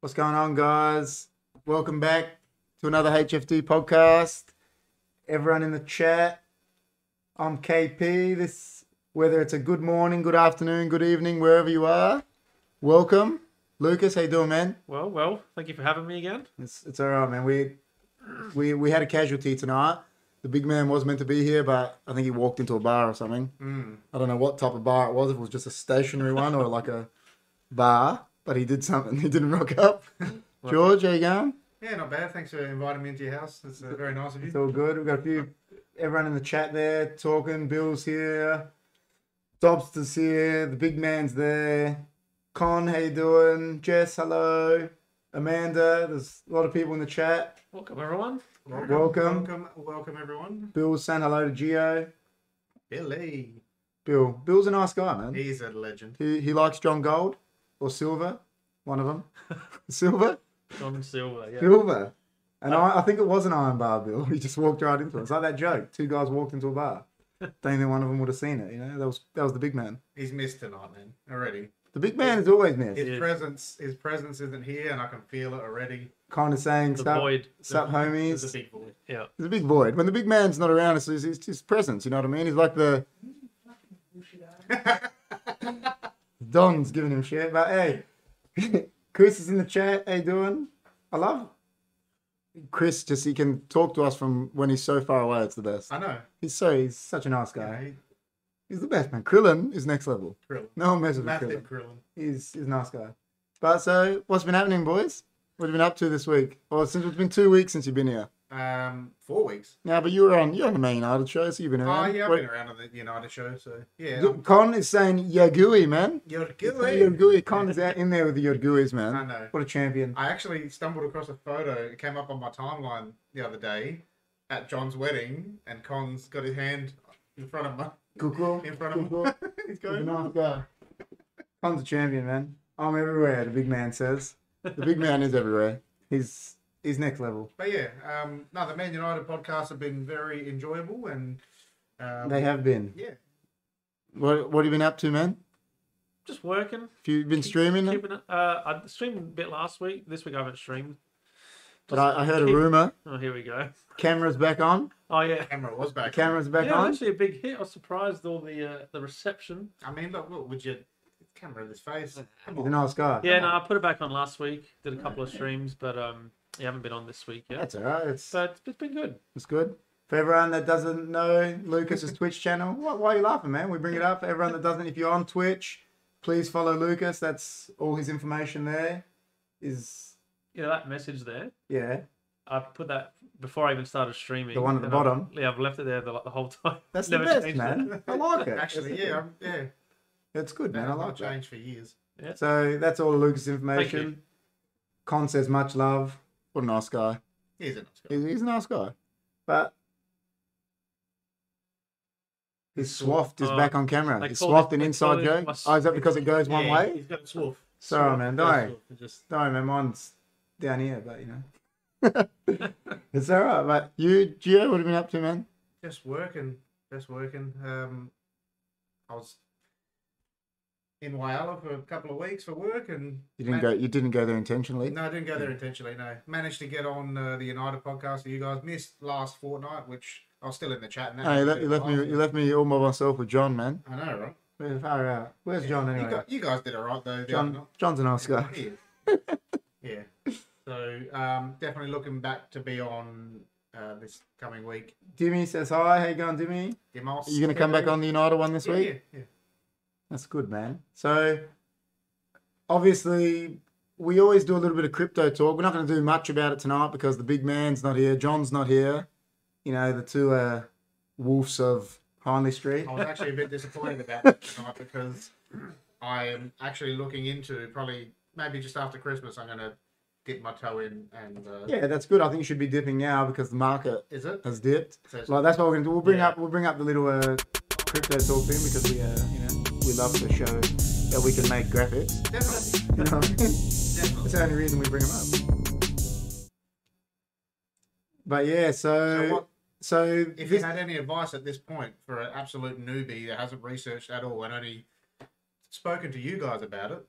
What's going on, guys? Welcome back to another HFD podcast. Everyone in the chat, I'm KP. This, whether it's a good morning, good afternoon, good evening, wherever you are, welcome. Lucas, how you doing, man? Well, well, thank you for having me again. It's it's all right, man. We we we had a casualty tonight. The big man was meant to be here, but I think he walked into a bar or something. I don't know what type of bar it was. If it was just a stationary one or like a bar, but he did something. He didn't rock up. George, how you going? Yeah, not bad. Thanks for inviting me into your house. That's uh, very nice of It's you. all good. We've got a few everyone in the chat there talking. Bill's here. Dobster's here. The big man's there. Con, how you doing? Jess, hello. Amanda, there's a lot of people in the chat. Welcome, everyone. Welcome. welcome, welcome, everyone. Bill's saying hello to Geo. Billy, Bill. Bill's a nice guy, man. he's a legend. He, he likes John Gold or Silver, one of them. Silver? John Silver. Yeah. Silver. And Oh. I, I think it was an iron bar, Bill. He just walked right into it. It's like that joke. Two guys walked into a bar. Don't think one of them would have seen it, you know? That was that was the big man. He's missed tonight, man. Already, The big man is always missed. his Yeah. presence, his presence isn't here, and I can feel it already. Kind of saying The stuff. void. Sup, The- homies. It's a big boy. Yeah. There's a big void. When the big man's not around, it's, it's, it's his presence. You know what I mean? He's like the Don's giving him shit. But hey, Chris is in the chat. How you doing? I love Chris. Just he can talk to us from when he's so far away. It's the best. I know. He's so he's such a nice You guy. know, he- He's the best man. Krillin is next level. Krillin. No one messes with Massive Krillin. Krillin. He's he's a nice guy. But so what's been happening, boys? What have you been up to this week? Well, since it's been two weeks since you've been here. Um, four weeks. No, but you were on you're on the Man United show, so you've been Oh around. yeah, I've What- been around on the United show, so yeah. Look, Con is saying Yagui, man. You're good. Yagui. Con is out in there with the Yaguis, man. I know. What a champion. I actually stumbled across a photo. It came up on my timeline the other day at John's wedding, and Con's got his hand in front of my Google. in front of Google. him. He's He's a going. nice guy. Con's a champion, man. I'm everywhere, the big man says. The big man is everywhere. He's he's next level. But yeah, um, no, the Man United podcasts have been very enjoyable, and um, They have been. yeah, What what have you been up to, man? Just working. If you've been streaming, Keeping it. Uh, I streamed a bit last week. This week I haven't streamed. but I, I heard a keep- rumor. Oh, here we go. Camera's back on. Oh yeah. camera was back. Camera's back yeah, on. actually a big hit. I was surprised all the uh, the reception. I mean, look, look, would you camera in his face? Come He's a on. nice guy. Yeah, no, I put it back on last week. Did a couple of streams, but um, you haven't been on this week yet. That's all right. It's So it's, it's been good. It's good. For everyone that doesn't know Lucas's Twitch channel, why, why are you laughing, man? We bring it up. For everyone that doesn't, if you're on Twitch, please follow Lucas. That's all his information there. Is You know that message there. yeah, I put that before I even started streaming. The one at the and I've- bottom? yeah, I've left it there the, the whole time. that's the Never best, changed it. man. I like it. Actually, That's yeah, it. I'm, yeah, it's good, man. I that's not like that. changed for years. So that's all Lucas' Thank information. Con says much love. What a nice guy. He's a nice guy. He's, he's a nice guy, but. His swaft is Oh, back on camera. they His call it- swaft an they inside call it joke. my s- Oh, is that because it goes one Yeah, way? He's got a swoof. Sorry, man. Don't worry. It's Just Sorry, man. Mine's down here, but you know. it's all right, but you, Gio, what have you been up to, man? Just working, just working. Um, I was in Wyala for a couple of weeks for work, and You didn't go. You didn't go there intentionally. No, I didn't go there intentionally. No, managed to get on uh, the United podcast that you guys missed last fortnight, which I was still in the chat. And that No, you, was a left, you bit of left a me. laugh. You left me all by myself with John, man. I know, right? We're far out. Where's John You, anyway? got, you guys did all right though. The John. John's an nice guy. other night. yeah. Yeah. So um, definitely looking back to be on uh, this coming week. Dimmy says hi. How you going, Dimmy? Dimas, Are you gonna come back on the United one this Yeah, week? yeah, yeah. That's good, man. So, obviously, we always do a little bit of crypto talk. We're not going to do much about it tonight because the big man's not here. John's not here. You know, the two uh, wolves of Hindley Street. I was actually a bit disappointed about that tonight because I am actually looking into probably maybe just after Christmas I'm gonna dip my toe in and uh, Yeah, that's good. I think you should be dipping now because the market is it? has dipped. So it's- Like that's what we're going to do. We'll bring Yeah. up we'll bring up the little uh, crypto talk thing because we uh, you know we love to show that we can make graphics. definitely, You know what I mean? definitely. That's the only reason we bring them up. But yeah, so so, So what- If this, you had any advice at this point for an absolute newbie that hasn't researched at all and only spoken to you guys about it,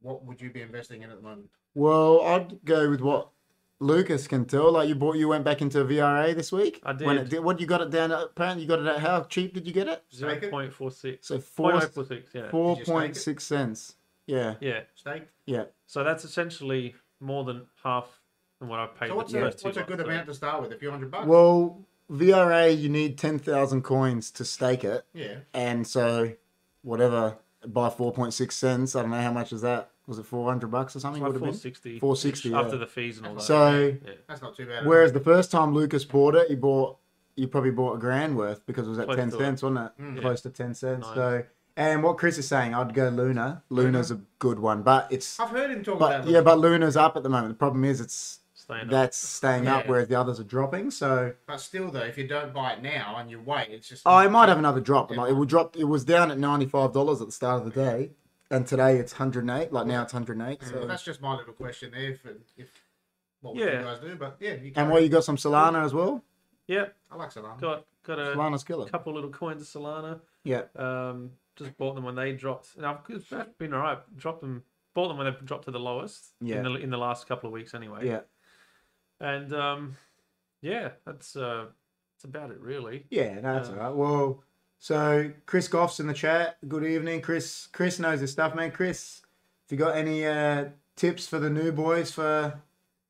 what would you be investing in at the moment? Well, I'd go with what Lucas can tell. Like you bought, you went back into VRA this week. I When it did. did, what you got it down at? Apparently, you got it at how cheap did you get it? Zero Stake it? point four six. So four Point oh four six. Yeah. four Did you stake point it? six cents. Yeah, Yeah. Stake. yeah. So that's essentially more than half than what I paid. So the what's, a, first two what's a months, good so- amount to start with? A few hundred bucks. Well, VRA, you need ten thousand coins to stake it, yeah. and so whatever by four point six cents. I don't know how much is that. Was it four hundred bucks or something? Like would have been. 460. 460, yeah. After the fees and all that. So yeah. That's not too bad. at Whereas the first time Lucas bought it, he bought you probably bought a grand worth because it was at Close ten to cents, wasn't it? Mm. Close to ten cents. Nine. So, and what Chris is saying, I'd go Luna. Luna's a good one, but it's all. I've heard him talk about but that. yeah, but Luna's up at the moment. The problem is it's Staying up. that's staying up, Yeah. whereas the others are dropping. So But still, though, if you don't buy it now and you wait, it's just. oh, it might have another drop. Yeah. Like, it will drop. It was down at ninety five dollars at the start of the day, and today it's hundred eight. Like now it's hundred eight. Mm, So. That's just my little question there. If, if what would Yeah. you guys do? But yeah, you And can. what you got some Solana as well? Yeah. I like Solana. Got got a Solana's killer. couple little coins of Solana. Yeah. Um, just bought them when they dropped, and I've it's been all right. Dropped them, bought them when they dropped to the lowest. Yeah. In the, in the last couple of weeks, anyway. Yeah. And um, yeah, that's uh, that's about it really. Yeah, no, that's Um, all right. Well, so Chris Goff's in the chat. Good evening, Chris. Chris knows his stuff, man. Chris, if you got any uh, tips for the new boys for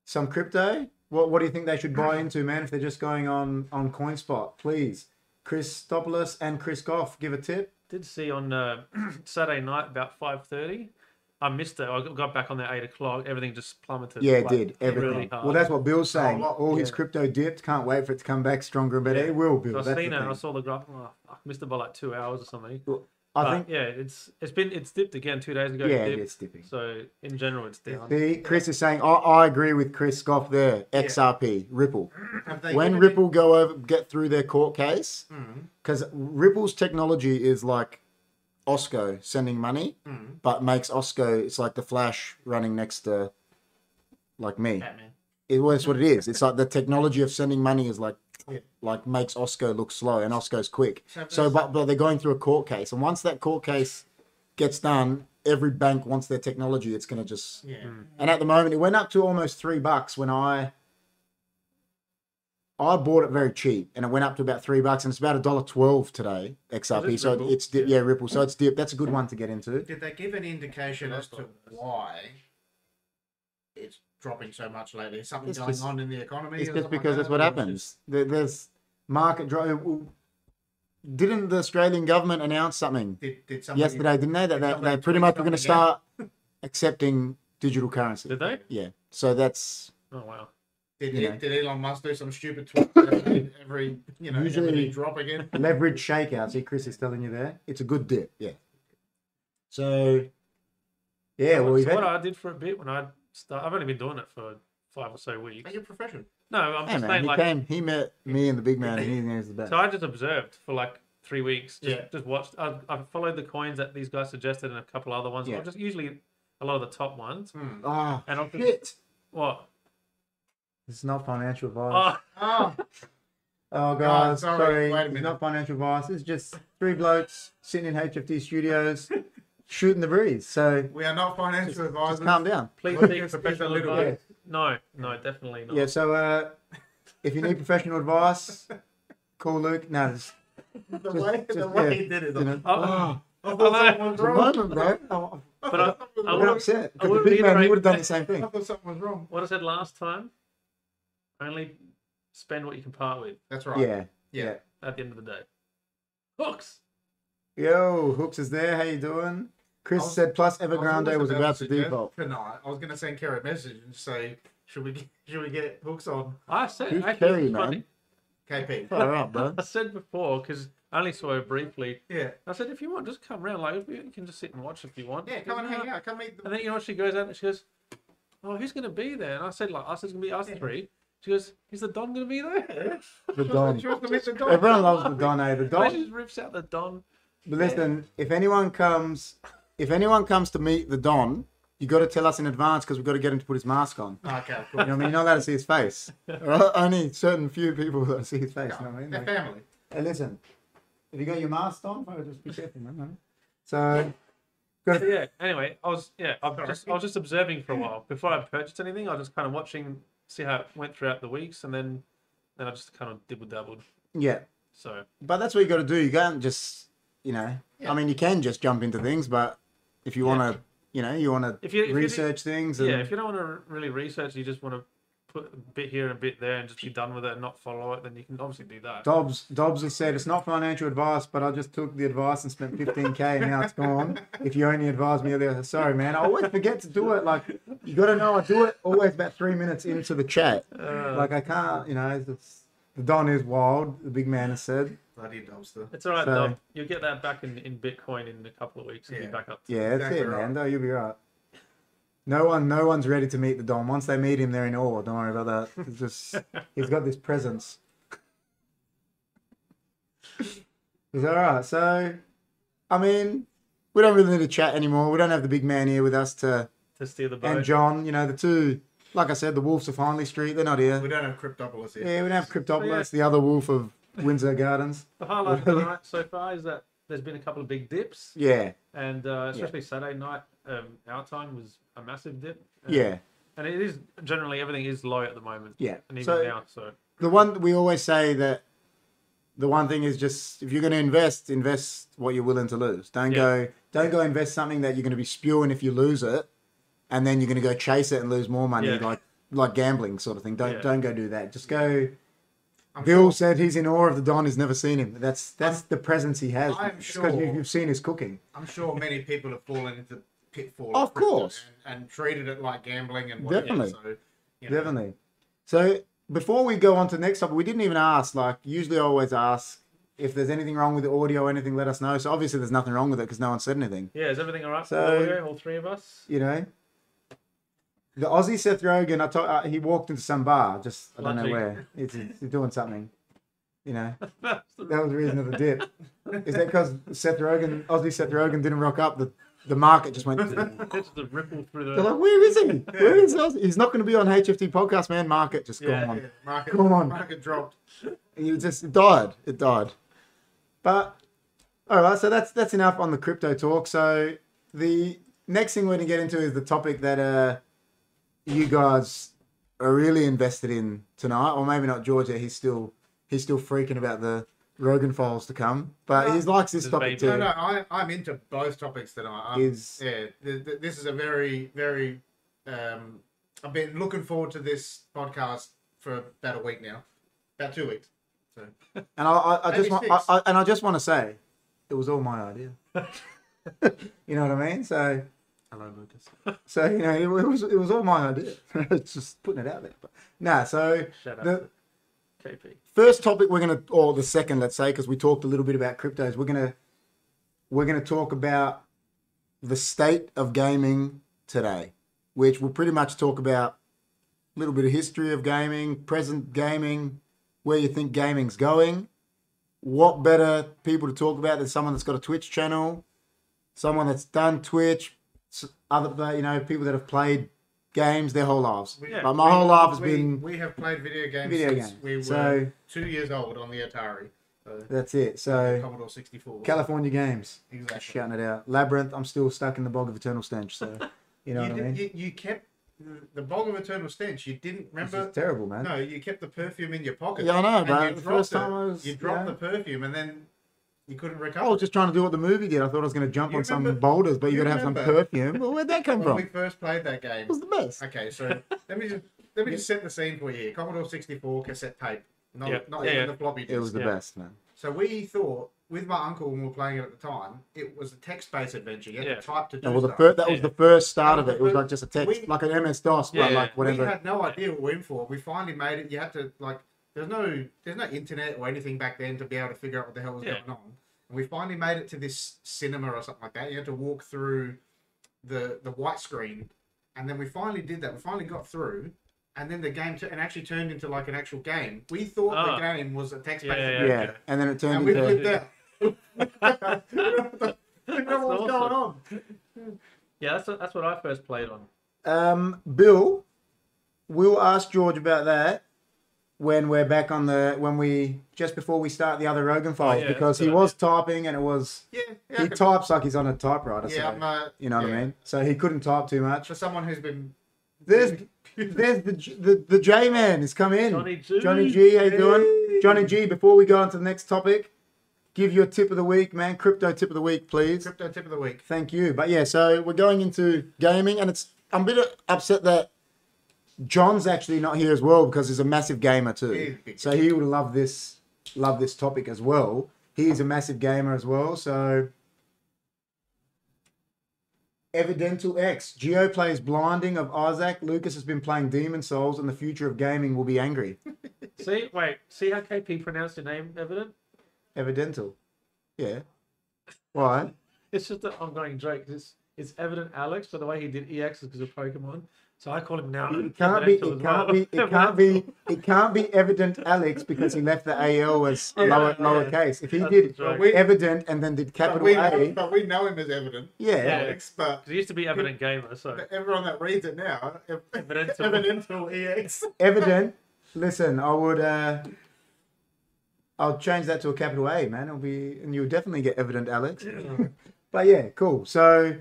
some crypto, what what do you think they should buy into, man? If they're just going on on CoinSpot, please, Chris Stopoulos and Chris Goff, give a tip. Did see on uh, Saturday night about five thirty. I missed it. I got- got back on there eight o'clock. Everything just plummeted. Yeah, it like, did everything. Really hard. Oh, well, that's what Bill's saying. lot, All his yeah. crypto dipped. Can't wait for it to come back stronger and better. Yeah. It will, Bill. So I that's the seen it. and I thing. saw the graph. and I'm like, "Fuck, missed it by like two hours or something. I But, think. yeah, it's it's been it's dipped again two days ago. it Yeah, dipped. it's dipping. So in general, it's down. See, Chris is saying, I, I agree with Chris Goff there. XRP, Ripple. Have they when given Ripple go over get through their court case, you- Mm, because Ripple's technology is like Osco sending money, mm, but makes Osco it's like the Flash running next to like me. Batman. It well, it's what it is. It's like the technology of sending money is like Yeah. like makes Osco look slow and Osco's quick. So So, but but they're going through a court case, and once that court case gets done, every bank wants their technology. It's gonna just Yeah. and at the moment, it went up to almost three bucks when I I bought it very cheap, and it went up to about three bucks, and it's about a dollar twelve today Is XRP. it So Ripple? it's dip, yeah. Ripple. So it's dip. That's a good one to get into. Did they give an indication Yeah, as that's to what it is. why it's dropping so much lately? Is something It's going just- on in the economy? It's or just something like because that's that, what or is happens. There, there's market drive. Didn't the Australian government announce something it- Did, did somebody, yesterday? Didn't they that they, somebody they pretty tweet much were going to something out? start accepting digital currency? Did they? Yeah. So that's Oh wow. Did, you know. did Elon Musk do some stupid tweet every, every you know Usually- everything drop again? leverage shakeout. See, Chris is telling you there. It's a good dip. Yeah. So, yeah, So well, what- we've so had, what I did for a bit when I start, I've only been doing it for five or so weeks. Make your profession. No, I'm hey just man, saying he like came, he met me and the big man, and he knows the best. so. I just observed for like three weeks. Just, Yeah. just watched. I, I followed the coins that these guys suggested and a couple other ones. Yeah. Or just usually a lot of the top ones. Hmm. Ah, And I've been, shit. what? It's not financial advice. Oh, Oh, Oh, guys, sorry, sorry. wait a It's minute. not financial advice. It's just three blokes sitting in HFT studios shooting the breeze. So, we are not financial just advisors. calm down. please Well, seek just- just a professional little advice. No, no, definitely not. Yeah, Oh. so uh, if you need professional advice, call Luke. No, it's, the way, just- the way yeah, he did it. you know. Oh, I thought Hello. something was It's a wrong. moment, bro. Oh, I'm- I But I- thought something was I I'm wrong. upset. I Because would the big man, he reiterate- would have done the same thing. I thought something was wrong. What I said last time. Only spend what you can part with That's right. Yeah. Yeah. at the end of the day. Hooks. Yo, Hooks is there. How you doing? Chris I was- said plus I was Evergrande almost was about to suggest default. Tonight, I was going to send Kerry a message and say, should we get, should we get hooks on I said Who's actually, Kerry, it's man? funny. KP? All right, bro. I said before because I only saw her briefly. Yeah. I said, if you want, just come round. Like, you can just sit and watch if you want. Yeah, She come goes, and "No." hang out. Come meet the And then you know what she goes out and she goes, "Oh, who's gonna be there?" And I said, "Like us, it's gonna be us Yeah. three. She goes, "Is the Don gonna be there?" The She wants Don. to- she wants to meet the Don. Everyone loves the Don, eh? The Don Don. just rips out the Don. But listen, if anyone comes, if anyone comes to meet the Don, you got to tell us in advance because we've got to get him to put his mask on. Okay, of You know what I course. mean? You're not allowed to see his face. All right? Only certain few people that see his face. You know what I mean? They're Like, family. hey, listen, have you got your mask on? Oh, just be careful, man. So, Good. So, yeah. Anyway, I was yeah, I Sorry. just I was just observing for a while before I purchased anything. I was just kind of watching, see how it went throughout the weeks, and then then I just kind of dibble dabbled. Yeah, So but that's what you got to do. You can't just, you know, I mean, you can just jump into things, but if you want to, you know, you want If to you- if you do- research things and yeah, if you don't want to really research, you just want to put a bit here and a bit there and just be done with it and not follow it, then you can obviously do that. Dobbs Dobbs has said it's not financial advice, but I just took the advice and spent 15k and now it's gone. If you only advised me earlier, sorry man, I always forget to do it. Like you got to know I do it always about three minutes into the chat. Uh. like I can't, you know. It's, it's, the Don is wild. The big man has said, Bloody dumpster. It's all right, So- Dom. You'll get that back in, in Bitcoin in a couple of weeks and Yeah. be back up. to- yeah, that's Exactly it, right. man. Though you'll be right. No one, no one's ready to meet the Don. Once they meet him, they're in awe. Don't worry about that. It's just he's got this presence. Is that all right? So, I mean, we don't really need to chat anymore. We don't have the big man here with us to to steer the boat. and John. You know, the two, like I said, the wolves of Hindley Street. They're not here. We don't have Cryptopolis here. Yeah, we don't have Cryptopolis, the other wolf of Windsor Gardens. the highlight of the night so far is that there's been a couple of big dips, Yeah, and uh, especially Saturday night, um, our time was a massive dip. And, yeah, and it is generally everything is low at the moment. yeah. and even So now, so the one we always say that the one thing is just if you're going to invest, invest what you're willing to lose. Don't go, don't go invest something that you're going to be spewing if you lose it, and then you're going to go chase it and lose more money, Yeah. like like gambling sort of thing. Don't Yeah. don't go do that. Just go. I'm Bill sure- said he's in awe of the Don. He's never seen him. That's that's the presence he has. I'm because sure- you've seen his cooking. I'm sure many people have fallen into the pitfall. Of crypto course. And, and treated it like gambling and whatever. Definitely. So, you know, Definitely. So before we go on to the next topic, we didn't even ask. Like usually, I always ask if there's anything wrong with the audio, or anything. Let us know. So obviously, there's nothing wrong with it because no one said anything. yeah, is everything all right? So- So all three of us. You know, the Aussie Seth Rogen. I told, uh, he walked into some bar. Just I don't know Lunging. where. It's, it's doing something. You know, That's that was the reason of the dip. Is that because Seth Rogen, Aussie Seth Rogen, didn't rock up? The the market just went. They're the ripple through the. like, where is he? Where is Aussie? He's not going to be on HFT podcast, man. Market just Yeah, gone. yeah, market, Come on. market dropped. and you just it died. It died. But all right, so that's that's enough on the crypto talk. So the next thing we're gonna get into is the topic that uh you guys are really invested in tonight, or maybe not Georgia. He's still he's still freaking about the Rogan files to come, but he likes this His topic baby. too. No, no, I, I'm into both topics tonight. I'm, Is- yeah, th- th- this is a very, very. Um, I've been looking forward to this podcast for about a week now, about two weeks. So And I, I, I just Maybe want, I, six. I, and I just want to say, it was all my idea. you know what I mean? So hello, Lucas. So you know, it, was it was all my idea. it's just putting it out there. But, nah, so Shout out the to KP. first topic we're gonna, or the second, let's say, because we talked a little bit about cryptos. We're gonna we're gonna talk about the state of gaming today, which we'll pretty much talk about a little bit of history of gaming, present gaming, where you think gaming's going. What better people to talk about than someone that's got a Twitch channel, someone that's done Twitch, s- other uh, you know people that have played games their whole lives. Yeah, but my whole life has we, been We have played video games Video since games. we were So- two years old on the Atari, so that's it. So Commodore 64. California games. exactly. shouting it out. Labyrinth, I'm still stuck in the bog of eternal stench. So, you know You, what I did- mean? you, you kept the- the bog of eternal stench. You didn't This remember is terrible, man. No, you kept the perfume in your pocket. Yeah, I know, and but you the dropped first it. time I was- you dropped yeah. Oh, the perfume and then you couldn't I recover. was just trying to do what the movie did. I thought I was going to jump You on some remember- boulders, but you, got you to have some remember- perfume. Well, where'd that come when from? we It first played that game. was the best. Okay, so let me just let me just set the scene for you. Commodore sixty four cassette tape, not Yeah. not Yeah, even yeah. the floppy disk. It was the Yeah. best, man. So we thought with my uncle when we were playing it at the time, it was a text based adventure. You had Yeah. to type to do That was the stuff. first. That was Yeah. the first start That of was it. It the was fir- like just a text, we- like an MS DOS, but Yeah, yeah. like we whatever. had no idea what we were in for. We finally made it. You had to like, there's no, there's no internet or anything back then to be able to figure out what the hell was Yeah. going on. And we finally made it to this cinema or something like that. You had to walk through the the white screen, and then we finally did that. We finally got through, and then the game t- and actually turned into like an actual game. We thought Ah. the game was a text based. Yeah, Yeah, yeah, and then it and turned we into. flipped out. we didn't know what was That's going on. Yeah, that's that's what I first played on. Um, Bill, we'll ask George about that. when we're back on the when we just before we start the other Rogan files yeah, because that's a he good was typing and it was Yeah, yeah, he okay. types like he's on a typewriter. yeah. so, I'm, uh, you know what yeah. I mean. So he couldn't type too much. For someone who's been There's there's the J- the, the J man has come in. Johnny G. Johnny G, how you Hey. doing? Johnny G. Before we go on to the next topic, give your tip of the week, man. Crypto tip of the week, please. crypto tip of the week. Thank you. But yeah, so we're going into gaming, and it's I'm a bit upset that John's actually not here as well because he's a massive gamer He is too. a big So he would love this love this topic as well. He is a massive gamer as well. So Evidental X Geo plays blinding of Isaac. Lucas has been playing Demon Souls, and the future of gaming will be angry. See, wait, see how KP pronounced your name, evident? Evidental, yeah. Why? It's just an ongoing joke. It's, it's evident Alex, but the way he did EX is because of Pokemon. So I call him now. It can't be. It can't be. It can't be. It can't be evident, Alex, because he left the AL as Yeah, lower yeah. lowercase. If he That's did a joke. We- evident and then did But capital we, A, but we know him as evident, yeah, Yeah. Alex. But 'Cause he used to be evident gamer, so everyone that reads it now, ev- E Evidental. evidental ex. evident. Listen, I would. uh I'll change that to a capital A, man. It'll be, and you'll definitely get evident, Alex. But yeah, cool. So,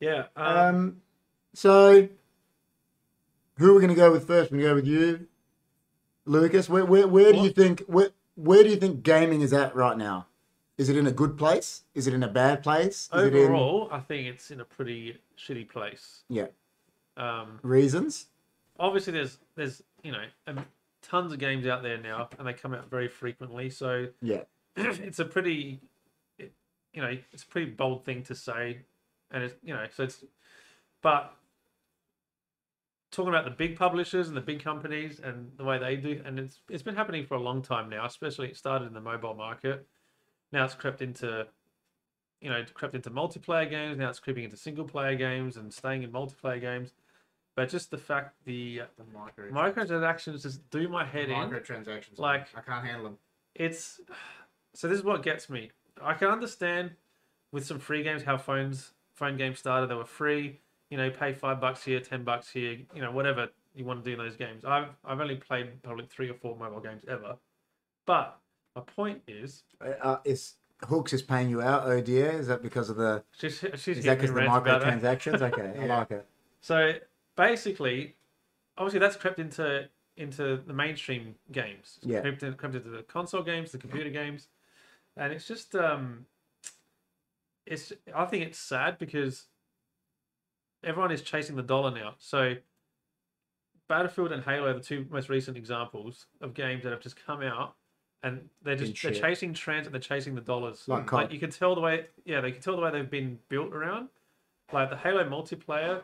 yeah. Um, um, so who are we gonna go with first? We gonna go with you, Lucas. Where where, where do you think where where do you think gaming is at right now? Is it in a good place? Is it in a bad place? Is it um, overall, I think it's in a pretty shitty place. in yeah Um, reasons? obviously, there's there's you know um, tons of games out there now, and they come out very frequently. So Yeah, it's a pretty, it, you know, it's a pretty bold thing to say, and it's you know, so it's, but talking about the big publishers and the big companies and the way they do, and it's it's been happening for a long time now. Especially it started in the mobile market, now it's crept into, you know, crept into multiplayer games. Now it's creeping into single player games and staying in multiplayer games. But just the fact the The micro microtransactions just do my head in microtransactions. Like- I can't handle them. it's so this is what gets me. I can understand with some free games how phones phone games started. They were free. You know, you pay five bucks here, ten bucks here. You know, whatever you want to do in those games. I've I've only played probably three or four mobile games ever. But my point is, Uh, Uh, is Hooks is paying you out? Oh dear, is that because of the she's she's is that because getting of the microtransactions. microtransactions? Okay, I Yeah. like it. So basically, obviously that's crept into into the mainstream games. It's Yeah. Crept, in, crept into the console games, the computer games, and it's just um, it's I think it's sad because everyone is chasing the dollar now. So Battlefield and Halo are the two most recent examples of games that have just come out. And they're Been just they're shit. chasing trends and they're chasing the dollars. Mm. Like COD. you can tell the way yeah, they can tell the way they've been built around. Like the Halo multiplayer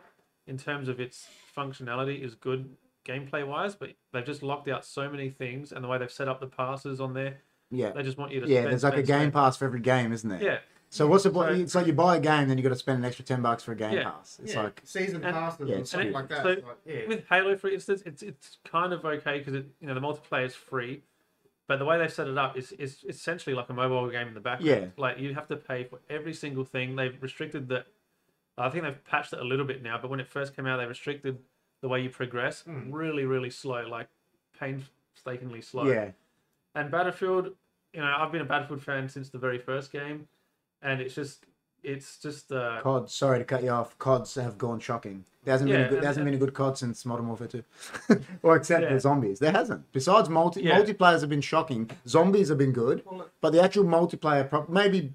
in terms of its functionality is good gameplay wise, but they've just locked out so many things and the way they've set up the passes on there, Yeah, they just want you to yeah. spend, There's like a spend, game spend. pass for every game, isn't there? Yeah. So what's the point? So- It's like you buy a game, then you got to spend an extra ten bucks for a game Yeah. pass. It's yeah, like season and- passes yeah, and it's stuff true. like that. So- It's like, yeah. with Halo, for instance, it's it's kind of okay because it you know the multiplayer is free, but the way they've set it up is is essentially like a mobile game in the background. Yeah. Like you have to pay for every single thing. They've restricted the. I think they've patched it a little bit now, but when it first came out, they restricted the way you progress really, really slow, like painstakingly slow. yeah. And Battlefield, you know, I've been a Battlefield fan since the very first game, and it's just, it's just uh, COD, sorry to cut you off. CODs have gone shocking. There hasn't been Yeah, a good, there and- hasn't been a good COD since Modern Warfare 2, or except Yeah. for zombies. There hasn't. Besides multi Yeah. multiplayers have been shocking. Zombies have been good, Well, look- but the actual multiplayer, pro- maybe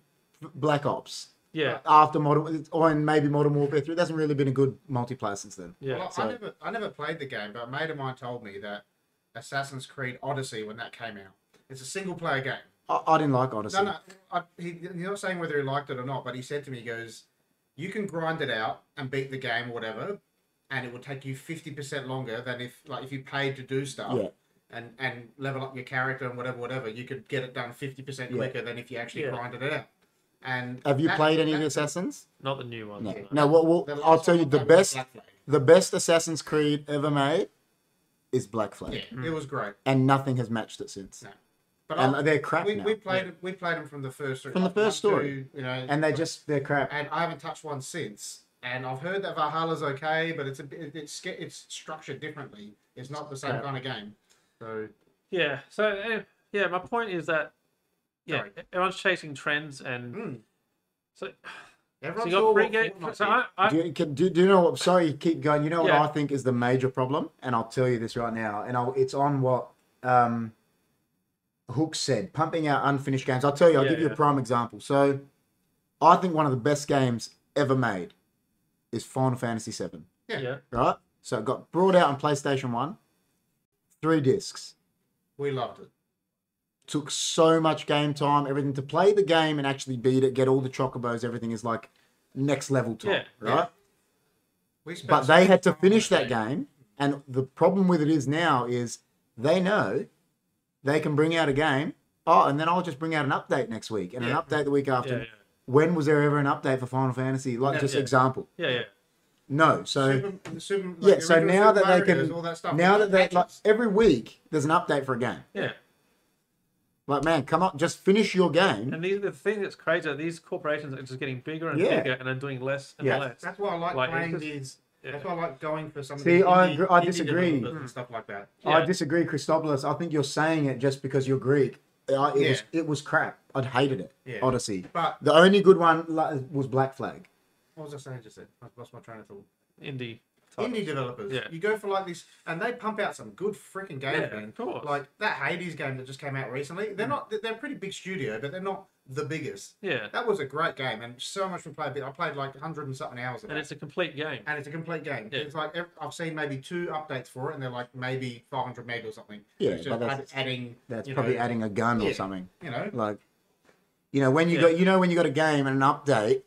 Black Ops yeah, after Modern, or in maybe Modern Warfare 3, there hasn't really been a good multiplayer since then. yeah. Well, I so- never, I never played the game, but a mate of mine told me that Assassin's Creed Odyssey, when that came out, it's a single player game. I, I didn't like Odyssey. No, no, I, he, he's not saying whether he liked it or not, but he said to me, he goes, "You can grind it out and beat the game or whatever, and it will take you fifty percent longer than if, like, if you paid to do stuff." Yeah. And, and level up your character and whatever, whatever, you could get it done 50% Yeah. quicker than if you actually Yeah. grinded it out. And Have you that- played any of the that- Assassins? Not the new one. No. No. What? the what last I'll tell one you I the played was best, Black Flag. the best Assassin's Creed ever made is Black Flag, Yeah, it was great. and nothing has matched it since. No. But I- And they're crap we, now. we played we played them from the first From the like, first one, story. two, you know, and they just they're crap. and I haven't touched one since. And I've heard that Valhalla's okay, but it's a bit, it's sca- it's structured differently. It's not the same Yeah. kind of game. So Yeah. So eh, yeah, my point is that yeah, Sorry. everyone's chasing trends and Mm. so, so Everyone's you got all free what game. Fortnite So did. I, I, Do you, can, do, do you know what? Sorry, keep going. You know what Yeah. I think is the major problem, and I'll tell you this right now. And I'll, it's on what um, Hook said: pumping out unfinished games. I'll tell you. I'll Yeah, give you yeah. a prime example. So, I think one of the best games ever made is Final Fantasy VII. Yeah. yeah, Right? So it got brought out on PlayStation One, three discs. we loved it. Took so much game time, everything to play the game and actually beat it, get all the chocobos. Everything is like next level time, Yeah, right? yeah. We spent but so they much had to time on finish that game and the problem with it is now is they know they can bring out a game oh and then i'll just bring out an update next week and an Yeah. update the week yeah, after yeah, when was there ever an update for final fantasy like Never. just Yeah. example yeah, yeah. no so Super, the Super, like, yeah so original now Super that they Mario Bros, can all that stuff. now we that got they like patches. every week there's an update for a game yeah. like man come on just finish your game And these, the thing that's crazy, these corporations are just getting bigger and Yeah. bigger and are doing less and Yeah. less. that's why I like, like, it's playing just- these. yeah. That's why I like going for some. of See, these I indie- agree- I indie disagree. developers and stuff like that. i Yeah. disagree christopoulos i think you're saying it just because you're greek I, it, Yeah. was, it was crap i'd hated it Yeah. odyssey But The only good one li- was Black Flag. what was I saying? Just then, I lost my train of thought. Indie. Indie developers, Yeah. you go for like this, and they pump out some good freaking games. Yeah, man. of course. Mm. Like that Hades game that just came out recently. They're not. They're a pretty big studio, but they're not the biggest. Yeah. That was a great game, and so much we played. I played like hundred and something hours of And it. it's a complete game. and it's a complete game. Yeah. It's like ev- I've seen maybe two updates for it, and they're like maybe 500 meg or something. Yeah, it's but just that's- add- adding. That's you probably know, adding a gun yeah. or something. You know, Like, you know, when you Yeah. got, you know, when you got a game and an update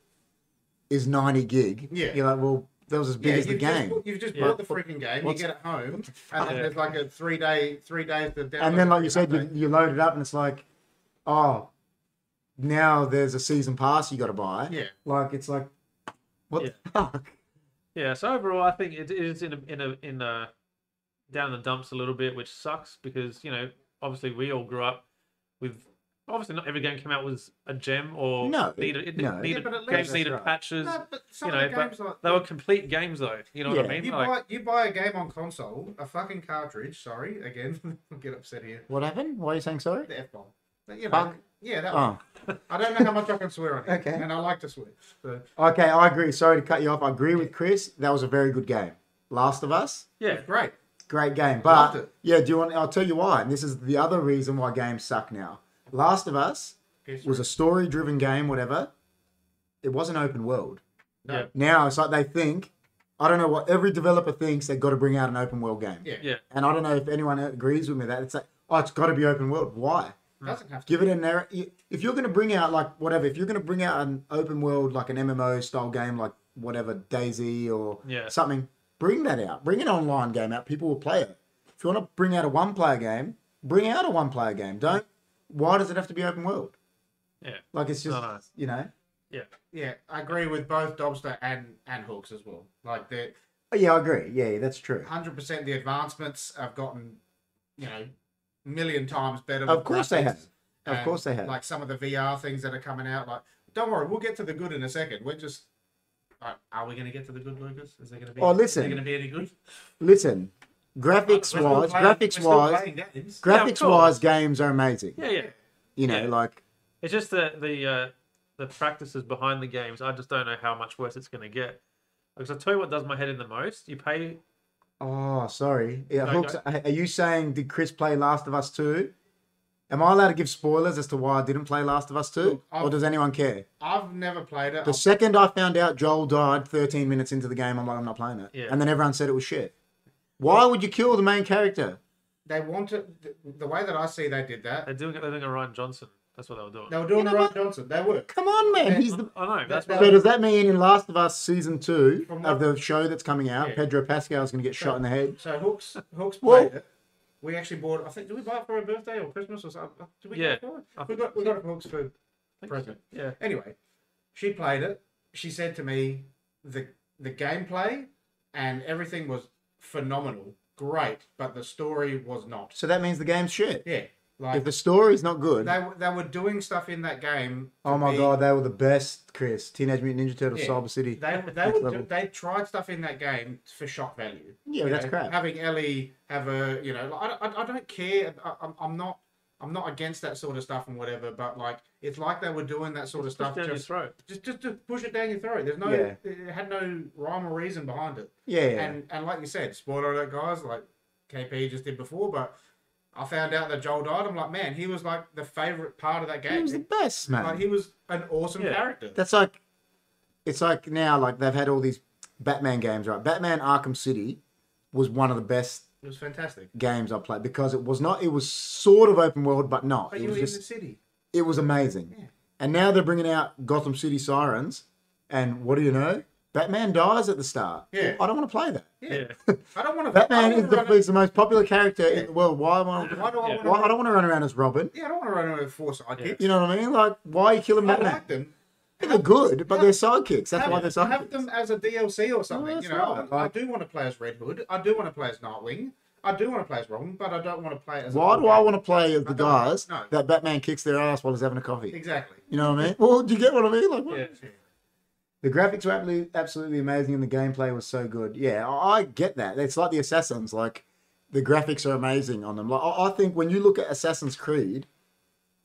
is ninety gig. Yeah. You're like, well, that was as big yeah, as the you've just game. bought- you've just Yeah. bought the freaking game. What's- you get it home, and then Yeah. there's like a three day, three days to download. and then, like you it, said, you, update. you load it up and it's like, oh, now there's a season pass you got to buy. Yeah. Like it's like, what the fuck? Yeah. So overall, I think it is in a, in a in a down the dumps a little bit, which sucks because you know obviously we all grew up with. Obviously, not every game came out was a gem or No, needed it no. needed Yeah, but at games least- needed That's right. patches. no, but some you of know, the but games like they were complete games though. You know what Yeah. I mean? you like, buy you buy a game on console, a fucking cartridge. Sorry, again, I get upset here. What happened? Why are you saying sorry? The f bomb. You know, Fuck. yeah, that. one. Oh, I don't know how much I can swear on it. Okay. and I like to swear. So Oh, okay. I agree. Sorry to cut you off. I agree with Chris. That was a very good game. Last of Us. yeah, great. Great game, Loved but it. yeah. Do you want? I'll tell you why. And this is the other reason why games suck now. Last of Us Yes, was a story-driven game, whatever. It wasn't open world. No. Yeah. Now it's like they think. I don't know what every developer thinks they've got to bring out an open world game. yeah, yeah, And I don't know if anyone agrees with me that it's like, oh, it's got to be open world. Why? doesn't have to. Give it a narrow. If you're going to bring out like whatever, if you're going to bring out an open world like an MMO style game like whatever Daisy or Yeah. something, bring that out. Bring an online game out. People will play it. If you want to bring out a one player game, bring out a one player game. Don't. Why does it have to be open world? Yeah. Like it's just No, no. you know. Yeah, I agree with both Dobster and and Hawks as well. Like the Oh, yeah, I agree. Yeah, yeah, that's true. hundred percent, the advancements have gotten, you know, million times better. Of with course they graphics have. Of and, course they have. Like some of the VR things that are coming out. Like, don't worry, we'll get to the good in a second. We're just, like, are we going to get to the good, Lucas? Is there going to be? Oh, is listen. there going to be any good? Listen, graphics We're still wise, playing- we're graphics still wise, playing games. Yeah, of graphics course. wise, games are amazing. yeah, yeah. You know, Yeah. like It's just the the uh, the practices behind the games. I just don't know how much worse it's going to get. Because I tell you what does my head in the most. You pay Oh, sorry. Yeah, No, Hooks, are you saying did Chris play Last of Us 2? Am I allowed to give spoilers as to why I didn't play Last of Us 2? Look, I've- Or does anyone care? I've never played it. The I've- second I found out Joel died 13 minutes into the game, I'm like, I'm not playing it. Yeah. And then everyone said it was shit. Why would you kill the main character? They wanted the- the way that I see they did that. They're doing they're doing a Ryan Johnson. That's what they were doing. They were doing You the know Ryan what? Johnson. They were. Come on, man. He's the... I know. That's that- what, So does that mean in Last of Us season two From of what- the show that's coming out, Yeah. Pedro Pascal is going to get shot in the head? So Hooks Hooks Well- played it. We actually bought. I think did we buy it for her birthday or Christmas or something? Did we Yeah, get it for her? I We think- got we got it for Hooks for present. yeah, Anyway, she played it. She said to me, the the gameplay and everything was phenomenal, great, but the story was not. So that means the game's shit. Yeah. If Like the story's not good, they were- they were doing stuff in that game. to oh my be- god, they were the best, Chris. Teenage Mutant Ninja Turtles, Yeah. Cyber City. They they Next were, level. do- they tried stuff in that game for shock value. Yeah, You that's know, crap. Having Ellie have a you know, like, I, I, I don't care. I, I'm I'm not I'm not against that sort of stuff and whatever. But like, it's like they were doing that sort of Stuff stuff down your just throat. just just to push it down your throat. There's no Yeah. it had no rhyme or reason behind it. Yeah, yeah. And and like you said, spoiler alert, guys, like KP just did before, but I found out that Joel died. I'm like, man, he was like the favorite part of that he was the game. best, man. Like he was an awesome Yeah. character. That's like, it's like now, like they've had all these Batman games, right? Batman Arkham City was one of the best It was fantastic. games I played because it was not, it was sort of open world, but not. But it you were was in the just, city. it was amazing. Yeah. And now they're bringing out Gotham City Sirens, and what do you know? Batman dies at the start. Yeah. I don't want to play that. Yeah. Yeah. I don't want to. Batman I is don't the, wanna run- is the most popular character in the world. Why, why, Why do I Yeah. want to? why I don't want to run around as Robin. Yeah, I don't want to run over four sidekicks. You know what I mean? Like, why are you killing I Batman? like them. They're good, but they're sidekicks. That's have, why they're sidekicks. have them as a DLC or something. that's you know, right. I, I Like- do want to play as Red Hood. I do want to play as Nightwing. I do want to play as Robin, but I don't want to play it as. a Why full do I game. want to play as I the don't know. guys No. that Batman kicks their ass while he's having a coffee? Exactly. You know what I mean? Well, do you get what I mean? Like, what? Yeah. the graphics were absolutely, absolutely amazing, and the gameplay was so good. Yeah, I, I get that. It's like the Assassins. Like, the graphics are amazing on them. Like, I, I think when you look at Assassin's Creed,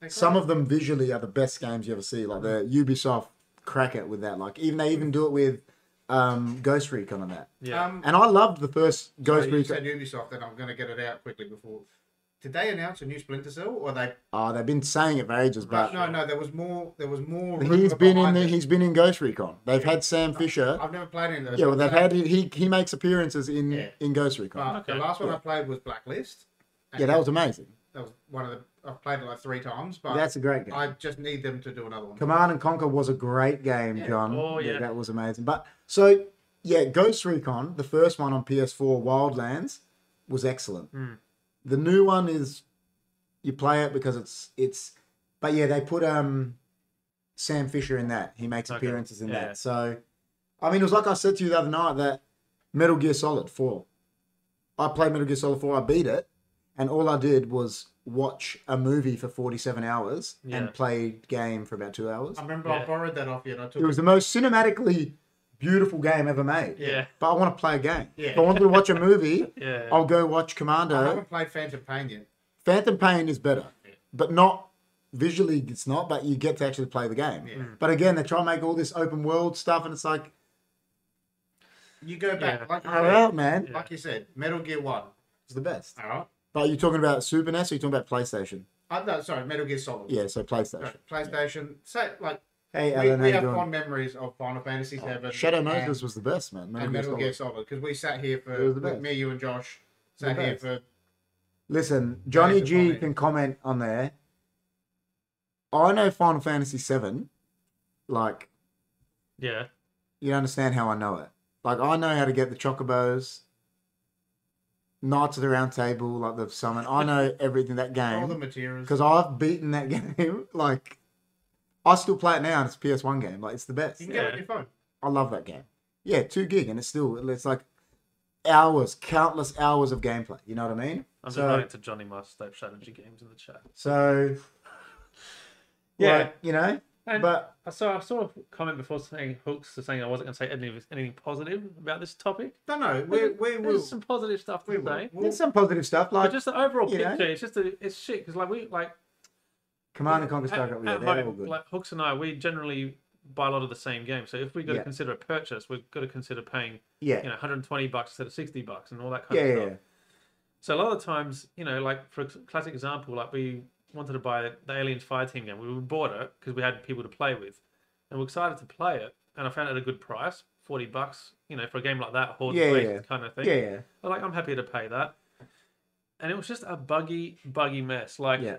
some of them visually are the best games you ever see. Like the Mm-hmm. Ubisoft crack it with that. Like, even they even do it with um, Ghost Recon and that. Yeah. Um, And I loved the first Ghost so you Recon. said Ubisoft, and I'm going to get it out quickly before. Did they announce a new Splinter Cell, or they? Oh, they've been saying it for ages, but no, no. There was more. There was more. he's rumour been in behind the, it. he's been in Ghost Recon. They've had Sam Fisher. I've never played any of those. Yeah, well, they've had But- he he makes appearances in Yeah. in Ghost Recon. But Okay. the last one I played was Blacklist. and yeah, that was amazing. that was one of the. I've played it like three times, but That's a great game. I just need them to do another one. Command and Conquer was a great game, John. Oh, yeah. that was amazing. But so yeah, Ghost Recon, the first one on PS4, Wildlands, was excellent. Hmm. The new one is you play it because it's it's. But yeah, they put um Sam Fisher in that. He makes Okay. appearances in Yeah. that. So I mean, it was like I said to you the other night that Metal Gear Solid Four. I played Metal Gear Solid Four. I beat it, and all I did was watch a movie for forty-seven hours Yeah. and play game for about two hours. I remember Yeah. I borrowed that off you, and I took It was the most cinematically beautiful game ever made. Yeah. But I want to play a game. Yeah. Uh-huh. If I wanted to watch a movie, Yeah. I'll go watch I Commando. haven't played Phantom Pain yet. Phantom Pain is better, but not visually. It's not, but you get to actually play the game. Yeah. But again, they try and make all this open world stuff, and it's like, You go back, Yeah. like, you all said, right, man, Yeah. like you said, Metal Gear One. it's the best. All right. But you're talking about Super NES, or you're talking about PlayStation? Uh, no, sorry, Metal Gear Solid. Yeah, so PlayStation. Sorry, PlayStation. So like Hey, we, Alan, we how have you doing? fond memories of Final Fantasy Seven. Shadow and- Moses was the best, man. Metal and Gear Metal Solid. Gear Solid because we sat here It for was the with best. me, you, and Josh sat The here best. for Listen, Johnny it's a G comment. can comment on there. I know Final Fantasy VII. Like, Yeah. you don't understand how I know it. Like, I know how to get the chocobos, Knights of the Round Table, like the summon. I know everything that all the game materials. because I've beaten that game. Like, I still play it now, and it's a PS1 game. Like, it's the best. You can get it Yeah. on your phone. I love that game. Yeah, two gig, and it's still it's like hours, countless hours of gameplay. You know what I mean? I'm just so, writing to Johnny Mars Stope strategy games in the chat. so Yeah. like, you know, And- but I saw I saw a comment before saying hooks to saying I wasn't going to say anything, anything positive about this topic. No, no, we we will. There's some positive stuff to We say. will. We'll, there's some positive stuff like But just the overall you know. picture, it's just a, it's shit because like we like Command and Conquer Starcraft. Yeah, at they're all home, good. like Hooks and I, we generally buy a lot of the same games. So if we're going Yeah. to consider a purchase, we've got to consider paying yeah, you know 120 bucks instead of 60 bucks and all that kind yeah, of yeah, stuff. yeah. So a lot of the times, you know, like for a classic example, like we wanted to buy the Aliens Fire Team game. We bought it because we had people to play with, and we're excited to play it. And I found it at a good price, forty bucks, you know, for a game like that, horde Yeah, based yeah. kind of thing. yeah, yeah. I'm like I'm happy to pay that. And it was just a buggy, buggy mess. Like, Yeah.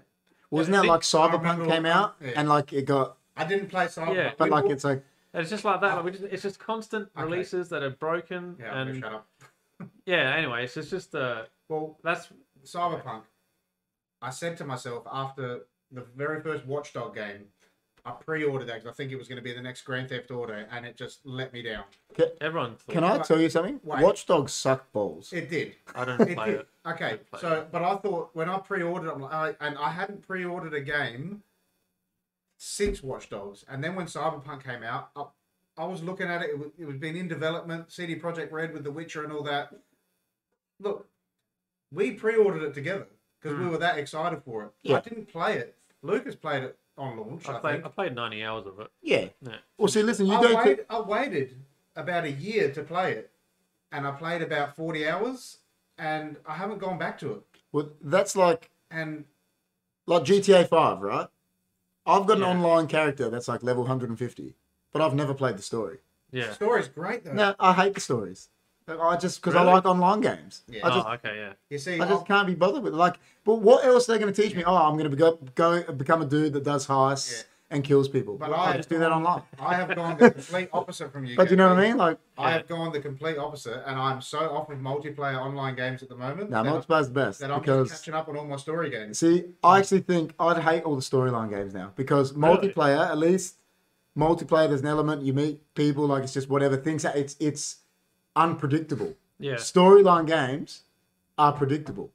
Wasn't I that think- like I remember Cyberpunk came when- out yeah. and like it got, I didn't play Silent. Yeah. we but like will- it's like and it's just like that. Like, we just, it's just constant Okay. releases that are broken. Yeah, I'm gonna and shut up. yeah, anyway, it's just, it's just uh, Well, that's Cyberpunk, I said to myself after the very first Watchdog game, I pre-ordered that because I think it was going to be the next Grand Theft Auto, and it just let me down. Everyone thought Can I tell you something? Wait. Watch Dogs suck balls. It did. I It don't play did. it. Okay, Don't play so but I thought when I pre-ordered, I'm like, I, and I hadn't pre-ordered a game since Watch Dogs, and then when Cyberpunk came out, I, I was looking at it. It, was it was been in development. CD Projekt Red with The Witcher and all that. Look, we pre-ordered it together because Hmm. we were that excited for it. I Yeah. didn't play it. Lucas played it on launch. I I, played think. I played ninety hours of it. Yeah. Yeah. Oh, Well, see, listen, you I, don't. wait, I waited about a year to play it, and I played about forty hours, and I haven't gone back to it. well, that's like And like GTA Five, right? I've got an Yeah. online character that's like level 150, but I've never played the story. Yeah. story's great though. No, I hate the stories. Like, I just because Really? I like online games. Yeah. I just oh, okay, yeah. You see, I I'll- just can't be bothered with it. like. But what else are they going to teach me? Oh, I'm going to go, go become a dude that does heists Yeah. and kills people. But Well, I- I just do that online. I have gone the complete opposite from you. But do you know what I Gary. mean? Like, I have gone the complete opposite, and I'm so off of multiplayer online games at the moment no, that, multiplayer is best that I'm because just catching up on all my story games. see, I actually think I'd hate all the storyline games now because Really? multiplayer, at least multiplayer, there's an element you meet people like it's just whatever things that it's it's unpredictable. Yeah. Storyline games are predictable.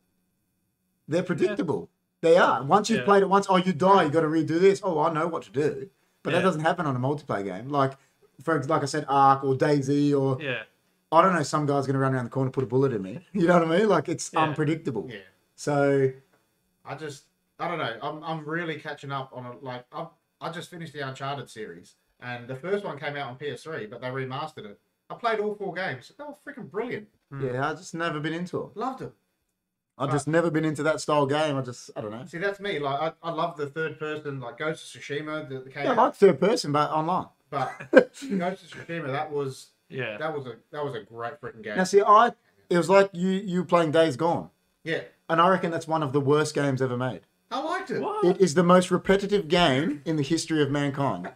They're predictable. They are. Once you've Yeah. played it once, oh, you die, you got to redo this. Oh, I know what to do. But Yeah. that doesn't happen on a multiplayer game. Like, for ex- like I said, Ark or Daisy or Yeah. I don't know. Some guy's going to run around the corner, put a bullet in me. You know what I mean? Like it's Yeah. unpredictable. Yeah, So I just, I don't know. I'm, I'm really catching up on it. Like, I, I just finished the Uncharted series, and the first one came out on PS3, but they remastered it. I played all four games. They were freaking brilliant. Hmm. yeah, I've just never been into it. Loved them. I've just never been into that style game. I just I don't know. See, that's me. Like, I, I love the third person, like Ghost of Tsushima, the, the came Yeah, I out, like third person, but online. but Ghost of Tsushima, that was Yeah. that was a that was a great freaking game. Now see, I it was like you you playing Days Gone, Yeah, and I reckon that's one of the worst games ever made. I liked it. What? It is the most repetitive game in the history of mankind.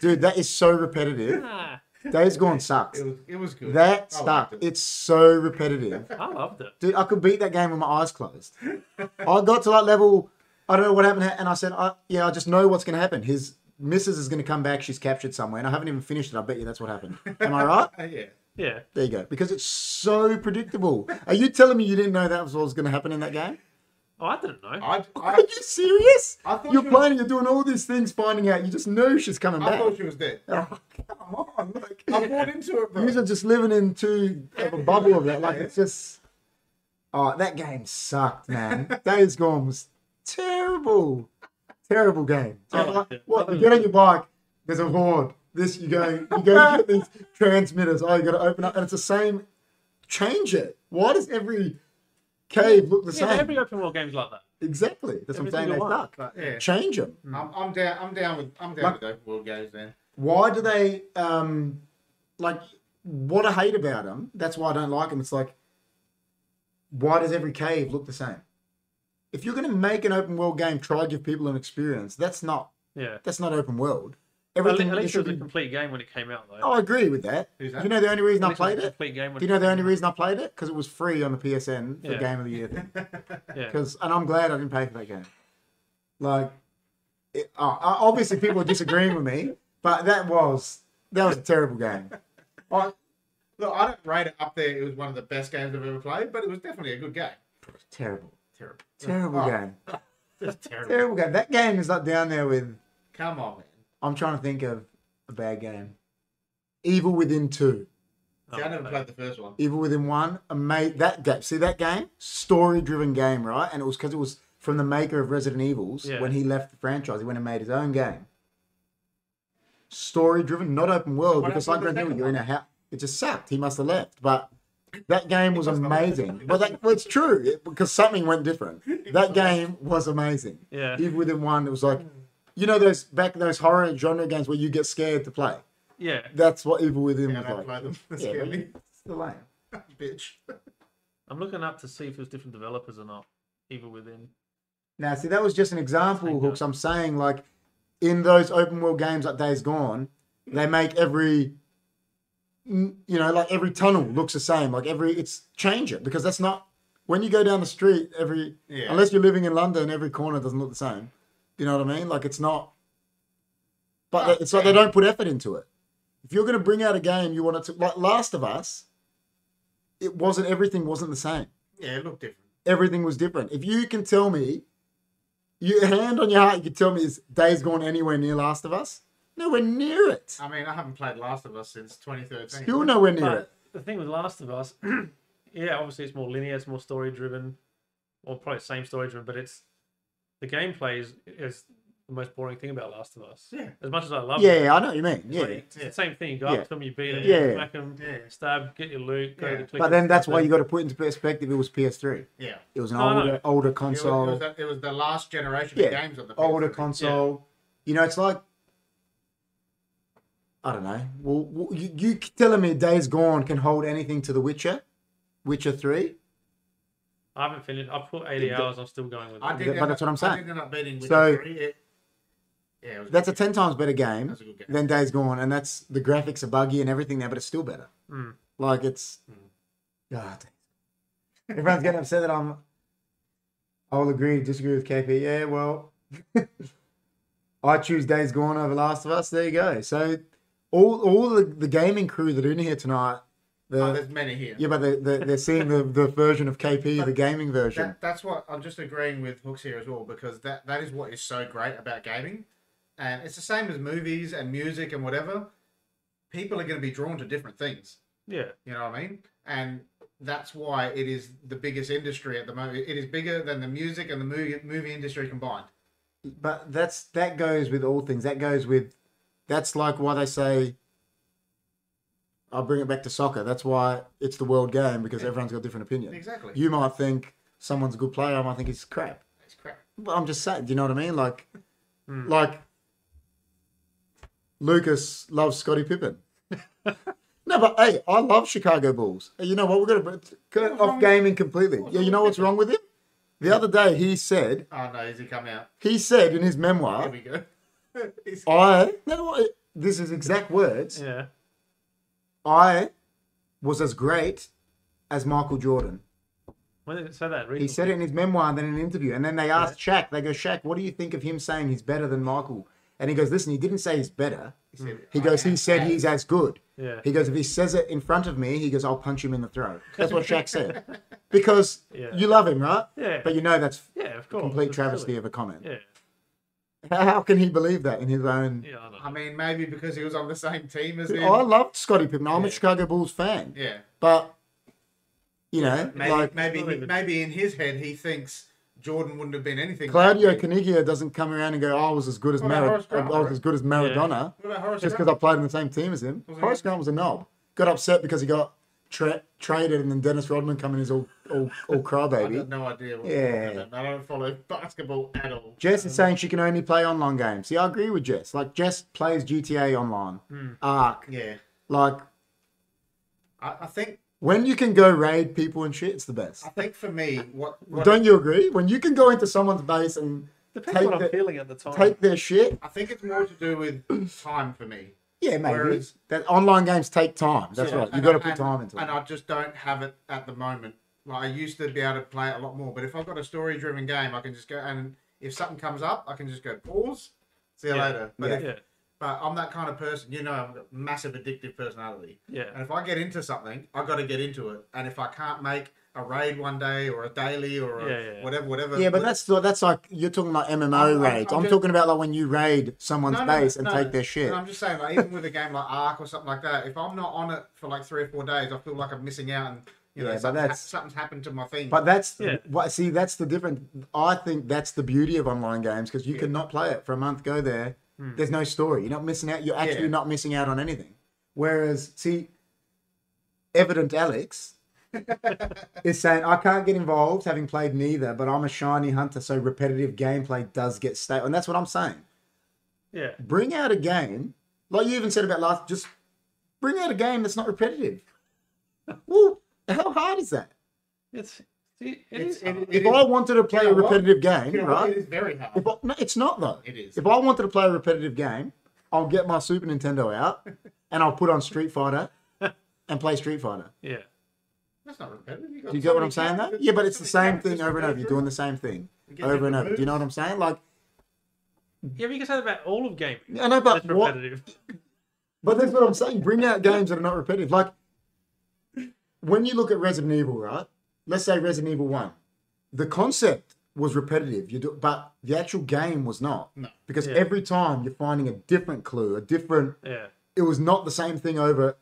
Dude, that is so repetitive. Nah, Days Gone sucks. It was it was good. That I liked stuff, it. it's so repetitive. I loved it. Dude, I could beat that game with my eyes closed. I got to like level, I don't know what happened, and I said, I, yeah, I just know what's going to happen. His missus is going to come back, she's captured somewhere, and I haven't even finished it. I bet you that's what happened. Am I right? Uh, yeah. Yeah. There you go. Because it's so predictable. Are you telling me you didn't know that was what was going to happen in that game? Oh, I didn't know. I, Are I, you serious? I you're thought you were- playing, you're doing all these things, finding out. You just know she's coming I back. thought she was dead. Oh, come on, look. I bought into it, bro. Yous are just living in too of a bubble of that. Like it's just, oh, that game sucked, man. Days Gone was terrible, terrible game. So, I liked like, it. what you get on your bike? There's a horde. This you go, you go you get these transmitters. Oh, you got to open up, and it's the same. Change it. Why does every cave look the Yeah, same? every open world game's like that. exactly. That's what Every I'm saying. They single one. suck. But, Yeah. Change them. I'm, I'm down. I'm down with. I'm down Like- with open world games, man. why do they um like what I hate about them? That's why I don't like them. It's like why does every cave look the same? If you're going to make an open world game, try to give people an experience. That's not yeah. that's not open world. But at Everything le- at there least it should was a be- Oh, complete game when it came out, though. I agree with that. Who's Do that? You know the only reason At I least it was played a it. Complete game when Do you it know the came only out. reason I played it? Because it was free on the PSN for Yeah. Game of the Year thing. Yeah. Because and I'm glad I didn't pay for that game. Like, it, oh, uh, obviously people are disagreeing with me, but that was that was a terrible game. I, Look, I don't rate it up there. It was one of the best games I've ever played, but it was definitely a good game. terrible, Terrible. terrible Oh, game, Just terrible. terrible game. That game is like down there with. Come on, man. I'm trying to think of a bad game. Evil Within two, See, I Oh, never okay. played the first one. Evil Within one. Made that game. See that game? Story driven game, right? And it was because it was from the maker of Resident Evils Yeah. when he left the franchise. He went and made his own game. Story driven, not open world, What because like happened to Grand Theft the Auto, second you're in a house. It just sucked. He must have left, but. That game was must have left. amazing, but that, well, it's true it- because something went different. That game was amazing. Yeah. Even within one, it was like, you know, those back those horror genre games where you get scared to play. Yeah. That's what Evil Within Yeah, I was don't like. play them. That's Yeah, but scary. it's the lame. Bitch. I'm looking up to see if it was different developers or not. Evil Within. Now, see, that was just an example, Thank Hooks. I'm saying, like, in those open world games like Days Gone, they make every, n- you know, like every tunnel looks the same. Like every, it's change it because that's not when you go down the street. Every Yeah. unless you're living in London, every corner doesn't look the same. You know what I mean? Like it's not. but Oh, they- it's like they yeah. don't put effort into it. If you're going to bring out a game, you want it to like Last of Us. It wasn't everything wasn't the same. Yeah, it looked different. Everything was different. If you can tell me, you hand on your heart, you can tell me is Days Gone anywhere near Last of Us? Nowhere near it. I mean, I haven't played Last of Us since 2013. Still nowhere near it. But the thing with Last of Us, yeah, obviously it's more linear, it's more story driven, or probably the same story driven, but it's the gameplay is, is the most boring thing about Last of Us. Yeah. As much as I love it, Yeah, I know what you mean. it's like- Yeah, it's the same thing. You go Yeah. up to them, you beat them, Yeah. smack them, Yeah. stab, get your loot, go to Yeah. the click. but then that's why you got to put into perspective. It was PS3. Yeah. It It was an No, no. older older was- console. It was, the- it was the last generation Yeah. of games on the older PS3. console. You know, it's like I don't know. Well, well, you you telling me Days Gone can hold anything to The Witcher, Witcher Three? I haven't finished. I've put 80 Yeah. hours. I'm still going with it. But end that's up- what I'm I saying. did end up beating Witcher So- 3. It, yeah, it was That's a good. ten times better game That's a good game. than Days Gone, and that's the graphics are buggy and everything there, but it's still better. Mm. Like it's Mm. God. Everyone's getting upset that I'm. I'll agree, disagree with KP. Yeah, well, I choose Days Gone over Last of Us. There you go. So, all all the, the gaming crew that are in here tonight, the, Oh, there's many here. yeah, but they, they, they're seeing the, the version of KP, the gaming version. That, that's what I'm just agreeing with Hooks here as well because that that is what is so great about gaming, and it's the same as movies and music and whatever. People are going to be drawn to different things. Yeah. You know what I mean? And that's why it is the biggest industry at the moment. It is bigger than the music and the movie movie industry combined. but that's that goes with all things. That goes with that's like why they say I'll bring it back to soccer. That's why it's the world game because everyone's got different opinion. Exactly. You might think someone's a good player, I might think he's crap. That's crap. But I'm just saying, do you know what I mean? Like Hmm. like Lucas loves Scottie Pippen. no, but hey, I love Chicago Bulls. Hey, You know what? We're gonna go What's wrong off with- gaming completely. Yeah, you know what's wrong with him? The other day he said Oh no, is he come out? he said in his memoir Here we go. He's- I no, I- this is exact words. Yeah. I was as great as Michael Jordan. When did it say that? He Recently? said it in his memoir and then in an interview. And then they asked Shaq, they go, Shaq, what do you think of him saying he's better than Michael? And he goes, listen, he didn't say he's better. he said, Oh, He goes, "I he am said bad." he's as good. Yeah. He goes, if he says it in front of me, he goes, I'll punch him in the throat. That's what Shaq said. Because Yeah. you love him, right? Yeah. But you know that's yeah, of course. complete That's travesty silly. of a comment. Yeah. How can he believe that in his own Yeah. I don't know. I mean, maybe because he was on the same team as him. I loved Scottie Pippen. I'm Yeah. a Chicago Bulls fan. yeah. But you know, Maybe, like maybe, not even- maybe in his head, he thinks Jordan wouldn't have been anything. Claudio like that. Caniggia doesn't come around and go, "Oh, "I was as good as What about Mara- Horace I Grant, was right? as good as Maradona," What about Horace? just because I Grant? played in the same team as him. Was he- Horace Grant was a knob. Got upset because he got tra- traded, and then Dennis Rodman coming is all all, all I have crybaby. no idea. What Yeah. yeah. I don't follow basketball at all. Jess is saying she can only play online games. See, I agree with Jess. Like Jess plays GTA online, Ark. Hmm. Yeah. Like I, I think. when you can go raid people and shit, it's the best. I think for me, what, what Don't you agree? When you can go into someone's base and Depends take, what I'm the, feeling at the time. take their shit, I think it's more to do with time for me. Yeah, maybe. Whereas- that online games take time. That's So- right. You and got to I- put and- time into And it. I just don't have it at the moment. Like I used to be able to play it a lot more, but if I've got a story-driven game, I can just go and if something comes up, I can just go pause. See you Yeah. later. But, Yeah. if- yeah. but I'm that kind of person, you know, I've got massive addictive personality. Yeah. And if I get into something, I got to get into it. And if I can't make a raid one day or a daily or a Yeah, yeah, yeah. whatever, whatever. Yeah, but that's still- that's like you're talking like MMO I'm- I'm- raids. I'm, I'm just- talking about like when you raid someone's No, no, base no, and take no. their shit. And I'm just saying, like, even with a game like Ark or something like that, if I'm not on it for like three or four days, I feel like I'm missing out, and you know, Yeah, but something that's- something's happened to my thing. But that's Yeah. what see that's the difference. I think that's the beauty of online games because you Yeah. Hmm. can cannot play it for a month. Go there. There's no story. You're not missing out. You're actually Yeah. not missing out on anything. Whereas see, evident Alex is saying I can't get involved having played neither, but I'm a shiny hunter, so repetitive gameplay does get stale, and that's what I'm saying. Yeah. bring out a game like you even said about last just bring out a game that's not repetitive well how hard is that It's. It, it It's- is. it- hard. if i wanted to play you know a what? repetitive game you know, what? right it is very hard. if I- no, it's not though It is. if i wanted to play a repetitive game i'll get my super nintendo out and i'll put on street fighter and play street fighter Yeah. That's not repetitive. You, got do you get what i'm so many saying though characters- yeah but it's the so many same characters thing to over and go over you're through. doing the same thing You get over and different over do you know what i'm saying like Yeah, but you can say that about all of gaming. I know, but It's what? repetitive. But that's what I'm saying. Bring out games that are not repetitive. Like when you look at Resident Evil, right? Let's say Resident Evil One. The concept was repetitive, you do, but the actual game was not. No. Because Yeah. every time you're finding a different clue, a different. Yeah. It was not the same thing over.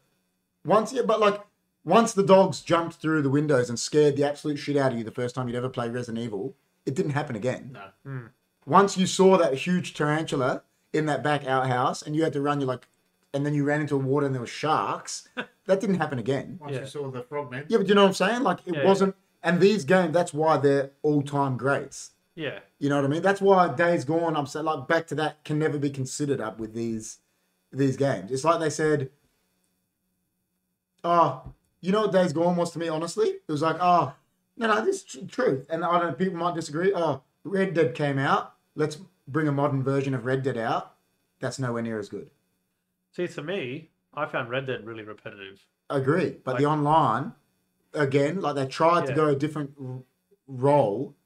Once, yeah, but like once the dogs jumped through the windows and scared the absolute shit out of you the first time you'd ever played Resident Evil, it didn't happen again No. Hmm. once you saw that huge tarantula in that back outhouse and you had to run, you're like, and then you ran into water and there were sharks. that didn't happen again. Once Yeah. you saw the frogman. Yeah, but you know what I'm saying? Like, it Yeah. wasn't. And these games, that's why they're all time greats. Yeah. You know what I mean? That's why Days Gone, I'm saying, like, back to that can never be considered up with these these games. It's like they said, oh, you know what Days Gone was to me, honestly? It was like, oh, no, no, this is tr- truth. And I don't know, people might disagree. Oh, Red Dead came out. Let's bring a modern version of Red Dead out. That's nowhere near as good. See, to me, I found Red Dead really repetitive. Agree. But the online, again, like they tried to Yeah. go a different r- role,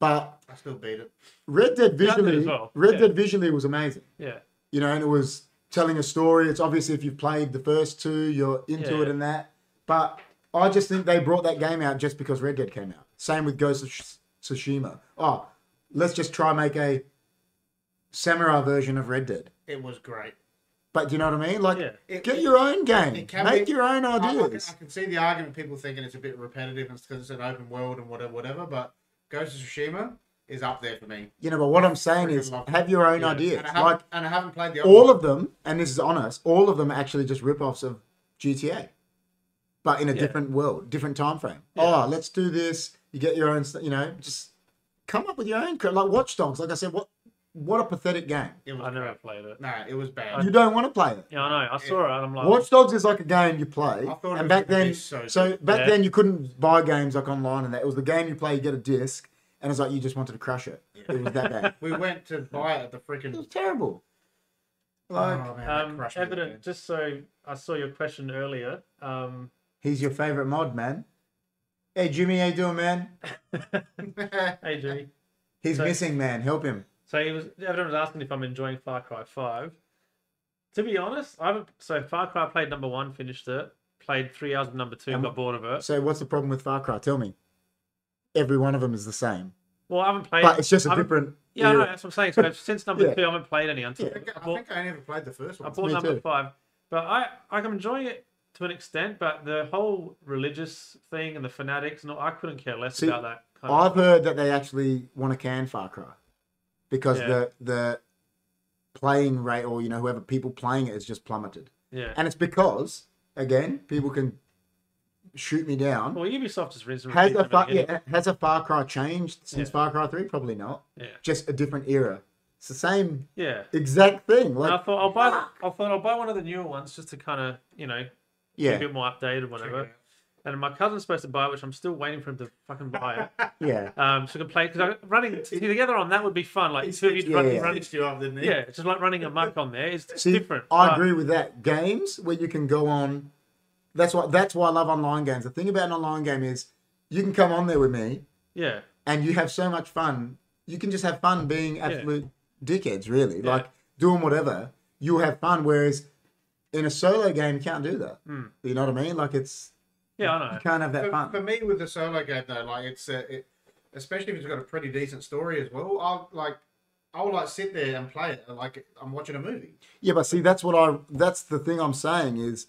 but I still beat it. Red Dead Yeah, I did visually, as well. Red Yeah. Dead visually was amazing. Yeah. You know, and it was telling a story. It's obviously if you've played the first two, you're into Yeah. it and that. But I just think they brought that game out just because Red Dead came out. Same with Ghost of Sh- Tsushima. Oh, let's just try and make a samurai version of Red Dead. It was great. But do you know what I mean? Like, Yeah. It- get it- your own game. it can Make be- your own I, I can, ideas. I can see the argument people thinking it's a bit repetitive and because it's an open world and whatever, whatever. But Ghost of Tsushima is up there for me. You know, but what I'm saying Freaking is, love- have your own Yeah. ideas. And I haven't, Like and I haven't played the other all one. of them, and this is honest, all of them are actually just rip-offs of GTA, but in a Yeah. different world, different time frame. Yeah. Oh, let's do this. You get your own, st- you know, just come up with your own. cra- Like Watch Dogs, like I said, what what a pathetic game. It was, I never played it. no, it was bad. You don't want to play it. Yeah, I know. I saw it and I'm like, Watch Dogs is like a game you play, I thought it and was back gonna be then, so, so back Yeah. then you couldn't buy games like online and that. It was the game you play, you get a disc, and it's like you just wanted to crush it. It was that bad. We went to buy it at the it freaking. was terrible. Like, Oh, man, that um, crushed me, man. evident. Just so I saw your question earlier. Um, he's your favorite mod, man. Hey Jimmy, how you doing, man? AJ. He's So- missing, man. Help him. So he was. Everyone was asking if I'm enjoying Far Cry Five. To be honest, I haven't. So Far Cry played number one, finished it. Played three hours of number two, And got bored of it. So, what's the problem with Far Cry? Tell me. Every one of them is the same, Well, I haven't played. but it's just a I haven't- different. Yeah, I know, era. that's what I'm saying. So since number Yeah. two, I haven't played any until Yeah. I think I, I bought, think I never played the first I one. bought Me number too. five. But I, I'm enjoying it to an extent. But the whole religious thing and the fanatics, and all, I couldn't care less See, about that. Kind of, I've heard that they actually want to can Far Cry because Yeah. the the playing rate, or you know, whoever people playing it has just plummeted, yeah. and it's because again, people can shoot me down. Well, Ubisoft is rinse and Has repeat a from far, the beginning. yeah, has a Far Cry changed since Yeah. Far Cry Three? Probably not. yeah, Just a different era. It's the same yeah. exact thing. And I Like, thought I'll buy. I thought I'll buy one of the newer ones just to kind of you know be a yeah, bit more updated, whatever. And my cousin's supposed to buy it, which I'm still waiting for him to fucking buy it. yeah. Um, so I can play because running t- together on that would be fun. Like It's- two of you yeah, running, yeah. running, Stitched you up, didn't he? yeah, it's just like running a muck on there. It's, it's See, different. I but- agree with that. Games where you can go on. That's why. That's why I love online games. The thing about an online game is you can come on there with me, Yeah, and you have so much fun. You can just have fun being absolute dickheads, really, Yeah. like doing whatever. You'll have fun. Whereas in a solo game, you can't do that. Mm. You know what I mean? Like it's yeah, I know. you can't have that For, fun. for me, with the solo game though, like it's uh, it, especially if it's got a pretty decent story as well. I'll like, I'll like sit there and play it like I'm watching a movie. Yeah, but see, that's what I. That's the thing I'm saying is,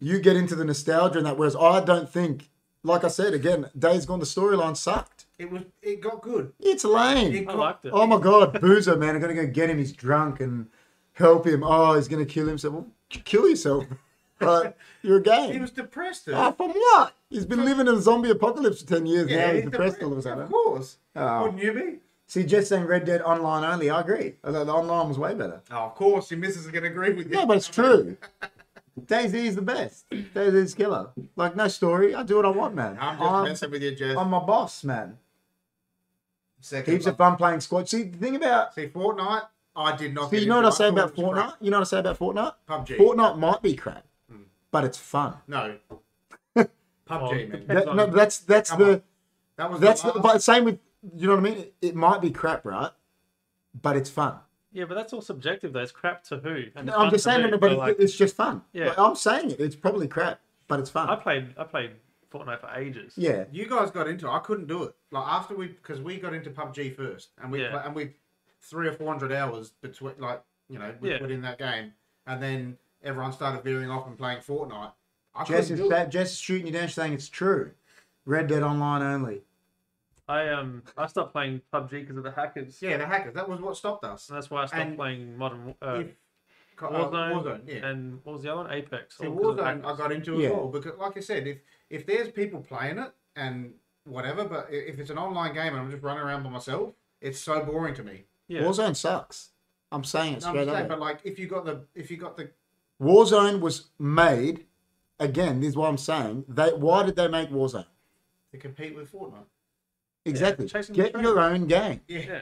you get into the nostalgia and that. Whereas I don't think, like I said again, Days Gone, the storyline sucked. It was, it got good. It's lame. It I got, liked it. Oh my god, Boozer, man, I'm gonna go get him. He's drunk and help him. Oh, he's gonna kill himself. Well, you kill yourself. But you're a He game. was depressed. Ah, Though. from what? He's been living in a zombie apocalypse for 10 years now. He's he's depressed all of a sudden. Of course, Oh. wouldn't you be? See, Jeff's saying Red Dead online only. I agree. Although the online was way better. Oh, of course, your missus is going to agree with you. Yeah, but it's true. Daisy is the best. Daisy's killer. Like, no story. I do what I want, man. I'm just I'm, messing with you, Jeff. I'm my boss, man. Second Heaps of one. fun playing squad. See, the thing about. See, Fortnite, I did not. See, get you know what into. I say thought about it was Fortnite? crap. You know what I say about Fortnite? PUBG. Fortnite might be crap, Hmm. but it's fun. No. PUBG, man. Depends That- no, on- that's that's Come the on. That was that's the the, last- but same with you know what I mean. It, it might be crap, right? but it's fun. Yeah, but that's all subjective though. It's crap to who? And No, I'm it's fun just to saying, who, no, but so, like, it, it's just fun. Yeah. Like, I'm saying it. It's probably crap, but it's fun. I played I played Fortnite for ages. yeah. You guys got into. it. I couldn't do it. Like after we, because we got into PUBG first, and we Yeah. pla- and we three or four hundred hours between, like you know, we Yeah. put in that game, and then everyone started veering off and playing Fortnite. I Jess couldn't is, do it. that, Jess is shooting you down saying it's true. Red Dead Online only. I um I stopped playing PUBG because of the hackers. Yeah, the hackers. That was what stopped us. And that's why I stopped And playing Modern uh, If- Co- uh, Warzone, Warzone, yeah. and what was the other one? Apex. See, all 'cause of Warzone, I hackers. got into as Yeah. well because, like I said, if if there's people playing it and whatever, but i- if it's an online game and I'm just running around by myself, it's so boring to me. yeah. Warzone sucks. I'm saying it No, I'm straight just up. saying, but like if you got the if you got the Warzone was made. Again, this is what I'm saying. They why did they make Warzone? to compete with Fortnite, Exactly. chasing the Get trend. your own game. yeah.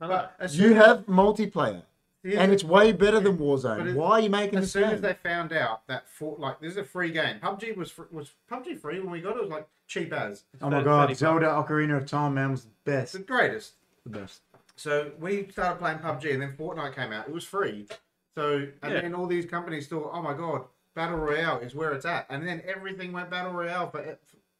I know. but as You soon- have multiplayer, yeah, and it's way better than But Warzone. it- Why are you making as this soon game? as they found out that Fort like this is a free game. PUBG was fr- was PUBG free when we got it. It was like cheap as oh my Thirty god, bucks. Zelda Ocarina of Time man was the it's the best. greatest. The best. So we started playing PUBG, and then Fortnite came out. It was free. So and Yeah. then all these companies thought, oh my god, battle royale is where it's at. And then everything went battle royale for,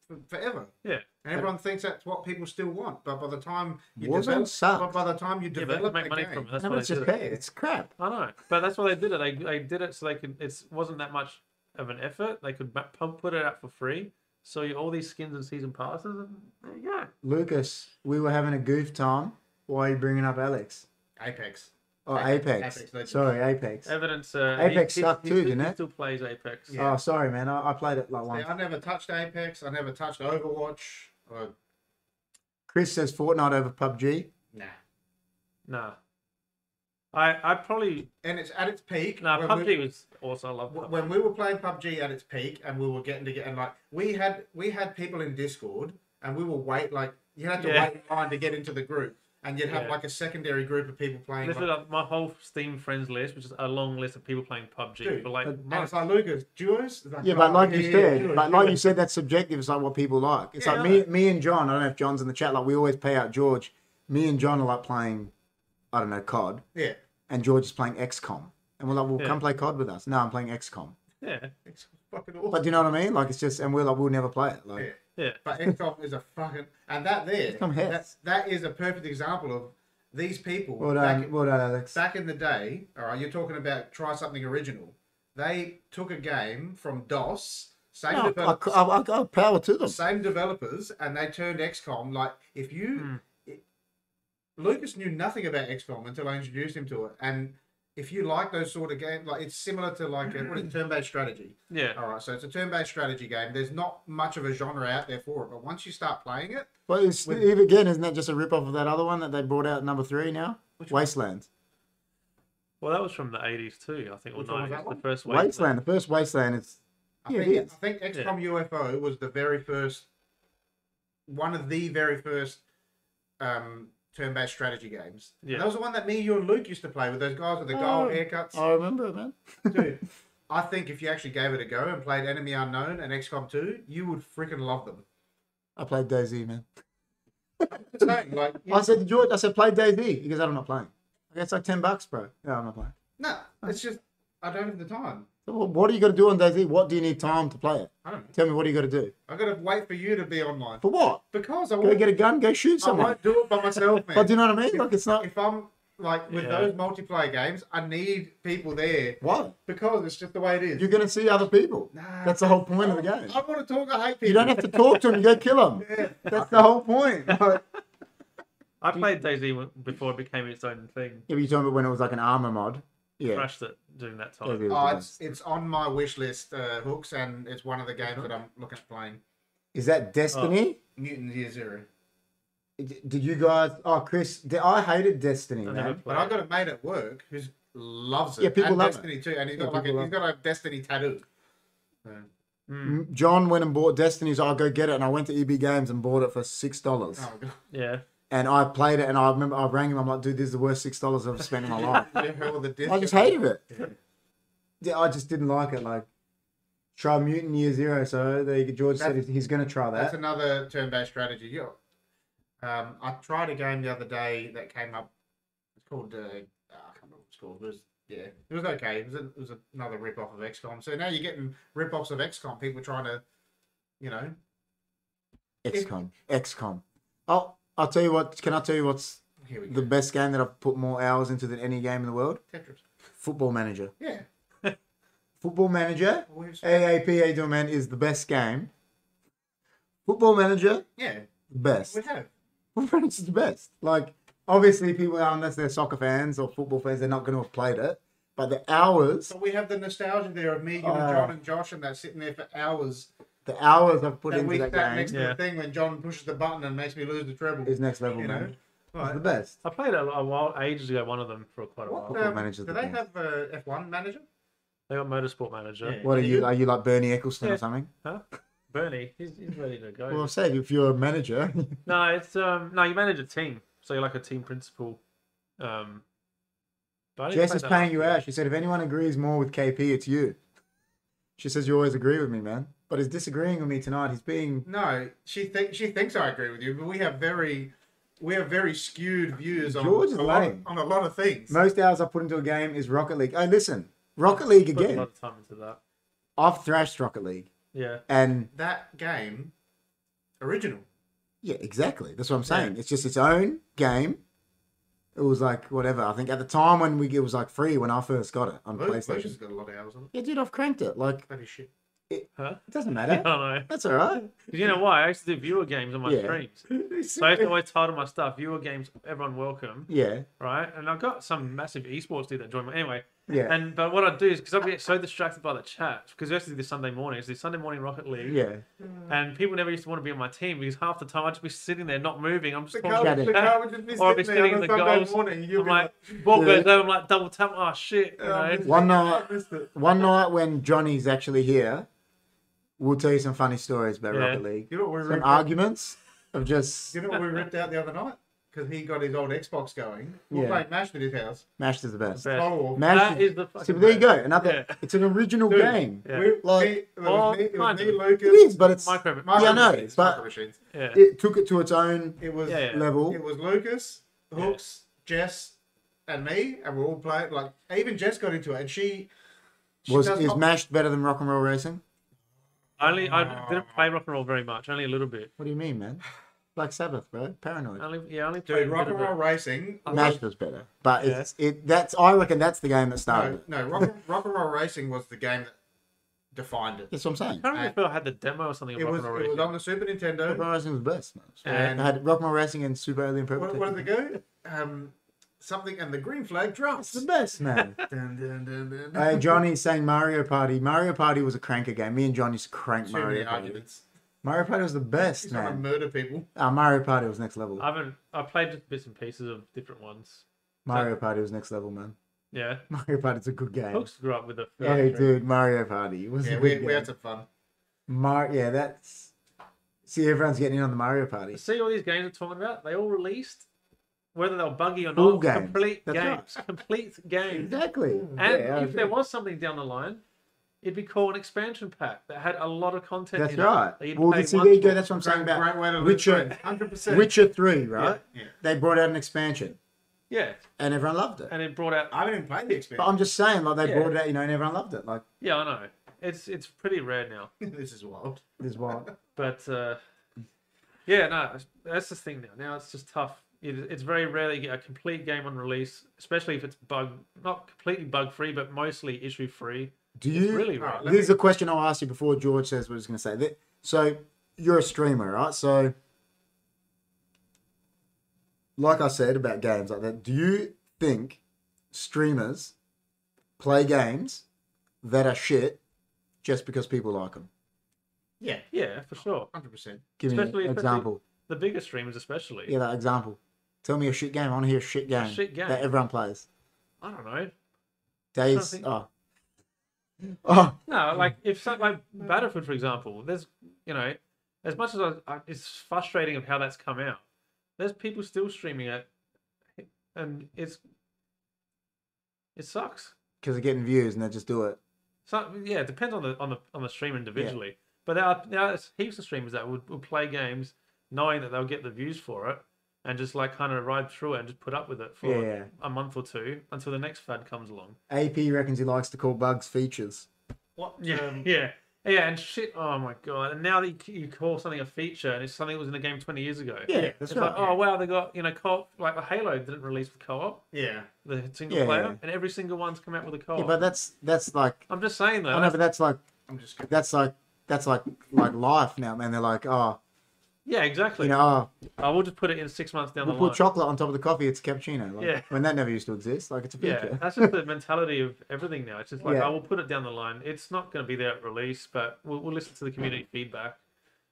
for forever. yeah. And everyone thinks that's what people still want. But by the time you Warzone develop, sucks. by the time you Yeah, but they develop make the money game, from it. That's No, why but it's they just did crap. it. It's crap. I know, but that's why they did it. They they did it so they could. It wasn't that much of an effort. They could ma- pump put it out for free. So you all these skins and season passes, and there you go. Lucas, we were having a goof time. Why are you bringing up Alex? Apex. Oh, Apex. Apex. Apex Legends. sorry, Apex. Evidence. Uh, Apex sucked too, still- didn't it? Still plays Apex. Yeah. Oh, sorry, man. I, I played it like See, once. I never touched Apex. I never touched Overwatch. Or, Chris says Fortnite over PUBG. nah. Nah. I I probably And it's at its peak. nah. when PUBG we- was also I love. w- PUBG. when we were playing PUBG at its peak, and we were getting to get and like we had we had people in Discord, and we were wait like you had to Yeah. wait in line to get into the group, and you'd have Yeah. like a secondary group of people playing. This is like, like my whole Steam friends list, which is a long list of people playing PUBG Dude, for like but- and months. it's like Lucas duos. It's Yeah, but oh, like yeah, you yeah, said, duos, but like you duos. said, that's subjective. It's like what people like. It's Yeah, like I me, me and John. I don't know if John's in the chat. Like we always pay out George. Me and John are like playing, I don't know, COD, yeah. and George is playing XCOM, and we're like, well, Yeah. come play COD with us. No, I'm playing XCOM. Yeah, It's fucking awesome. But do you know what I mean? Like it's just, and we're like, we'll never play it. Like Yeah. yeah. But XCOM is a fucking and that there, XCOM hits. that, that is a perfect example of these people. well back- done, well done, Alex. back in the day, all right, you're talking about try something original. They took a game from DOS, same, No, I, develop- I, I got power to them. same developers, and they turned XCOM. Like, if you. Hmm. it- Lucas knew nothing about XCOM until I introduced him to it. And if you like those sort of games, like it's similar to like a, what is turn based strategy. Yeah. All right, so it's a turn based strategy game. There's not much of a genre out there for it, but once you start playing it, But it's, With- even again, isn't that just a rip off of that other one that they brought out number three now? Which one? Wasteland. Well, that was from the eighties too, I think. Or Which one was that nineties. The one? first Wasteland. wave. The first Wasteland is. I Yeah, it think is. I think XCOM UFO was the very first, one of the very first um, turn-based strategy games. And Yeah. that was the one that me, you, and Luke used to play with those guys with the Oh. gold haircuts. I remember it, man. Dude, I think if you actually gave it a go and played Enemy Unknown and XCOM 2, you would freaking love them. I played Daisy, man. Just saying, like, you- I said to George, I said, play Daisy. He goes, I'm not playing. I go, it's like 10 bucks, bro. Yeah, I'm not playing. no, it's just I don't have the time. So wh- what are you going to do on Daisy? What do you need time to play it? I don't know. Tell me, what are you going to do? I gotta wait for you to be online For what? because I Go won't, get a gun, go shoot I someone. won't do it by myself, man. But do you know what I mean? Like, it's not. if I'm like with Yeah. those multiplayer games, I need people there Why? because it's just the way it is. You're going to see other people. Nah, That's the whole I, point of the game. I want to talk. I hate people. You don't have to talk to them, you go kill them. That's the whole point. Like, I played Daisy when- before it became its own thing. if you talking about when it was like an armor mod. Yeah. Crashed it during that time. Daisy was the Oh, best. it's, it's on my wish list, uh, Hooks, and it's one of the games that I'm looking at playing. Is that Destiny? Mutant Year Zero. D- Did you guys? Oh, Chris, d- I hated Destiny, I man. never But I played. got a mate at work who loves it. Yeah, people and love it. Destiny too, and he's Yeah, got like a, people he's got a Destiny tattoo. Mm, M- John went and bought Destiny's. I'll go get it, and I went to EB Games and bought it for six dollars. Oh my yeah. And I played it, and I remember I rang him. I'm like, dude, this is the worst six dollars I've spent in my life. god! You hurl the disc I just at- hated it. Yeah, I just didn't like it. Like, try Mutant Year Zero. So they, George said That's- he's- he's going to try That's that. another turn-based strategy. Yeah. Um, I tried a game the other day that came up. It's called. Uh, ah, I can't remember what it's called. It was yeah, it was okay. It was, a, it was another rip off of XCOM. So now you're getting rip offs of XCOM. People trying to, you know, XCOM. XCOM. Oh, I'll tell you what. Can I tell you what's here we the go. best game that I've put more hours into than any game in the world? Tetris. Football Manager. Yeah. Football Manager. Always- AAP, how you doing, man? Is the best game. Football Manager, Yeah. best. We have. Football Manager's the best. Like, obviously, people, unless they're soccer fans or football fans, they're not going to have played it. But the hours, So we have the nostalgia there of me, you, and Oh. John, and Josh, and that sitting there for hours. the hours I've put and we into sat that game next to Yeah. the thing when John pushes the button and makes me lose the treble. is next level, you know? man. It's Right. the best. I played a, a while ages ago. One of them for quite a What while. Football um, manager's the do they best. have a F1 manager? They got Motorsport Manager. Yeah. What are Yeah. you? Are you like Bernie Ecclestone Yeah. or something? Bernie, he's, he's ready to go. Well, I said if you're a manager, no, it's um no, you manage a team, so you're like a team principal. Um, but I didn't Jess play is that paying much. you out. She said if anyone agrees more with KP, it's you. She says you always agree with me, man. But he's disagreeing with me tonight. He's being No, she thinks she thinks I agree with you, but we have very we have very skewed views on George is a lot lame. of, on a lot of things. Most hours I put into a game is Rocket League. Oh, listen, Rocket League Put a again. lot of time into that. I've thrashed Rocket League, Yeah, and That game, original. yeah, exactly. That's what I'm saying. It's just its own game. It was like whatever. I think at the time when we it was like free when I first got it on Luke, Luke has PlayStation. got a lot of hours on it. Yeah, dude, I've cranked it. Like That is shit. huh? it doesn't I don't matter. know. That's all right. Because you know why? I used to do viewer games on my Yeah. streams. So I used to always title my stuff viewer games, everyone welcome, yeah, right? And I've got some massive esports dude that joined me. Anyway, yeah, and but what I do is because I get so distracted by the chat because we used to do this Sunday morning. It's the Sunday morning Rocket League, yeah. and people never used to want to be on my team because half the time I'd just be sitting there not moving. I'm just The talking Shut car, the it. car would just be Or if sitting it's there hitting on the a Sunday goals, morning. You'll I'm be like, like, ball Yeah. goes over, I'm like double tap. Oh shit! You "Oh, I know? missed One it. night- I missed it." One night when Johnny's actually here, we'll tell you some funny stories about Yeah. Rocket League. You know what we Some ripped? out- arguments of just You know what we ripped out the other night because he got his old Xbox going. We Yeah. are playing Mash at his house. mashed is the best. Best. Total War. Mash That is the fucking See, but there you go. best. Another. Yeah. It's an original Dude. game. Yeah. We, Like- me, it Oh, was me, it was kind me, of. It Lucas. is, but it's Micro, Micro Yeah, I know, machines, but- micro machines. yeah, it took it to its own It was Yeah, yeah. level. it was Lucas, Hooks, Jess, and me, and we're all playing. Like even Jess got into it, and she, she Was does is not- mashed better than rock and roll racing? only I didn't play rock and roll very much, only a little bit. What do you mean, man? Black Sabbath, bro. Paranoid. Only yeah, only played dude a rock little and bit. roll racing. was- Mashed was better, but it's it. That's I reckon that's the game that started. no, it. no, rock, rock and roll racing was the game that defined it. That's what I'm saying. I can't remember if I had the demo or something. Of It rock was and roll it was Racing. on the Super Rock and Nintendo. roll racing was the best. Man. So And- I had rock and roll racing and Super Alien What, Perfect. what did they go? Um, something and the green flag it's drops. the best, man. Dun, dun, dun, dun, dun. uh, Johnny saying Mario Party. Mario Party was a cranker game. Me and John used to crank Too many Mario Party. arguments. Mario Party was the best, He's trying to man. murder people. Uh, Mario Party was next level. I haven't. I played just bits and pieces of different ones. Mario Party was next level, man. Yeah, Mario Party's a good game. Hooks grew up with the. Yeah, first three. dude, Mario Party was Yeah, a we, good we game. had some fun. Mar- yeah, that's. See, everyone's getting in on the Mario Party. See all these games we're talking about? They all released, whether they were buggy or Full not. games. Complete That's right. games. Complete games. Exactly. And Yeah, I if agree. there was something down the line, it'd be called an expansion pack that had a lot of content. that's in right. It, that you'd Well, pay see, once there you go. for. That's what I'm Great, saying about great way to lose Witcher- friends. 100%. Witcher Three, right? Yeah. They brought out an expansion, Yeah, and everyone loved it. and it brought out. I haven't even played the But expansion. I'm just saying, like they Yeah. brought it out, you know, and everyone loved it. Like Yeah, I know. It's it's pretty rare now, this is wild. this is wild. but uh, yeah, no, that's the thing now. Now it's just tough. It, it's very rare that you get a complete game on release, especially if it's bug not completely bug free, but mostly issue free. Do It's you? really All right, rare. let This is me- a question I'll ask you before George says what he's going to say. Th- So you're a streamer, right? So, like I said about games like that, do you think streamers play games that are shit just because people like them? Yeah, Yeah, for sure. 100%. Give me Especially if an it's a- example. The bigger streamers, especially. Yeah, that example. Tell me a shit game. I want to hear a shit game, shit game. that everyone plays. I don't know. Days. Something- Oh. Oh. No, like if something like Battlefield, for example, there's you know, as much as I, I, it's frustrating of how that's come out, there's people still streaming it, and it's it sucks. Because they're getting views and they just do it. So yeah, it depends on the on the on the stream individually. But there are there are heaps of streamers that would, would play games knowing that they'll get the views for it, and just like kind of ride through it and just put up with it for Yeah. a month or two until the next fad comes along. AP reckons he likes to call bugs features. What? Yeah, Um, yeah, yeah, and shit. Oh my god! And now that you call something a feature, and it's something that was in the game twenty years ago. Yeah, that's it's right. like, oh wow, they got you know co-op like the Halo didn't release with co-op, yeah. the single Yeah, player, yeah. and every single one's come out with a co-op. yeah, but that's that's like I'm just saying though. I know, but that's like I'm just. that's like that's like like life now, man. They're like, oh, yeah, exactly. you know, oh, I will just put it in six months down we'll the line. put chocolate on top of the coffee. It's cappuccino. Like, Yeah. When that never used to exist, like it's a yeah, feature. that's just the mentality of everything now. It's just like Yeah. I will put it down the line. It's not going to be there at release, but we'll, we'll listen to the community feedback.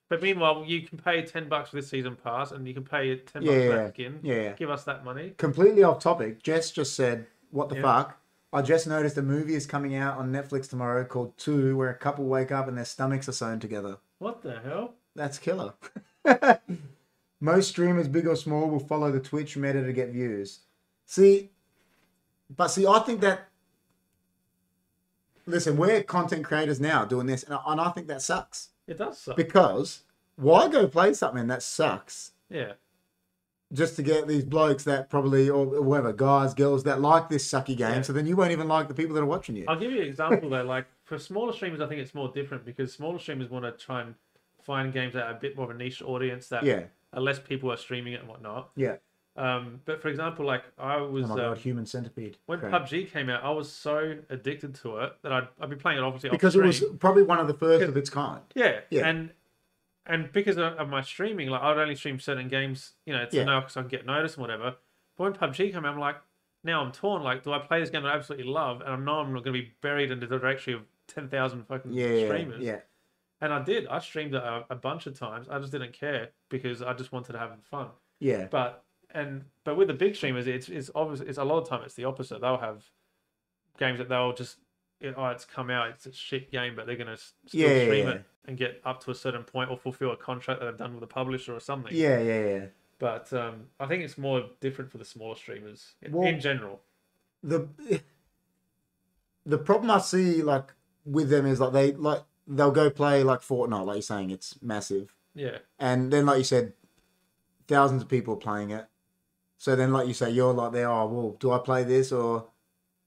But meanwhile, you can pay ten bucks for this season pass, and you can pay ten bucks for Yeah, that skin. yeah. give us that money. Completely off topic. Jess just said, "What the Yeah. fuck." I just noticed a movie is coming out on Netflix tomorrow called Two, where a couple wake up and their stomachs are sewn together. What the hell? That's killer. Most streamers, big or small, will follow the Twitch meta to get views. See, but see, I think that. Listen, we're content creators now doing this, and I, and I think that sucks It does suck. because why go play something that sucks yeah, just to get these blokes that probably or whoever guys, girls that like this sucky game? Yeah. So then you won't even like the people that are watching you. I'll give you an example though. Like for smaller streamers, I think it's more different because smaller streamers want to try and find games that are a bit more of a niche audience that Yeah. are less people are streaming it and whatnot. yeah. Um, but for example, like I was Oh my um, god, human centipede. when Crap. PUBG came out, I was so addicted to it that I'd, I'd be playing it obviously off because it was stream. probably one of the first of its kind. yeah, Yeah. and and because of, of my streaming, like I'd only stream certain games, you know, to Yeah. know because I can get noticed and whatever. But when PUBG came out, I'm like, now I'm torn. Like, do I play this game that I absolutely love, and I know I'm not going to be buried in the directory of ten thousand fucking Yeah, yeah, streamers? yeah. And I did. I streamed it a, a bunch of times. I just didn't care because I just wanted to have fun. yeah. But and but with the big streamers, it's it's obvious. It's a lot of time. It's the opposite. They'll have games that they'll just you know, oh, it's come out. It's a shit game, but they're gonna s- still Yeah, yeah, stream yeah. it and get up to a certain point or fulfill a contract that they've done with a publisher or something. Yeah, yeah, yeah. But um, I think it's more different for the smaller streamers in, Well- in general. the the problem I see like with them is like they like they'll go play like Fortnite, like you're saying, it's massive, Yeah. and then like you said, thousands of people are playing it. So then, like you say, you're like there. Oh well, do I play this or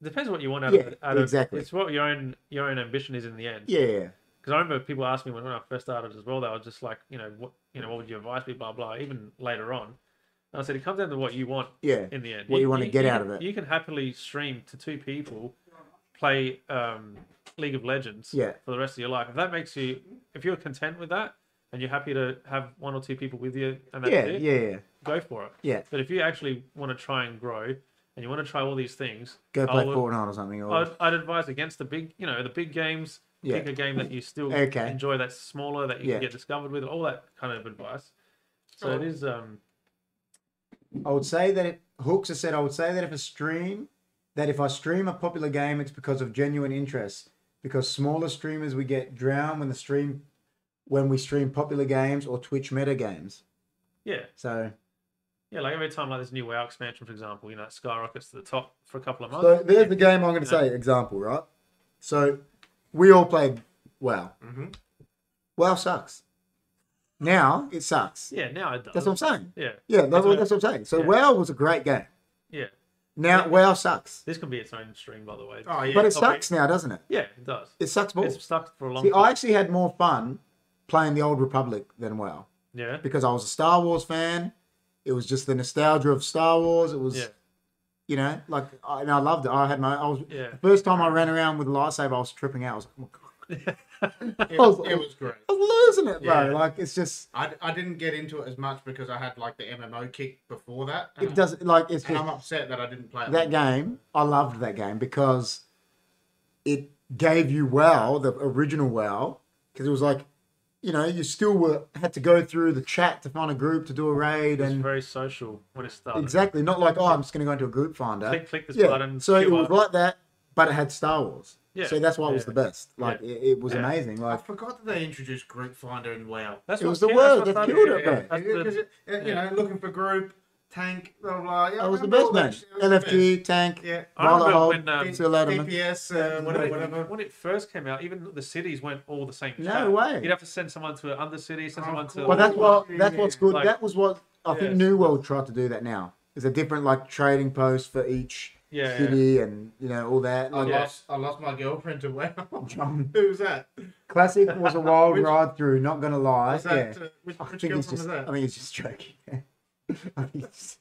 Depends what you want out Yeah, of out of- exactly. It's what your own your own ambition is in the end. yeah, yeah, because I remember people asking me when, when I first started as well. They were just like, you know, what you know, what would your advice be? Blah blah. Even later on, and I said it comes down to what you want yeah, in the end. What you wanna get out can- of it. You can happily stream to two people, play um, League of Legends Yeah. for the rest of your life. If that makes you, if you're content with that, and you're happy to have one or two people with you, and that's yeah, it, yeah, yeah. go for it. Yeah. But if you actually want to try and grow, and you want to try all these things, Go play I would- Fortnite or something. Or I'd, I'd advise against the big, you know, the big games. Yeah. Pick a game that you still Okay. enjoy that's smaller that you Yeah. can get discovered with. All that kind of advice. So it is. Um, I would say that it, Hooks has said, I would say that if a stream, that if I stream a popular game, it's because of genuine interest. Because smaller streamers, we get drowned when the stream, when we stream popular games or Twitch meta games. yeah, So, yeah. Like every time, like this new WoW expansion, for example, you know, it skyrockets to the top for a couple of months. so there's the game I'm going to say example, right? So, we all played WoW. Mm-hmm. Mhm. WoW sucks. Now it sucks. yeah, now it does. That's what I'm saying. yeah, Yeah, that's, That's what, what- that's what I'm saying. So yeah. WoW was a great game. yeah. Now Yeah. WoW sucks, This can be its own stream, by the way. Oh yeah. but it okay. sucks now, doesn't it? yeah, it does. It sucks balls. It's stuck for a long See, I time. actually had more fun playing the Old Republic than WoW Yeah, because I was a Star Wars fan. It was just the nostalgia of Star Wars. It was, yeah, you know, like I, and I loved it. I had my, I was yeah. the first time I ran around with a lightsaber. I was tripping out. I was like, oh my it, God. I was, it was great. I was losing it, bro. Yeah. Like it's just, I, I didn't get into it as much because I had like the MMO kick before that. And, it doesn't like it's and just I'm upset that I didn't play it. that game. I loved that game because it gave you WoW, the original WoW, because it was like, you know, you still were had to go through the chat to find a group to do a raid It's and very social when it started. Exactly. Not like, oh, I'm just going to go into a group finder. Click- click this yeah. button, So it queue was up. like that, but it had Star Wars. Yeah. So that's why it was Yeah. the best. Like, it, it was Yeah. amazing. I Like, forgot that they introduced Group Finder and WoW. That's It what was the yeah, that's word what that started killed it, yeah, bro. that's the- Because it- it- you yeah. know, looking for group, tank, blah blah. blah. Yeah, that was the best, remember all that man. shit. It was the LFG, tank, best. Yeah. I remember Roller Hold, when, um, see you later, man. DPS, uh, whatever, When it- whatever. When it first came out, even the cities weren't all the same. No shape. way. You'd have to send someone to an under city, send Of someone to. course. Well, that's what- what that's what's good. Like- that was what I think Yes. New World tried to do that now. There's a different like trading post for each Yeah, city and you know all that. I Like, Yeah. lost I lost my girlfriend to WoW. John. Who's that? Classic was a wild Which- ride through. Not gonna lie. Was that yeah. uh, which, I which think girlfriend he's just. was that? I think he's just joking. I think he's-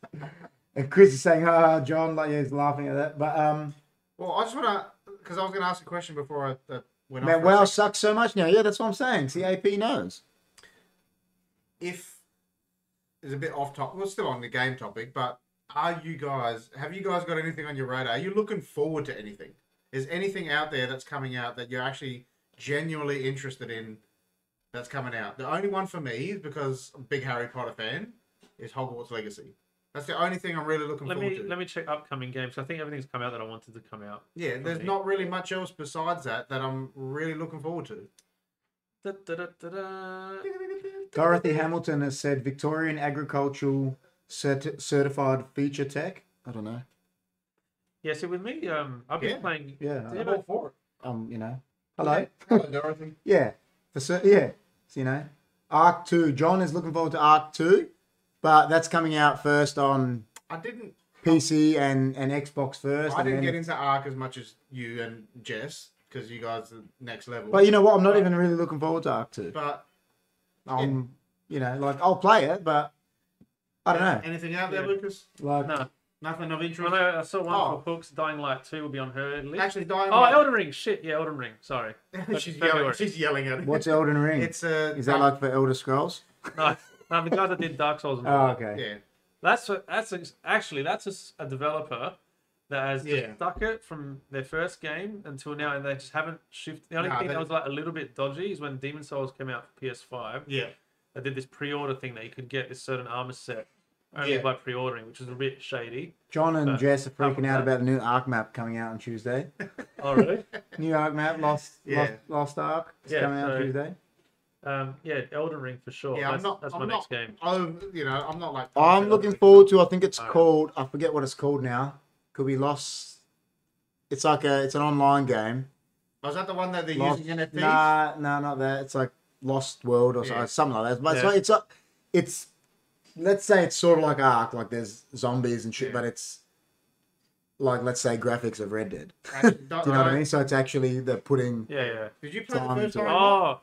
and Chris is saying, "Ha, ha, John!" Like yeah, he's laughing at that. But um, well, I just want to because I was going to ask a question before I uh, went off man, for a WoW sec. sucks so much now. Yeah, that's what I'm saying. CAP knows. if it's a bit off topic, well, still on the game topic, but are you guys have you guys got anything on your radar? Are you looking forward to anything? Is anything out there that's coming out that you're actually genuinely interested in that's coming out? The only one for me is because I'm a big Harry Potter fan is Hogwarts Legacy. That's the only thing I'm really looking Let forward me to. let me check upcoming games. I think everything's come out that I wanted to come out. yeah, there's Okay. not really much else besides that that I'm really looking forward to. Da, da, da, da, da. Dorothy Hamilton has said Victorian agricultural certi- certified feature tech. I don't know. Yeah, see with me, um, I've been Yeah. playing. Yeah. Yeah, I'm all for it. Um, you know. Hello. Hello, Dorothy. Yeah, for cer Yeah, so, you know, Arc Two. John is looking forward to Arc Two, but that's coming out first on I didn't PC and, and Xbox first. I and didn't then- get into Ark as much as you and Jess because you guys are next level. But you know what? I'm not even really looking forward to Arc Two. But Um, you know, like I'll play it, but I don't know. anything out there, Yeah. Lucas? Like, No, Nothing of I interest. know. I saw one Oh. for Hooks. Dying Light Two will be on her list. Actually, dying. oh, Light- Elden Ring. Shit, yeah, Elden Ring. Sorry. That's she's February. yelling. She's yelling at me. what's Elden Ring? It's uh, um, a. is that like for Elder Scrolls? No, no, the guys that did Dark Souls. and Uh. all Oh, that. okay. Yeah. That's a, that's a, actually that's a, s- a developer that has just Yeah. stuck it from their first game until now, and they just haven't shifted. The only Nah, thing they- that was like a little bit dodgy is when Demon Souls came out for PS5. Yeah. They did this pre-order thing that you could get this certain armor set only Yeah. by pre-ordering, which is a bit shady. John and Uh, Jess are freaking from out that- about the new Arc map coming out on Tuesday. Oh, really? New Arc map, Lost, Yeah. Lost, Lost Arc, is Yeah, coming out so- Tuesday. um, yeah, Elden Ring for sure. Yeah, that's, I'm not. that's I'm my not, next game. Oh, you know, I'm not like. I'm looking forward to. I think it's called. I forget what it's called now. Could be Lost. It's like a. It's an online game. Was that the one that they're Lost, using NFTs? nah, nah, not that. It's like Lost World or so- Yeah. something like that. But Yeah. it's, like, it's a. It's. Let's say it's sort of like Ark. Like there's zombies and shit, Yeah. but it's. Like let's say graphics of Red Dead. Actually, Do don't you know what I know. mean? So it's actually they're putting. Yeah, Yeah, yeah. Did you play the Time first to- one? Oh,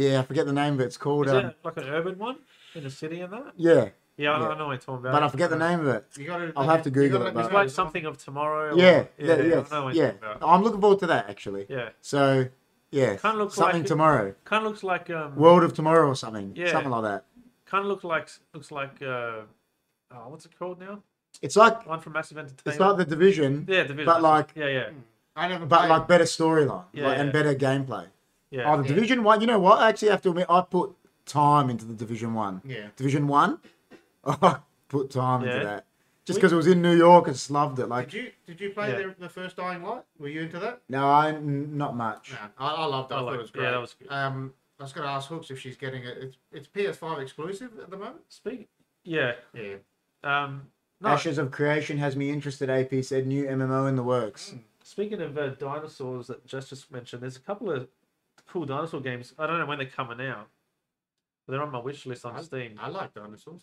I forget the name, but it's called. is Um, it like an urban one in the city and that? yeah, Yeah, I, know- Yeah. I know what you're talking about. but I forget the name of it. You gotta, I'll have to you Google gotta it, let me but- It's know. like something of tomorrow. or- Yeah, yeah, I yeah, don't know what you're yeah. talking about. I'm looking forward to that actually. Yeah, So, yeah, Kinda looks something like- tomorrow, kind of looks like um, World of Tomorrow or something, Yeah. something like that. kind of looks like looks like uh, oh, what's it called now? It's like One from Massive Entertainment. it's like the division, yeah, Division. but like- mm. yeah, yeah, I never. but played. like better storyline Yeah, like, and yeah. better gameplay. yeah. Oh, the division one. You know what? I actually have to admit, I put time into the division one. Yeah. Division one, I put time Yeah. into that just because it was in New York. I just loved it. Did Like, you did you play Yeah. the, the first Dying Light? Were you into that? no, I, n- not much. No, I, I loved it. I, I thought liked it was it. Yeah, great. that was good. Um, I was going to ask Hooks if she's getting it. It's, it's PS5 exclusive at the moment. Speak. Yeah. Yeah. Um. No. Ashes of Creation has me interested. AP said new MMO in the Mm, works. Speaking of uh, dinosaurs that Jess just mentioned, there's a couple of cool dinosaur games. I don't know when they're coming out. but They're on my wish list on Steam. I like dinosaurs.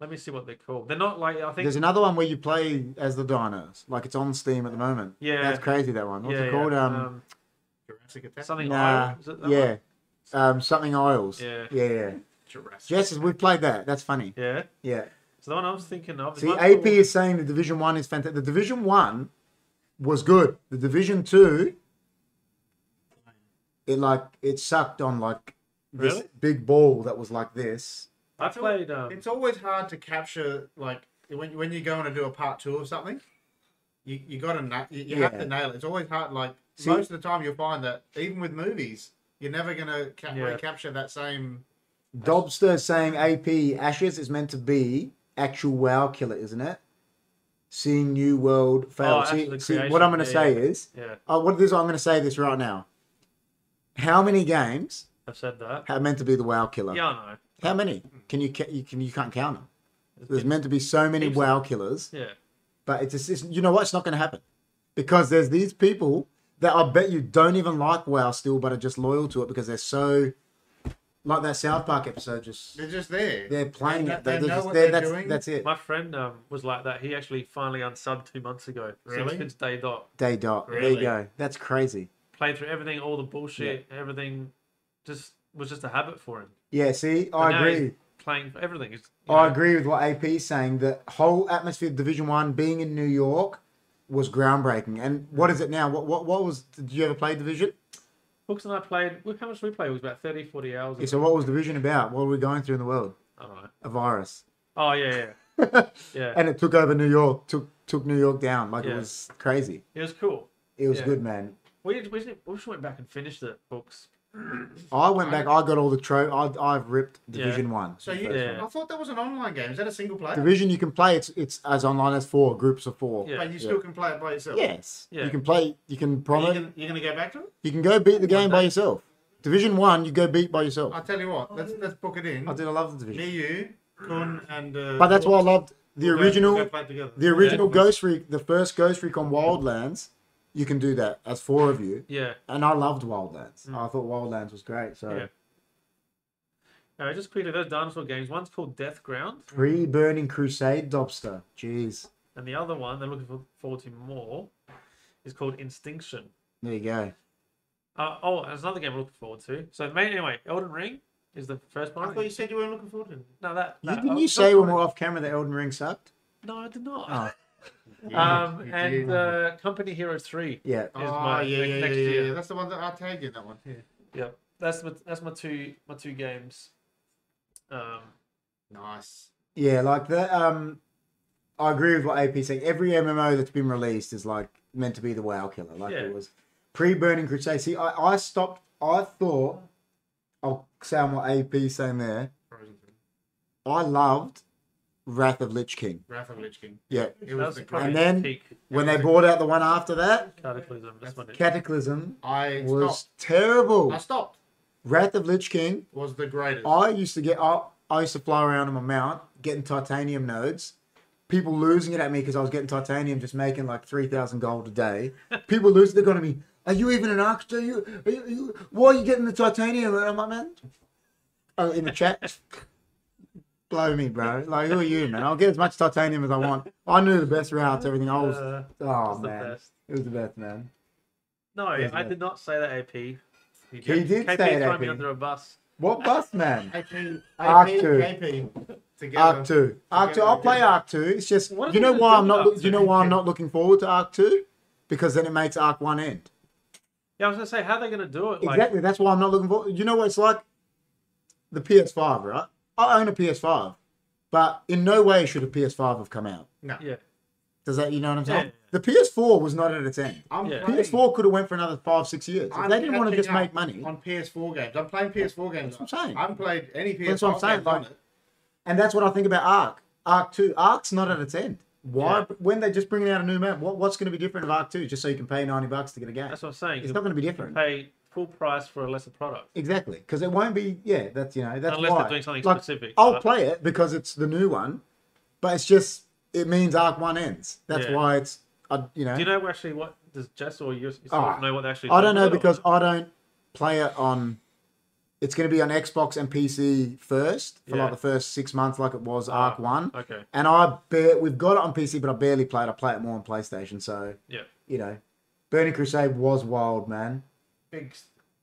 Let me see what they're called. They're not like I think There's another one where you play as the dinos. Like it's on Steam at the moment. Yeah. that's crazy. That one. What's yeah, Uh, it called? yeah. Um, Jurassic Attack. something nah, Isle, is it that yeah, one? um, something Isles. Yeah. yeah, yeah. Jurassic. Jess, we played that. That's funny. Yeah. Yeah. So the one I was thinking of. is See, one AP called- is saying the Division One is fantastic. The Division One was good. The Division Two, it like it sucked on like this Really? big ball that was like this. I It's al- played. Um, It's always hard to capture like when when you're going to do a part two or something. You you got to na- you, you have Yeah. to nail it. It's always hard. Like See- most of the time, you'll find that even with movies, you're never gonna ca- Yeah. recapture that same. Dobster is saying AP Ashes is meant to be actual WoW killer, isn't it? Seeing New World fail. Oh, Ashes see, of see, what Creation, I'm going to yeah, say yeah. is, yeah, oh, what this? I'm going to say this right now. How many games I've said that. are meant to be the WoW killer? Yeah, I know. How many? Can you, ca- you can you can't count them. It's There's been- meant to be so many Heaps. WoW killers, yeah. but it's just it's, you know what? It's not going to happen because there's these people that I bet you don't even like WoW still, but are just loyal to it because they're so like that South Park episode. Just They're just there. they're playing They it. kno- They're, they know just what there. they're that's, doing. that's it. My friend um, was like that. He actually finally unsubbed two months ago. Really? Since, since day dot. Day dot. There you Really? go. That's crazy. Played through everything, all the bullshit, everything. Just was just a habit for him. Yeah. See, I And now he's agree. Playing for everything. He's, you I know, agree with what AP is saying. The whole atmosphere of Division One being in New York was groundbreaking. And what is it now? What what what was? Did you ever play Division? Books and I played. well, How much did we play? It was about 30, 40 hours. Yeah, so what was Division about? What were we going through in the world? I don't know. A virus. Oh yeah, yeah, yeah. and it took over New York. Took took New York down. Like it Yeah. was crazy. it was cool. It was Yeah. good, man. We did, we, did, we just went back and finished the books. I went back. I got all the tro. I I've ripped Division One. So you, Yeah. I thought that was an online game. Is that a single player? Division you can play. It's it's as online as four groups of four. Yeah. But you still can play it by yourself. Yes. Yeah. You can play. You can Are you promise. You, gonna, you're gonna go back to it? can go beat the game by day. yourself. Division One, you go beat by yourself. I'll tell you what. Let's let's book it in. I did. I love the Me, Division. you, Kun, and. Uh, But that's why I loved the we'll go- we'll go original. play it together. The original Ghost Freak, the first Ghost Freak on Wildlands. You can do that as four of you. Yeah, And I loved Wildlands. I thought Wildlands was great. So yeah. Alright, just quickly, those dinosaur games. One's called Death Ground, pre-Burning Crusade Dobster. Jeez. and the other one they're looking for, forward to more is called Instinction. There you go. Uh, oh, there's another game we're looking forward to. So, main anyway, Elden Ring is the first I one. thought you said you weren't looking forward to it. No, that. You, that- didn't oh, you say not- when we were off camera that Elden Ring sucked? No, I did not. Oh. um, You did. and uh, Company Hero Three. Yeah. Oh, my yeah, next- yeah, next yeah, yeah, year. yeah. That's the one that I'll tag you in that one. Yeah. Yep, that's my that's my two my two games. Um, Nice. Yeah, like the um, I agree with what AP saying. Every MMO that's been released is like meant to be the WoW killer. Like Yeah. it was pre-Burning Crusade. See, I, I stopped. I thought I'll sound what AP saying there. Frozen three. I loved Wrath of Lich King. Wrath of Lich King. Yeah. It that was was the probably And then- peak When they brought out the one after that, Cataclysm. That's my next. Cataclysm I was stopped. terrible. I stopped. Wrath of Lich King. Was the greatest. I used to get I, I used to fly around on my mount getting titanium nodes. People losing it at me because I was getting titanium, just making like three thousand gold a day. People losing, they're going to me. Are you even an arch? Are you, are you, are you? Why are you getting the titanium? And I'm like, man. Oh, in the chat. Blow me, bro. Like, who are you, man? I'll get as much titanium as I want. I knew the best routes, everything. I was, Uh, oh was the man, best. it was the best, man. No, Isn't I it? did not say that. AP. He did KP say it, throw AP. me under a bus. What bus, man? AP, Arc AP, two. AP. Together. Arc two. Arc two. Together, I'll play yeah. Arc two. It's just What are you they know gonna why do I'm not. with Arc Do you know two? why I'm not looking forward to Arc two? Because then it makes Arc one end. Yeah, I was gonna say how are they gonna do it. Like, Exactly. That's why I'm not looking forward. You know what it's like? The PS5, right? I own a PS5, but in no way should a PS5 have come out. Yeah, Does that you know what I'm saying? Yeah. The PS4 was not at its end. I'm Yeah. playing- PS4 could have went for another five, six years. If I'm they didn't want to catching just up make money. on PS4 games. I'm playing PS4 games. That's what I'm saying. I haven't played any PS4 That's what I'm saying, games on like- it. And that's what I think about Arc. Arc two. Arc's not at its end. Why? When they're just bringing out a new map, what, what's going to be different of Arc two? Just so you can pay ninety bucks to get a game. that's what I'm saying. It's not going to be different. pay full price for a lesser product. Exactly, because it won't be. Yeah, that's you know that's Unless why. they're doing something Like, specific, I'll but- play it because it's the new one, but it's just it means Arc One ends. That's Yeah. why it's I you know, Do you know actually what does Jess or you yourself Ah, know what they actually? I did don't with know it or- because I don't play it on. It's going to be on Xbox and PC first for like Yeah. Ah, the first six months, like it was Arc One. Okay. And I bar- we've got it on PC, but I barely play it. I play it more on PlayStation. So Yeah. you know, Burning Crusade was wild, man. Big,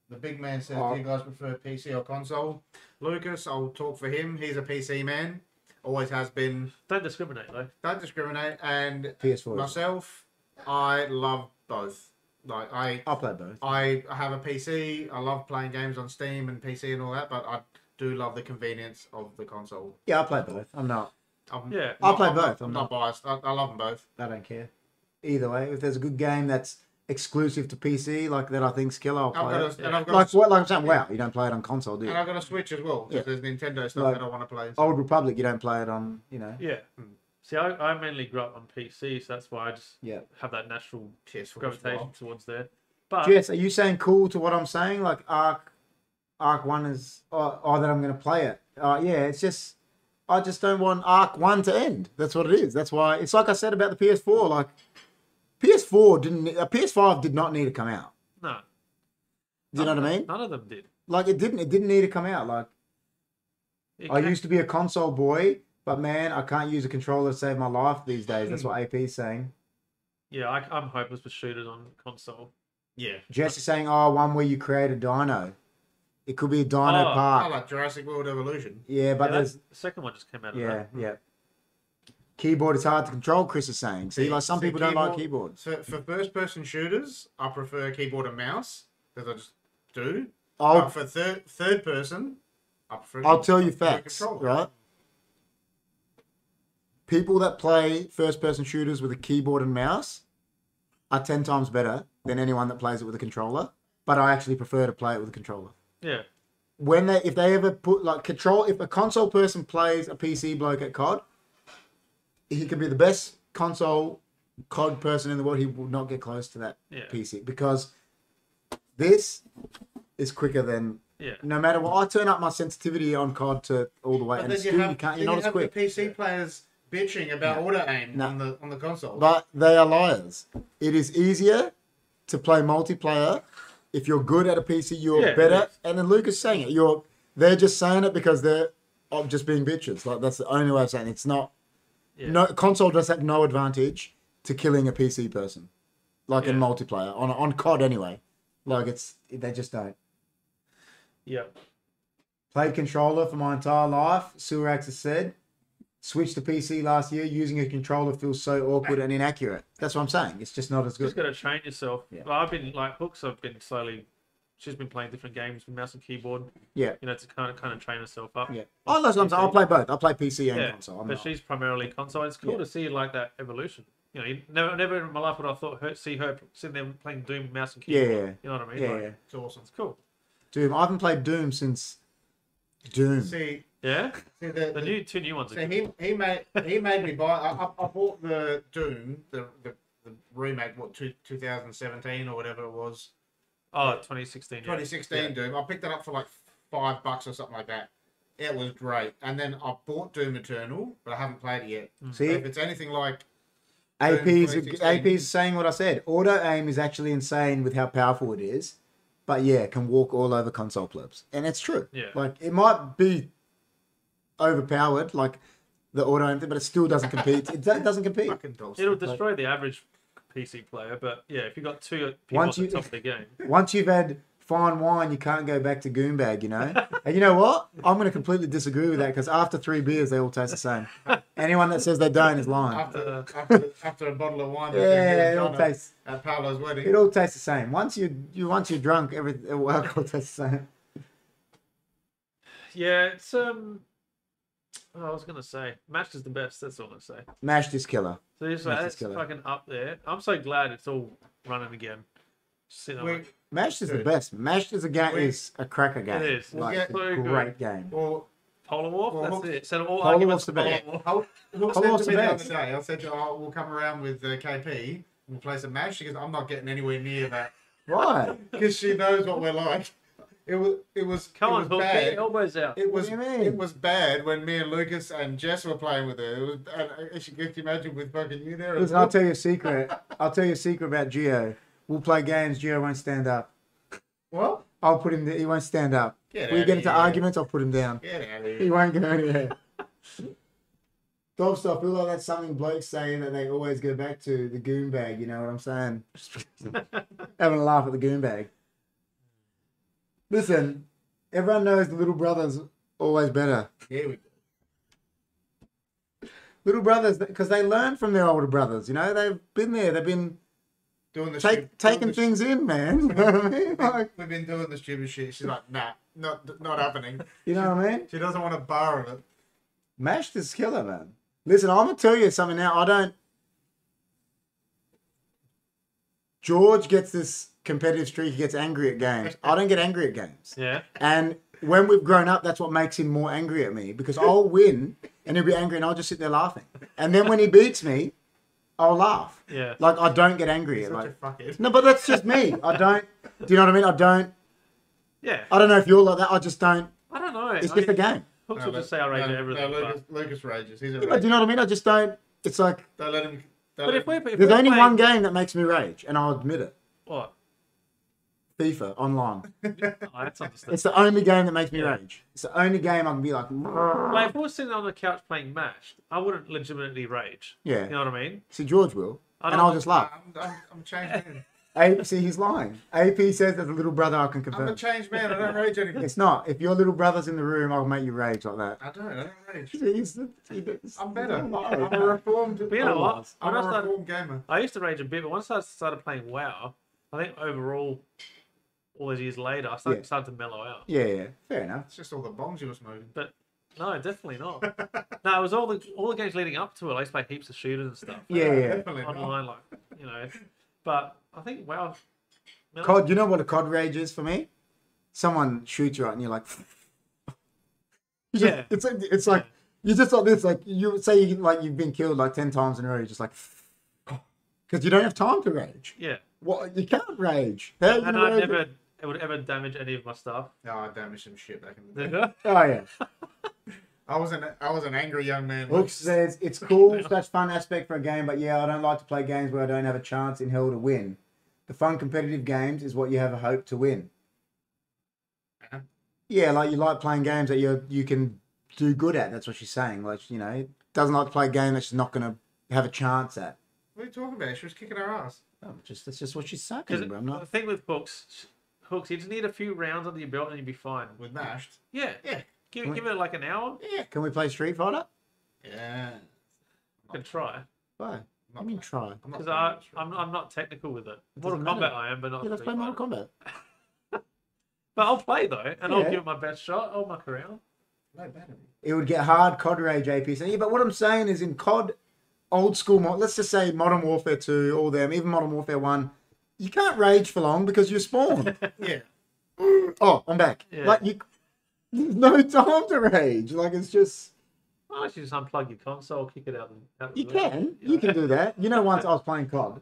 the big man says, Oh. do you guys prefer PC or console? Lucas, I'll talk for him. He's a PC man. Always has been. Don't discriminate though. Don't discriminate. And PS4. myself, I love both. Like I, I play both. I have a PC. I love playing games on Steam and PC and all that, but I do love the convenience of the console. Yeah, I play both. I'm not. I'm Yeah. I play I'm both. Not, I'm I'm not biased. I, I love them both. I don't care. Either way, if there's a good game that's exclusive to PC, like that I think's killer, I'll I've play got it. a, and I've got Like a, what? Like I'm saying, wow, you don't play it on console, do and you? I've got a Switch as well. 'cause Yeah. There's Nintendo stuff Like- that I want to play. Oh, So. Old Republic, you don't play it on, you know. Yeah. mm. See, I, I mainly grew up on PC, so that's why I just Yeah. have that natural PS4 as gravitation well. towards there. Uh, But Jess, are you saying cool to what I'm saying? Like Arc, Arc One is, oh, oh that I'm going to play it. Uh, yeah, it's just, I just don't want Arc One to end. That's what it is. That's why it's like I said about the PS4. Like PS4 didn't, uh, a PS5 did not need to come out. no, Do you know what I mean? none of them did. Like it didn't, it didn't need to come out. Like It I can- used to be a console boy, but man, I can't use a controller to save my life these days. That's what AP's saying. yeah, I, I'm hopeless with shooters on console. Yeah. Jess is saying, oh, one where you create a dino. It could be a dino Oh, park. I like Jurassic World Evolution. yeah, but yeah, that- there's the second one just came out. Of yeah, that. yeah. Keyboard is hard to control. Chris is saying. See, like some See, people don't like keyboards. So for first person shooters, I prefer keyboard and mouse because I just do. But I'll Oh, for third third person, I prefer. Oh. I'll tell you I prefer facts, controller. right? People that play first person shooters with a keyboard and mouse are ten times better than anyone that plays it with a controller. But I actually prefer to play it with a controller. yeah, when they if they ever put like control if a console person plays a PC bloke at COD, he could be the best console COD person in the world. He will not get close to that Yeah. PC because this is quicker than yeah. no matter what. I turn up my sensitivity on COD to all the way, But and then it's you still have, you can't. then You're you not as have quick. the PC players bitching about auto aim No. on the on the console. But they are liars. It is easier to play multiplayer if you're good at a PC. You're Yeah, better. it And then Lucas saying it. You're they're just saying it because they're of just being bitches. Like that's the only way of saying it. it's not. Yeah. No console does have no advantage to killing a PC person, like in Yeah. multiplayer on on COD anyway. Like it's they just don't. yeah. Played controller for my entire life. Surax has said. Switched to PC last year. Using a controller feels so awkward and inaccurate. That's what I'm saying. It's just not as good. Just got to train yourself. Yeah. Like, I've been like hooks. I've been slowly. She's been playing different games with mouse and keyboard. Yeah. You know, to kind of kind of train herself up. Yeah. Oh, that's what I'm saying. I'll play both. I'll play PC and Yeah, console. I'm but not- she's primarily console. It's cool Yeah. to see like that evolution. You know, you never, never in my life would I thought her see her sitting there playing Doom mouse and Yeah, keyboard. yeah, yeah. You know what I mean? yeah, Like, yeah. it's awesome. It's cool. Doom. I haven't played Doom since Doom. See, Yeah. see the, The the- new two new ones. Are so good. he he made he made me buy. I, I, I bought the Doom, the the, the remake, what two, 2017 or whatever it was, Oh, 2016. Yeah. 2016 Doom. I picked it up for like five bucks or something like that. It was great. And then I bought Doom Eternal, but I haven't played it yet. Mm. So See, if it's anything like AP's 2016. AP's saying what I said. Auto aim is actually insane with how powerful it is, but yeah, can walk all over console plebs, and it's true. Yeah. Like it might be overpowered, like the auto aim thing, but it still doesn't compete. It do- doesn't compete. fucking Dawson. It'll destroy the average PC player, but yeah, if you've got two people Once at the you- top of the game, Once you've had fine wine, you can't go back to Goombag, you know? And you know what? I'm going to completely disagree with that because after three beers, they all taste the same. Anyone that says they don't is lying. after, Uh, after, after a bottle of wine. between you Yeah, and it all Jono tastes at Paolo's wedding. it all tastes the same. Once you you once you're drunk, every all alcohol tastes the same. yeah, it's um. oh, I was gonna say, Match is the best. That's all I say. Mashed is killer. So it's Match like, is that's killer. fucking up there. I'm so glad it's all running again. Sitting on We- it. Mashed is the Dude. best. Mashed is a game We- is a cracker game. It is. Like, Yeah, it's so a good. great game. Well, Polar Wharf. Well, that's Hawks- it. So all Polar Wharf's arguments the for best. Polar Wharf. I'll, look, How said long's to the me the match? other day, I said, oh, we'll come around with uh, KP, we'll play some match. She goes, I'm not getting anywhere near that Why? because she knows what we're like. It was, it was, Come it on, was Hook, get bad. your elbows out. It was, do you mean? it was bad when me and Lucas and Jess were playing with her. It was, and uh, she could you imagine with fucking you there. Listen, I'll tell you a secret. I'll tell you a secret about Geo. We'll play games. Geo won't stand up. What? I'll put him. He won't stand up. Get we outta get into here. arguments. I'll put him down. Get out of here. He won't go anywhere. Top stuff. I feel like that's something blokes say that they always go back to the goon bag. You know what I'm saying? Having a laugh at the goon bag. Listen, everyone knows the little brother's always better. Here we go. Little brothers, because they learn from their older brothers. You know, they've been there. They've been Doing the take, stupid- doing taking the things in, man. You know what I mean? Like, We've been doing the stupid shit. She's like, nah, not not happening. you know what I mean? She doesn't want a bar of it. Mashed is killer, man. Listen, I'm gonna tell you something now. I don't. George gets this competitive streak. He gets angry at games. I don't get angry at games. Yeah. And when we've grown up, that's what makes him more angry at me because I'll win and he'll be angry, and I'll just sit there laughing. And then when he beats me, I'll laugh. Yeah. Like I don't get angry at Such like. a fuckhead. No, but that's just me. I don't. Do you know what I mean? I don't. Yeah. I don't know if you're like that. I just don't. I don't know. It's I just a mean, game. Hooks No, will but- just say I rate no, everything. No, but, Lucas, Lucas rages. He's a But rage. do you know what I mean? I just don't. It's like Don't let him. but Don't let if we're him- if There's we're only playing- one game that makes me rage, and I'll admit it. What? FIFA online. Oh, that's understandable. It's the only game that makes me Yeah. rage. It's the only game I can be like, "Mm." Like if I was sitting on the couch playing Mash, I wouldn't legitimately rage. yeah. You know what I mean? See, George will, I and don't- I'll just laugh. I'm, I'm, I'm a changed man. A- see, he's lying. AP says that the little brother I can I'm a confirm. changed man. I don't rage anymore. It's not. If your little brother's in the room, I'll make you rage like that. I don't. I don't rage. He's- he's- I'm better. I'm No. a reformed. But you know what? I'm When I a started, reformed gamer. I used to rage a bit, but once I started playing WoW, I think overall, all those years later, I started, Yeah. started to mellow out. Yeah, yeah, fair enough. It's just all the bongs you were smoking. No, definitely not. no, it was all the all the games leading up to it. I used to play heaps of shooters and stuff Yeah, yeah. Definitely not. online, like you know. But I think WoW. mellow- COD, you know what a COD rage is for me? Someone shoots you out and you're like, You just- Yeah. It's like, it's like you're just like this. Like you say, you, like you've been killed like ten times in a row. You're just like, because you don't have time to rage. Yeah, What you can't rage. How you and gonna I rage? never it would ever damage any of my stuff. No, Oh, I damaged some shit back in the day. yeah, Oh yeah. I was an I was an angry young man. Hooks says it's cool, such fun aspect for a game, but yeah, I don't like to play games where I don't have a chance in hell to win. The fun competitive games is what you have a hope to win. Uh-huh. Yeah, like you like playing games that you you can do good at. That's what she's saying. Like you know, doesn't like to play a game that she's not gonna have a chance at. What are you talking about? She was kicking her ass. Oh, just that's just what she's because saying, bro. I'm the not. thing with hooks, hooks, you just need a few rounds under your belt and you'll be fine. With mashed. Yeah, Yeah. Give, give it like an hour. Yeah, can we play Street Fighter? Yeah. I can try Why? I'm not I mean, playing- try. I'm not because playing I Street I'm, Fighter. I'm not technical with it. Mortal doesn't Kombat matter. I am, but not. Yeah, let's Street play Fighter. Mortal Kombat. But I'll play though, and I'll Yeah. give it my best shot. I'll muck around. No battery. It would get hard COD rage AP saying, yeah, but what I'm saying is in COD old school mod let's just say Modern Warfare 2, all them, even Modern Warfare 1, you can't rage for long because you're spawned. Yeah. oh, I'm back. Yeah. Like you there's no time to rage. Like it's just Why don't you just unplug your console, kick it out, and out of you the way? can. You can do that. You know once I was playing COD.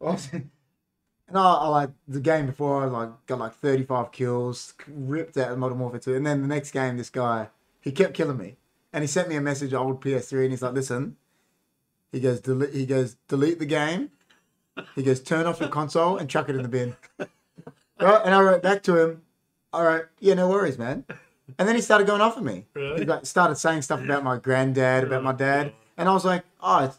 I was- And I, I like the game before I like got like 35 kills, ripped out of Modern Warfare 2, and then the next game this guy he kept killing me, and he sent me a message old PS3, and he's like, "Listen," he goes, "Delete," he goes, "Delete the game," he goes, "Turn off your console and chuck it in the bin." right, and I wrote back to him, "All right, yeah, no worries, man." And then he started going off at me. Really? He like, started saying stuff about my granddad, about my dad, and I was like, "Oh, it's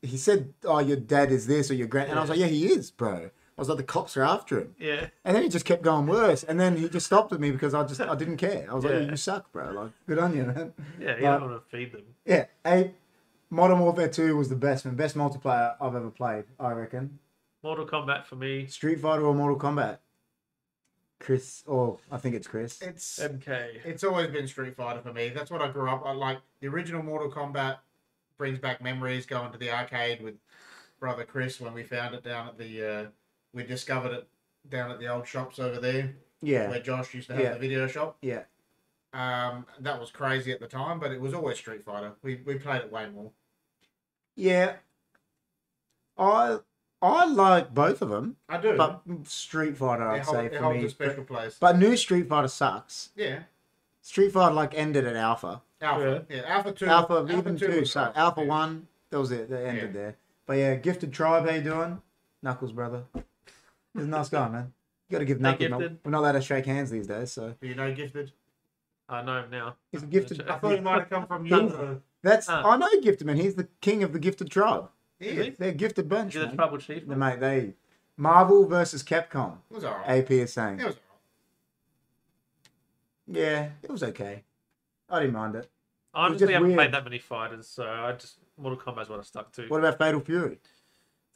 he said, "Oh, your dad is this or your grand," and I was like, "Yeah, he is, bro." I was like, "The cops are after him," Yeah. and then he just kept going worse, and then he just stopped at me because I just I didn't care. I was like, Yeah. "You suck, bro. Like, good on you, man." Yeah, you Like- don't want to feed them. Yeah, a Modern Warfare Two was the best man, best multiplayer I've ever played. I reckon Mortal Kombat for me, Street Fighter or Mortal Kombat. Chris, or I think it's Chris. It's MK. it's always been Street Fighter for me. That's what I grew up. I like the original Mortal Kombat brings back memories going to the arcade with brother Chris when we found it down at the uh, we discovered it down at the old shops over there Yeah, where Josh used to have Yeah. the video shop. yeah, Um, that was crazy at the time, but it was always Street Fighter. We we played it way more. yeah. I I like both of them, I do. but Street Fighter I'd it hold, say it for holds me. a special place. But new Street Fighter sucks. yeah. Street Fighter like ended at Alpha. Alpha. Yeah. Alpha two. Alpha, even two, was sucked. alpha, Alpha yeah. one, that was it. That ended Yeah. there. But yeah, gifted tribe. How you doing, Knuckles brother? He's a nice guy, man. You got to give Knuckles. no- gifted? We're not allowed to shake hands these days, so Do you know gifted? I know him now. he's a gifted. I thought he might have come from Yeah. you. That's Ah. I know gifted man. He's the king of the gifted tribe. Yeah. Really? It They're a gifted bunch, You're the man. trouble chief. They- mate. They Marvel versus Capcom. was alright. AP is It saying, was alright. yeah, it was okay. I didn't mind it. I was honestly just haven't weird. played that many fighters, so I just Mortal Kombat's what I stuck to. What about Fatal Fury?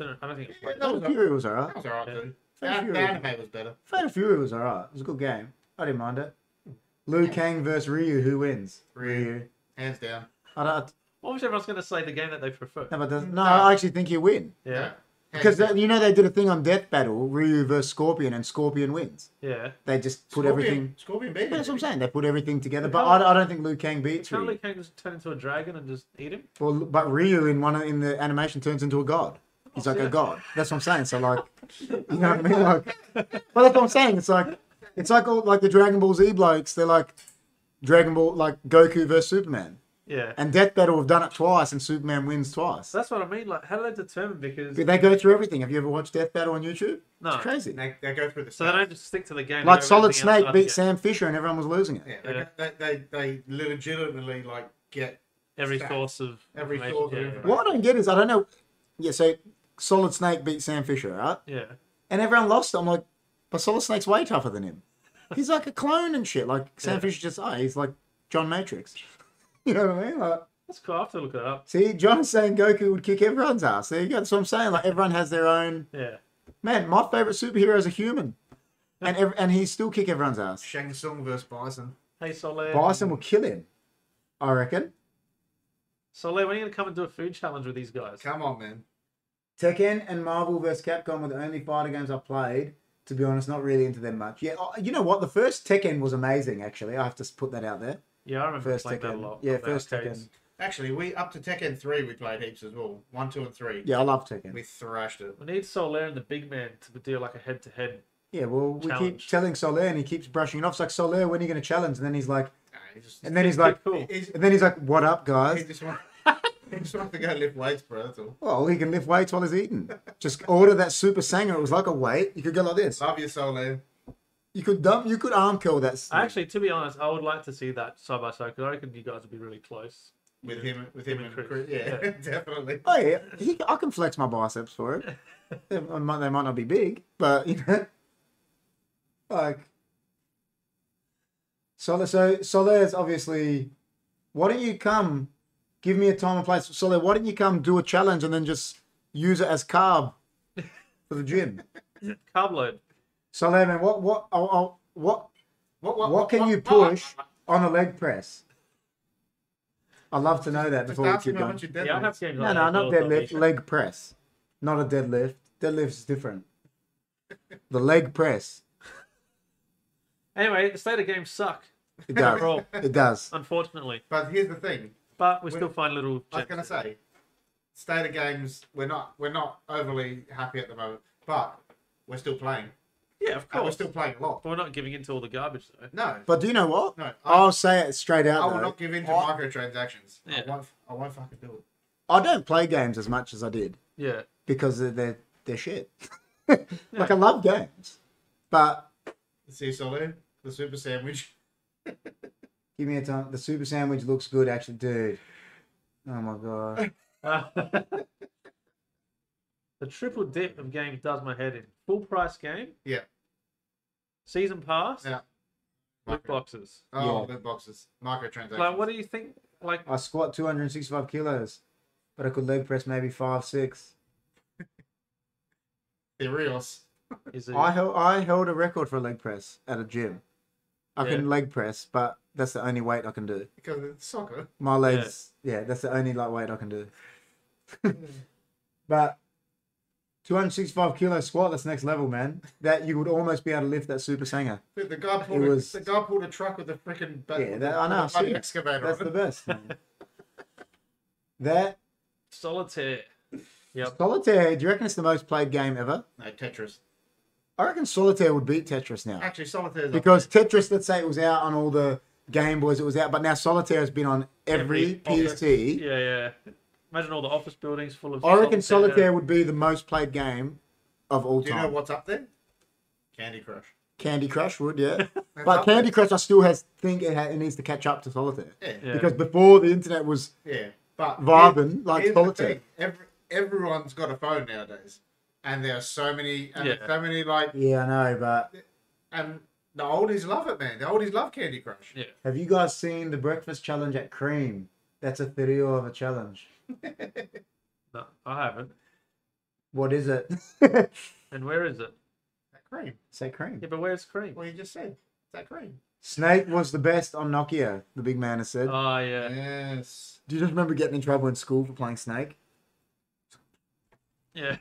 Don't- I don't think I Yeah, played that Fatal was alright. Fury was alright. That was alright Yeah. too. The, Fatal the Fury. anime was better. Fatal Fury was alright. It was a good game. I didn't mind it. Liu Kang versus Ryu, who wins? Ryu. Hands down. I don't. Obviously, everyone's going to say the game that they prefer. No, but does- Mm, no, I actually think you win Yeah, because that- you know they did a thing on Death Battle, Ryu versus Scorpion, and Scorpion wins. yeah. They just put everything. Scorpion beat him. Yeah, that's what I'm saying. They put everything together, but Can't- I, I don't think Liu Kang beats Can't Liu Ryu. Kang just turn into a dragon and just eat him? Well, but Ryu in one of- in the animation turns into a god. He's like yeah. a god. That's what I'm saying. So like, you know what I mean? Like, well, that's what I'm saying. It's like, it's like all like the Dragon Ball Z blokes. They're like, Dragon Ball like Goku versus Superman. Yeah. And Death Battle have done it twice, and Superman wins twice. So that's what I mean. Like, how do they determine? Because But they go through everything. Have you ever watched Death Battle on YouTube? No. It's crazy. They, they go through the so they stats. don't just stick to the game. they Like go Solid everything outside Snake the beat game. Sam Fisher, and everyone was losing it. Yeah, they, Yeah. Go, they, they they legitimately like get every Sam. source of Every information, source of yeah, information. What I don't get is I don't know. Yeah, so Solid Snake beat Sam Fisher, right? Yeah. Yeah. And everyone lost. I'm like, but Solid Snake's way tougher than him. He's like a clone and shit. Like Sam Yeah. Fisher just, oh, he's like John Matrix. You know what I mean? Like, That's cool. I have to look it up. see, John's saying Goku would kick everyone's ass. There you go. That's what I'm saying. Like everyone has their own. Yeah. Man, my favorite superhero is a human, and ev- and he still kick everyone's ass. Shang Tsung versus Bison. Hey Soleil. Bison will kill him. I reckon. Soleil, when are you gonna come and do a food challenge with these guys? Come on, man. Tekken and Marvel vs. Capcom were the only fighter games I played. To be honest, not really into them much. Yeah, oh, you know what? The first Tekken was amazing. Actually, I have to s- put that out there. Yeah, I remember First playing that a Tekken. lot. Yeah, on the first arcades. Tekken. Actually, we up to Tekken three. We played heaps as well. One, two, and three. Yeah, I love Tekken. We thrashed it. We need Soleil and the big man to do like a head to head. Yeah, well, we keep Challenge. telling Soler, and he keeps brushing it off. It's like Soler, when are you going to challenge? And then he's like, Nah, he just, and then he's like, Cool. he's, and then he's like, what up, he guys? just want, he just wanted to go lift weights, bro. That's all. Well, he can lift weights while he's eating. Just order that Super Sanger. It was like a weight. You could go like this. Love your soul, man. You could dump. You could arm curl that. thing. Actually, to be honest, I would like to see that side by side because I reckon you guys would be really close. With Yeah. him, with him, and Chris. Yeah, Yeah. definitely. Oh yeah, he, I can flex my biceps for it. they, might, they might not be big, but you know, like Solar. So Solar is obviously. Why don't you come? Give me a time and place, Solar. Why don't you come do a challenge and then just use it as carb for the gym? Carb load. Solar, man, what what oh, oh, what What, what can you push on a leg press? I'd love to know that Just before we ask keep him how going. much you Yeah, I deadlift. have games No, like no, that not as well, deadlift. Tommy. Leg press, not a deadlift. Deadlift's different. The leg press. Anyway, the state of games suck It does. overall, it does. unfortunately. But here's the thing. But we We're- still find little. I was going to say, state of games. We're not we're not overly happy at the moment, but we're still playing. Yeah, of And we're course. still playing a lot. But we're not giving in to all the garbage though. No, But do you know what? no. I, I'll say it straight out. I will though. not give in to I, microtransactions. Yeah. I won't. I won't fucking do it. I don't play games as much as I did Yeah. because they're they're, they're shit. like I love games, but See Solu, the super sandwich. give me a time. The super sandwich looks good, actually, dude. Oh my god. Uh, the triple dip of games does my head in. Full price game. Yeah. Season pass. Yeah. Loot boxes. Oh, Yeah. loot boxes, microtransactions. Like, what do you think? Like, I squat 265 kilos, but I could leg press maybe five, six. Thereos. is it? I held I held a record for a leg press at a gym. I can leg press, but that's the only weight I can do. Because it's soccer. My legs, yeah, that's the only like weight I can do. Mm. But 265 kilo squat, that's next level, man. That you would almost be able to lift that super singer. Dude, the guy pulled. It a, was- The guy pulled a truck with a freaking. Yeah, that- I know, I've seen it. Excavator. That's on the it. best. man. that Solitaire. Yep. solitaire, do you reckon it's the most played game ever? No, Tetris. I reckon solitaire would beat Tetris now. Actually, solitaire. Because Tetris, let's say it was out on all the Game Boys, it was out, but now solitaire has been on every, Every office. PC. Yeah, yeah. Imagine all the office buildings full of. I reckon solitaire. Solitaire would be the most played game of all Do you know time. what's up there? Candy Crush. Candy Crush would, yeah. That's but up there. Candy Crush, I still has think it, ha- it needs to catch up to Solitaire Yeah. Yeah. because before the internet was Yeah, but Vibing, like the solitaire. thing, Every, everyone's got a phone nowadays, and there are so many, and Yeah. so many like, yeah, I know. But and the oldies love it, man. The oldies love Candy Crush. Yeah. have you guys seen the breakfast challenge at Cream? That's a thrill of a challenge. No, I haven't. What is it? And where is it? That cream. Say Cream. Yeah, but where's Cream? Well, you just said that cream. Snake was the best on Nokia. The big man has said. Oh, yeah. Yes. Do you just remember getting in trouble in school for playing Snake? Yeah.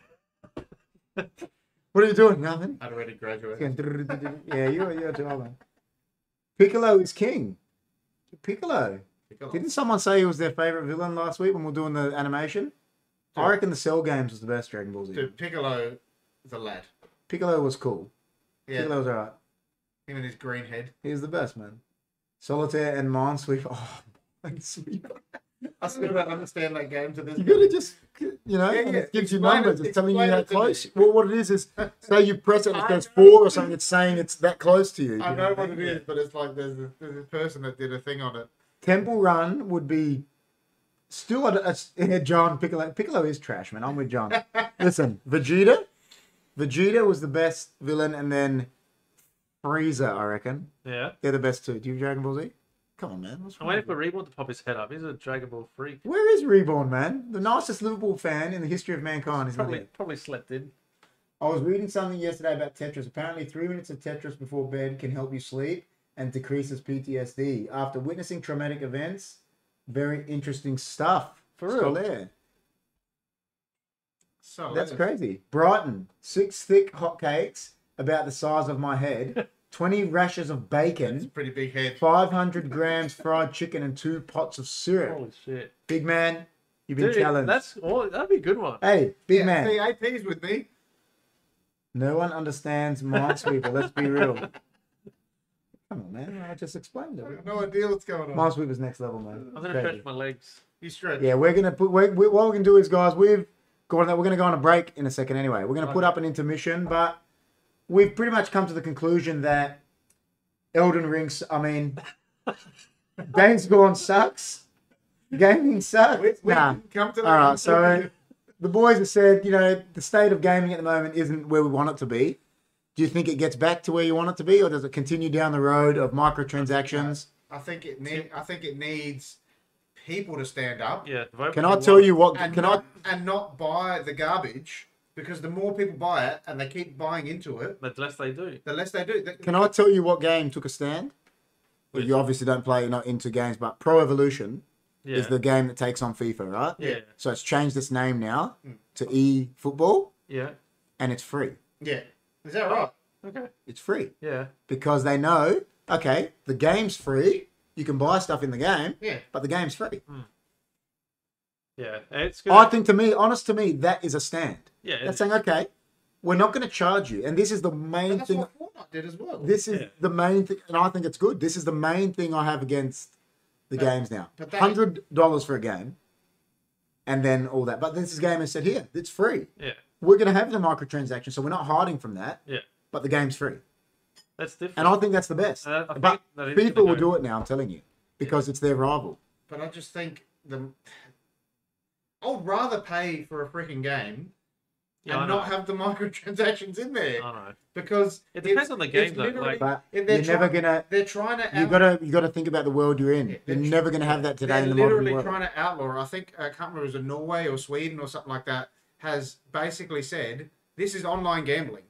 What are you doing? Nothing. I'd already graduated. yeah, you're you're too old. man. Piccolo is king. Piccolo. Oh. Didn't someone say he was their favorite villain last week when we were doing the animation? I Yeah. reckon the Cell games was the best Dragon Ball Z. Dude, Piccolo, the lad. Piccolo was cool. Yeah, Piccolo was alright. him and his green head. He was the best man. Solitaire and Minesweeper. Oh, Minesweeper. I still don't understand that game to this. You gotta just, you know, Yeah, and yeah, it gives you explain numbers. it- it's telling you explain how it to close. me. Well, what it is is, say you press it and I it goes know. four or something. It's saying it's that close to you. I know what it is, but it's like there's a, there's a person that did a thing on it. Temple Run would be still a, a- yeah, John Piccolo. Piccolo is trash, man. I'm with John. Listen, Vegeta. Vegeta was the best villain, and then Frieza. I reckon Yeah. they're the best two. Do you have Dragon Ball Z? Come on, man. What's wrong I'm waiting with you? for Reborn to pop his head up. He's a Dragon Ball freak. Where is Reborn, man? The nicest Liverpool fan in the history of mankind is Probably there. probably slept in. I was reading something yesterday about Tetris. Apparently, three minutes of Tetris before bed can help you sleep and decreases PTSD. After witnessing traumatic events, very interesting stuff. For Still real? there. Oh, So That's that- crazy. Brighton, six thick hotcakes about the size of my head, 20 rashers of It's a bacon, pretty big head. 500 grams fried chicken, and two pots of syrup. Holy shit. Big man, you've been Dude, challenged. that's uh all that'd be a good one. Hey, big yeah, man. See, AP's with me. No one understands Minesweeper, let's be real. Come on, man. I just explained I have it. no idea what's going on. Minesweeper's next level, man. I'm gonna Crazy. stretch my legs. You stretch. Yeah, we're gonna put. We're, we, what we're gonna do is, guys, we've gone. We're gonna go on a break in a second. Anyway, we're gonna put up an intermission, but we've pretty much come to the conclusion that Elden Rings. I mean, Days Gone sucks. Gaming sucks. We, we nah. didn't come to that. All right, so conclusion. the boys have said, you know, the state of gaming at the moment isn't where we want it to be. Do you think it gets back to where you want it to be, or does it continue down the road of microtransactions? I think it need, I think it needs people to stand up Yeah. Vote Can for I the tell one. you what? and Can I? not and not buy the garbage because the more people buy it and they keep buying into it, the less they do. the less they do. The- Can I tell you what game took a stand? Well, Which? you obviously don't play, you're not into games, but Pro Evolution Yeah. is the game that takes on FIFA, right? Yeah. Hmm. So it's changed its name now to E Football, Yeah. and it's free. Yeah, is that right? Okay. It's free Yeah. because they know, okay, the game's free. You can buy stuff in the game, Yeah. but the game's free. Yeah. It's I good. think to me, honest to me, that is a stand. Yeah. That's saying, okay, we're not going to charge you, and this is the main But that's thing. what Fortnite did as well. this is Yeah. the main thing, and I think it's good. This is the main thing I have against the But- games now. but that- Hundred dollars for a game, and then all that. But this game has said here, it's free. Yeah. We're going to have the microtransaction, so we're not hiding from that. Yeah. But the game's free, That's different. and I think that's the best. Uh, I think but that is FIFA gonna will go- do it now. I'm telling you, because it's their rival. But I just think the I'd rather pay for a freaking game Yeah, I and know. not have the microtransactions in there I know. because It depends it's- on the it's game, though, literally- like- But it- you're they're never trying- gonna. They're trying to You out- gotta you gotta think about the world you're in. Yeah, You're they're tr- never gonna have that today they're in the modern literally world. trying to outlaw. I think uh, I can't remember. It was in Norway or Sweden or something like that. Has basically said this is online gambling,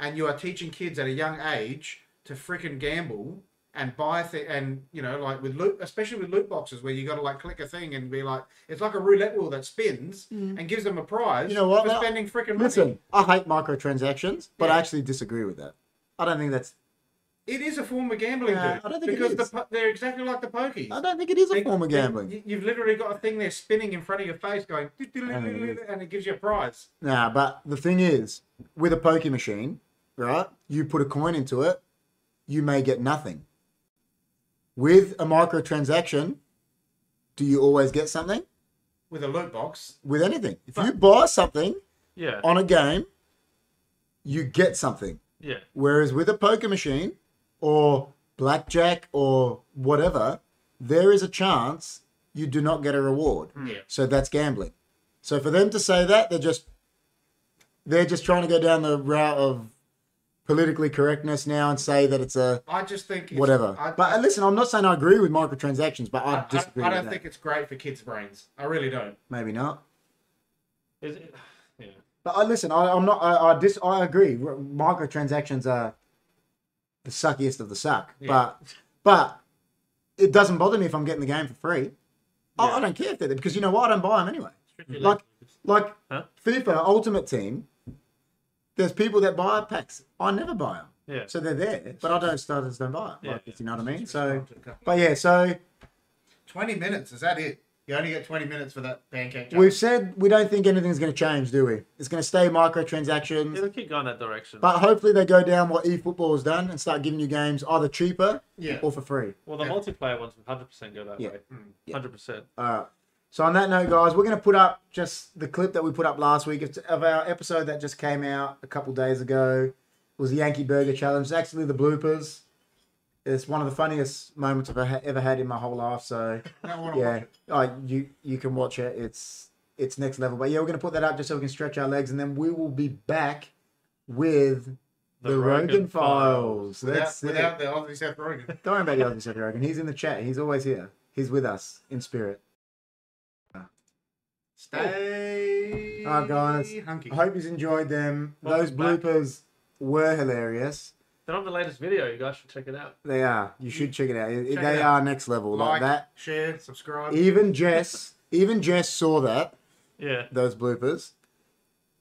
and you are teaching kids at a young age to freaking gamble and buy th- and you know like with loot, especially with loot boxes where you got to like click a thing and be like it's like a roulette wheel that spins and gives them a prize. Mm. You know what, For now- spending freaking money. Listen, I hate microtransactions, but I Yeah. actually disagree with that. I don't think that's. It is a form of gambling, Nah, dude. I don't think it because is. The, po- they're exactly like the pokies. I don't think it is a They- form of they- gambling. you- You've literally got a thing there spinning in front of your face, going, it and it gives you a prize. Nah, but the thing is, with a poker machine, right? You put a coin into it, you may get nothing. With a microtransaction, do you always get something? with a loot box. With anything, if you But- buy something Yeah. on a game, you get something. Yeah. Whereas with a poker machine or blackjack or whatever, there is a chance you do not get a reward. Hmm. Yeah. So that's gambling. So for them to say that, they're just they're just trying to go down the route of politically correctness now and say that it's a I just think it's, whatever. I, but uh, listen, I'm not saying I agree with microtransactions, but I, I I, disagree I with don't that. think it's great for kids' brains. I really don't. Maybe not. Is it? Yeah. But I listen. I, I'm not. I, I dis. I agree. R- Microtransactions are the suckiest of the suck. Yeah. But but it doesn't bother me if I'm getting the game for free. I, I Yeah. don't care if they're there because you know what? I don't buy them anyway. Like like Huh? FIFA Ultimate Team. There's people that buy packs. I never buy them, Yeah. so they're there. But I don't. I just don't buy it. Yeah, Like, yeah. You know what I mean? So. But yeah, so twenty minutes is that it? You only get twenty minutes for that pancake. we've said we don't think anything's going to change, do we? It's going to stay microtransactions. It'll keep going that direction. But hopefully they go down what eFootball has done and start giving you games either cheaper Yeah. or for free. well, the yeah. multiplayer ones would 100% go that Yeah. way. Mm. Yeah. 100%. Uh, So on that note, guys, we're going to put up just the clip that we put up last week It's of our episode that just came out a couple days ago. It was the Yankee Burger Challenge. It's actually the bloopers. It's one of the funniest moments I've ha- ever had in my whole life. So Now I want to yeah, watch it. like you you can watch it. It's it's next level. But yeah, we're gonna put that up just so we can stretch our legs, and then we will be back with the, Rogan, Files. Without, That's it. Oh. without the obvious Seth Rogen. Don't worry about the other Seth Rogen. He's in the chat. He's always here. He's with us in spirit. Stay Alright, Oh, guys. hunky. I hope you've enjoyed them. Those Welcome back. bloopers were hilarious. They're on the latest video. You guys should check it out. They are. You should check it out. It- Check they it are next level. Like, Like that. share, subscribe. Even Jess, even Jess saw that. Yeah. those bloopers.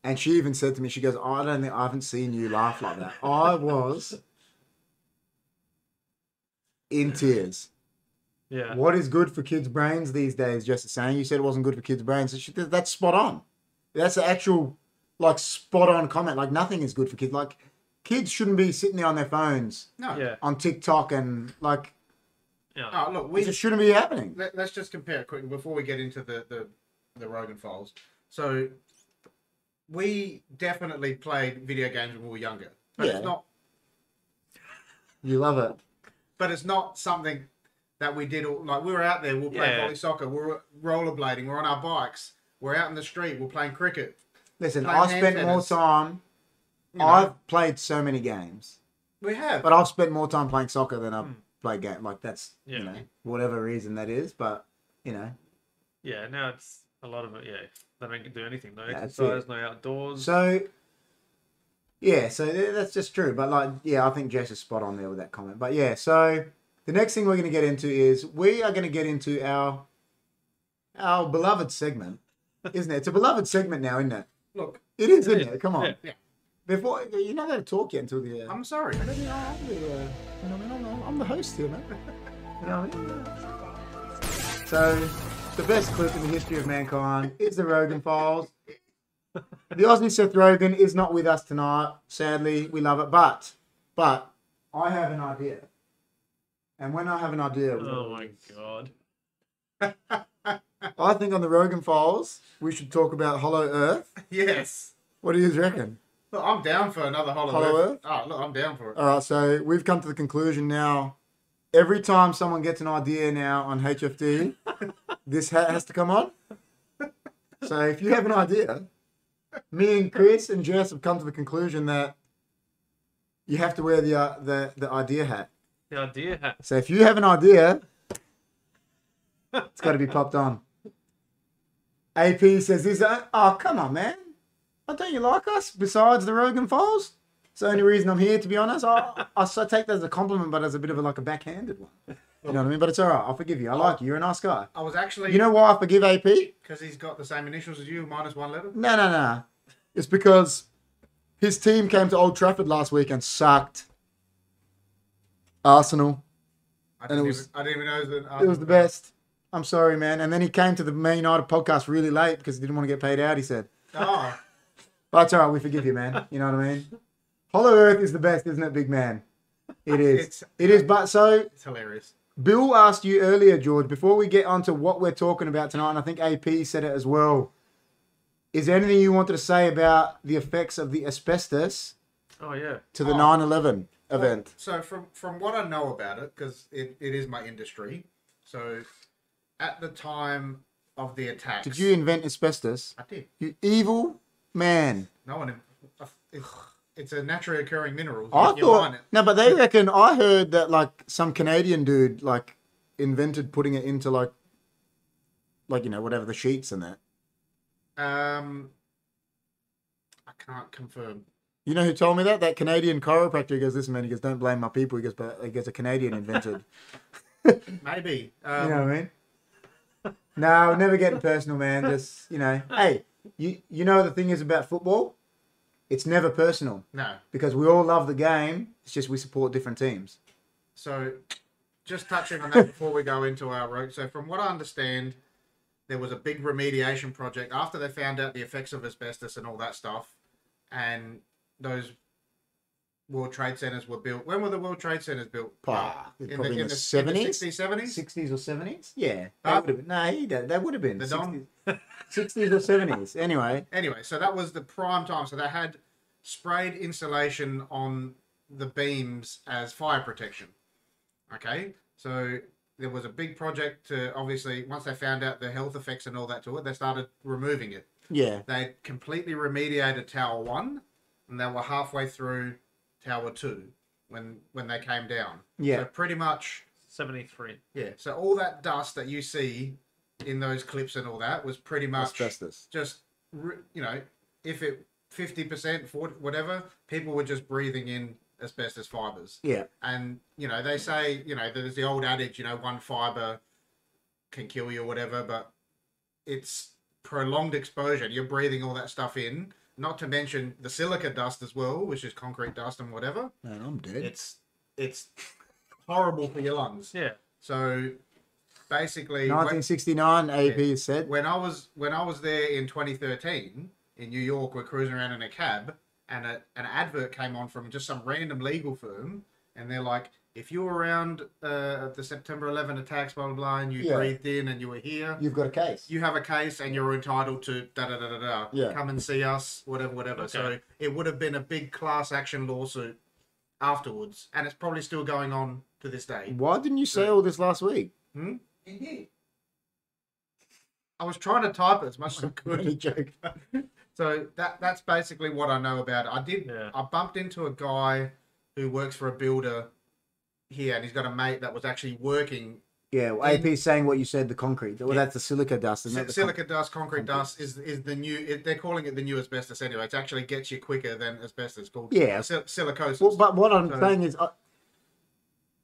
And she even said to me, she goes, "Oh, I don't think I haven't seen you laugh like that. I was in tears. Yeah. What is good for kids' brains these days, Jessica saying? You said it wasn't good for kids' brains. She- That's spot on. That's the actual, like, spot on comment. Like, nothing is good for kids. Like, kids shouldn't be sitting there on their phones no. Yeah. on TikTok and, like, Yeah. Oh, look, we it just shouldn't be happening. let, us just compare it quickly before we get into the the, the Rogan files. So we definitely played video games when we were younger, but Yeah. it's not You love it. but it's not something that we did all like we were out there. We were playing Yeah. volley soccer. We were rollerblading. We're on our bikes. We're out in the street. We're playing cricket. Listen, Playing I hand spent more tennis. time. You know, I've played so many games. we have. But I've spent more time playing soccer than Hmm. I've played game. Like that's Yeah. you know whatever reason that is. But you know, Yeah. Now it's a lot of it. Yeah. They don't do anything. No That's exercise. No outdoors. so yeah, so th- that's just true. But like, yeah, I think Jess is spot on there with that comment. But yeah, so the next thing we're going to get into is we are going to get into our our beloved segment, isn't it? It's a beloved segment now, isn't it? Look, It is, It isn't is, it? Come on. yeah. Yeah. Before you're not going to talk yet until the. I'm sorry. Let me- I'm the, uh, you know, I mean, I'm the- I'm the host here, man. You know what I mean? So, the best clip in the history of mankind is the Rogan Files. The Aussie Seth Rogan is not with us tonight. Sadly, we love it, but but I have an idea, and when I have an idea, we Oh my god. I think on the Rogan Files we should talk about Hollow Earth. Yes. What do you reckon? Look, I'm down for another Hollow, Hollow Earth. Oh, look, I'm down for it. All right, so we've come to the conclusion now. Every time someone gets an idea now on HFD, this hat has to come on. So if you have an idea, me and Chris and Jess have come to the conclusion that you have to wear the uh, the the idea hat. The idea hat. So if you have an idea, it's got to be popped on. AP says this. Oh come on, man! Oh, don't you like us? Besides the Rogan Falls, it's the only reason I'm here. To be honest, I, I so take that as a compliment, but as a bit of a, like a backhanded one. You know what I mean? But it's all right. I forgive you. I like you. You're a nice guy. I was actually You know why I forgive AP? because he's got the same initials as you, minus one letter. No, no, no. It's because his team came to Old Trafford last week and sucked. Arsenal. I And it didn't, was- even, I didn't even know it was, an, It was the best. I'm sorry, man. And then he came to the Man United podcast really late because he didn't want to get paid out, he said. Oh, But it's all right. We forgive you, man. You know what I mean? Hollow Earth is the best, isn't it, big man? It is. It's- It is. But so it's hilarious. Bill asked you earlier, George, before we get on to what we're talking about tonight, and I think AP said it as well. Is there anything you wanted to say about the effects of the asbestos Oh yeah. to the Oh. 9 11 event? So from from what I know about it, because it, it is my industry. So at the time of the attacks, Did you invent asbestos? I did. You evil man. No one. It's, it's a naturally occurring mineral. I You- you mine thought it. no, but they reckon I heard that like some Canadian dude like invented putting it into like like you know whatever the sheets and that. Um, I can't confirm. You know who told me that? That Canadian chiropractor he goes, "Listen, man," he goes, "Don't blame my people." He goes, "But he goes, a Canadian invented." Maybe. you Um, know what I mean? No, we're never getting personal, man. Just you know, hey, you you know the thing is about football, it's never personal No. because we all love the game. It's just we support different teams. So, just touching on that before we go into our road. So, from what I understand, there was a big remediation project after they found out the effects of asbestos and all that stuff, and those World Trade Centers were built. When were the World Trade Centers built? Pa, in the, probably in the 70s? 60s, 70s? 60s or 70s? Yeah. Uh, that would have been. No, he, that, that would have been. The Don? 60s or 70s. Anyway, Anyway, so that was the prime time. So they had sprayed insulation on the beams as fire protection. Okay, so there was a big project to obviously, once they found out the health effects and all that to it, they started removing it. yeah. They completely remediated Tower 1 and they were halfway through Tower 2 when, when they came down. Yeah. So pretty much Seventy-three. Yeah. So all that dust that you see in those clips and all that was pretty much Asbestos. just re- you know if it fifty percent for whatever people were just breathing in asbestos fibers Yeah. and you know they say you know there's the old adage you know one fiber can kill you or whatever but it's prolonged exposure you're breathing all that stuff in not to mention the silica dust as well which is concrete dust and whatever Man, I'm dead. it's it's horrible for your lungs Yeah. so basically, when, 1969, AP is said. when I was when I was there in 2013 in New York, we're cruising around in a cab, and a, an advert came on from just some random legal firm, and they're like, "If you were around uh, the September 11 attacks, blah blah blah, and you Yeah. breathed in and you were here." You've got a case. you have a case and you're entitled to da da da da da. Yeah. Come and see us, whatever, whatever. So Okay. it would have been a big class action lawsuit afterwards, and it's probably still going on to this day. Why didn't you say all this last week? Hmm? I was trying to type it as much as I could. Good joke. So that that's basically what I know about it. I did. Yeah. I bumped into a guy who works for a builder here, and he's got a mate that was actually working. Yeah, well, AP is saying what you said, the concrete. Well, that's the silica dust. And Si- not the silica dust, concrete dust is is the new. It, they're calling it the new asbestos anyway. It actually gets you quicker than asbestos. Called Yeah. sil- silicosis. Well, but what I'm So- saying is, I,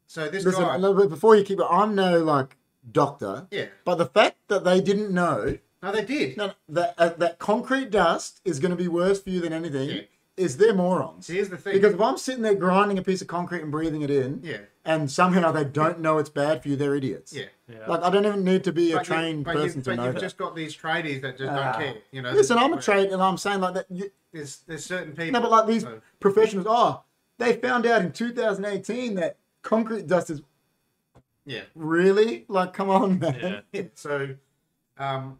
so this listen, guy, a little bit before you keep it, I'm no like doctor, yeah, but the fact that they didn't know no, they did. no, no, that uh, that concrete dust is going to be worse for you than anything Yeah. is they're morons. See, here's the thing. Because if I'm sitting there grinding a piece of concrete and breathing it in, yeah, and somehow they don't know it's bad for you, they're idiots. yeah. Yeah. Like I don't even need to be a But you- trained but person you've, to but know you've that. just got these tradies that just Ah. don't care. You know. Listen, I'm a There's- trade, and I'm saying like that. You, There's there's certain people. No, but like these So- professionals are. They found out in 2018 that concrete dust is yeah. really like, come on, man. Yeah, so um,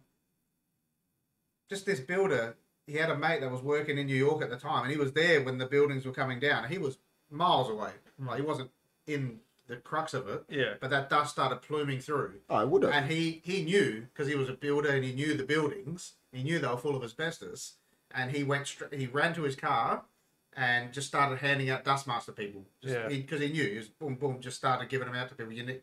just this builder, he had a mate that was working in New York at the time, and he was there when the buildings were coming down. He was miles away. Like he wasn't in the crux of it, Hmm. Yeah. but that dust started pluming through. I would have. And he he knew because he was a builder and he knew the buildings. He knew they were full of asbestos, and he went str- he ran to his car. And just started handing out dust masks to people, Yeah. because he, 'cause he knew he was boom, boom. Just started giving them out to people. You need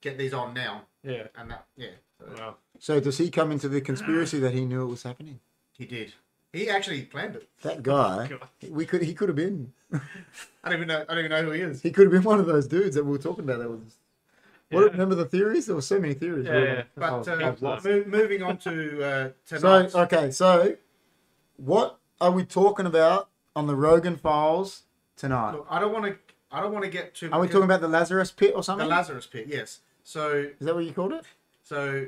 get these on now, Yeah. and that yeah. So- Wow. So does he come into the conspiracy that he knew it was happening? He did. He actually planned it. That guy, God. we could he could have been I don't even know. I don't even know who he is. he could have been one of those dudes that we were talking about. That was what Yeah. remember the theories? There were so many theories. Yeah, We were- yeah. I But was- uh, I was lost. mo- moving on to uh, tonight. so okay, so what are we talking about on the Rogan Files tonight? Look, I don't want to. I don't want to get too. Are we talking about the Lazarus Pit or the something? Lazarus Pit? Yes. So Is that what you called it? so.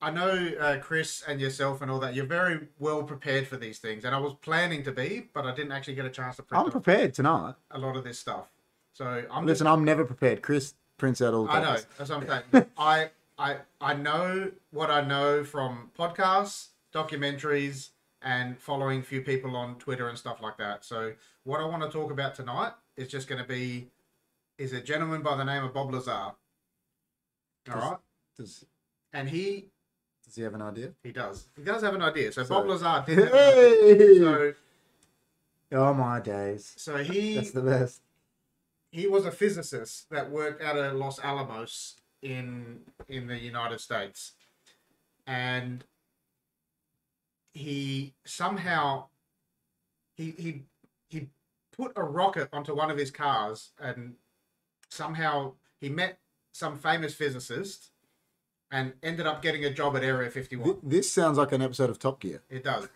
I know uh, Chris and yourself and all that. You're very well prepared for these things, and I was planning to be, but I didn't actually get a chance to print I'm up prepared tonight. a lot of this stuff. So I'm Listen, I'm never prepared. Chris prints out all the I know. papers. That's what I'm saying. I, I, I know what I know from podcasts, documentaries, and following few people on Twitter and stuff like that. So what I want to talk about tonight is just going to be is a gentleman by the name of Bob Lazar. All right, Does, and he does he have an idea? he does he does have an idea. So, Bob So- Lazar did. have an idea. Hey! So oh my days. so he That's the best. he was a physicist that worked out of Los Alamos in in the United States, and he somehow he he he put a rocket onto one of his cars, and somehow he met some famous physicist, and ended up getting a job at Area Fifty One. Th- this sounds like an episode of Top Gear. It does.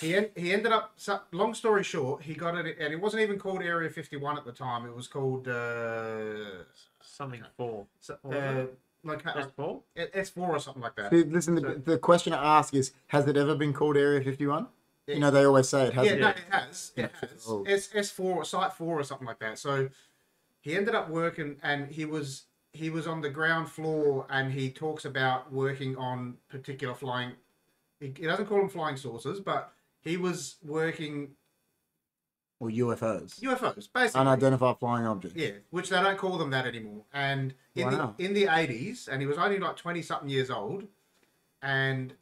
he en- he ended up. So, long story short, he got it, and it wasn't even called Area Fifty One at the time. It was called uh, Something four. so- What was uh, it? like That's uh, four. S four or something like that. Dude, Listen, the, the question I ask is Has it ever been called Area 51? You know, they always say it yeah, hasn't. no, Yeah. it has. It Yeah. has. Oh. It's S four or Site four or something like that. So he ended up working, and he was he was on the ground floor, and he talks about working on particular flying. He, he doesn't call them flying saucers, but he was working Or UFOs. UFOs basically. Unidentified flying objects. Yeah, which they don't call them that anymore. And in Wow. the in the eighties, and he was only like twenty something years old, and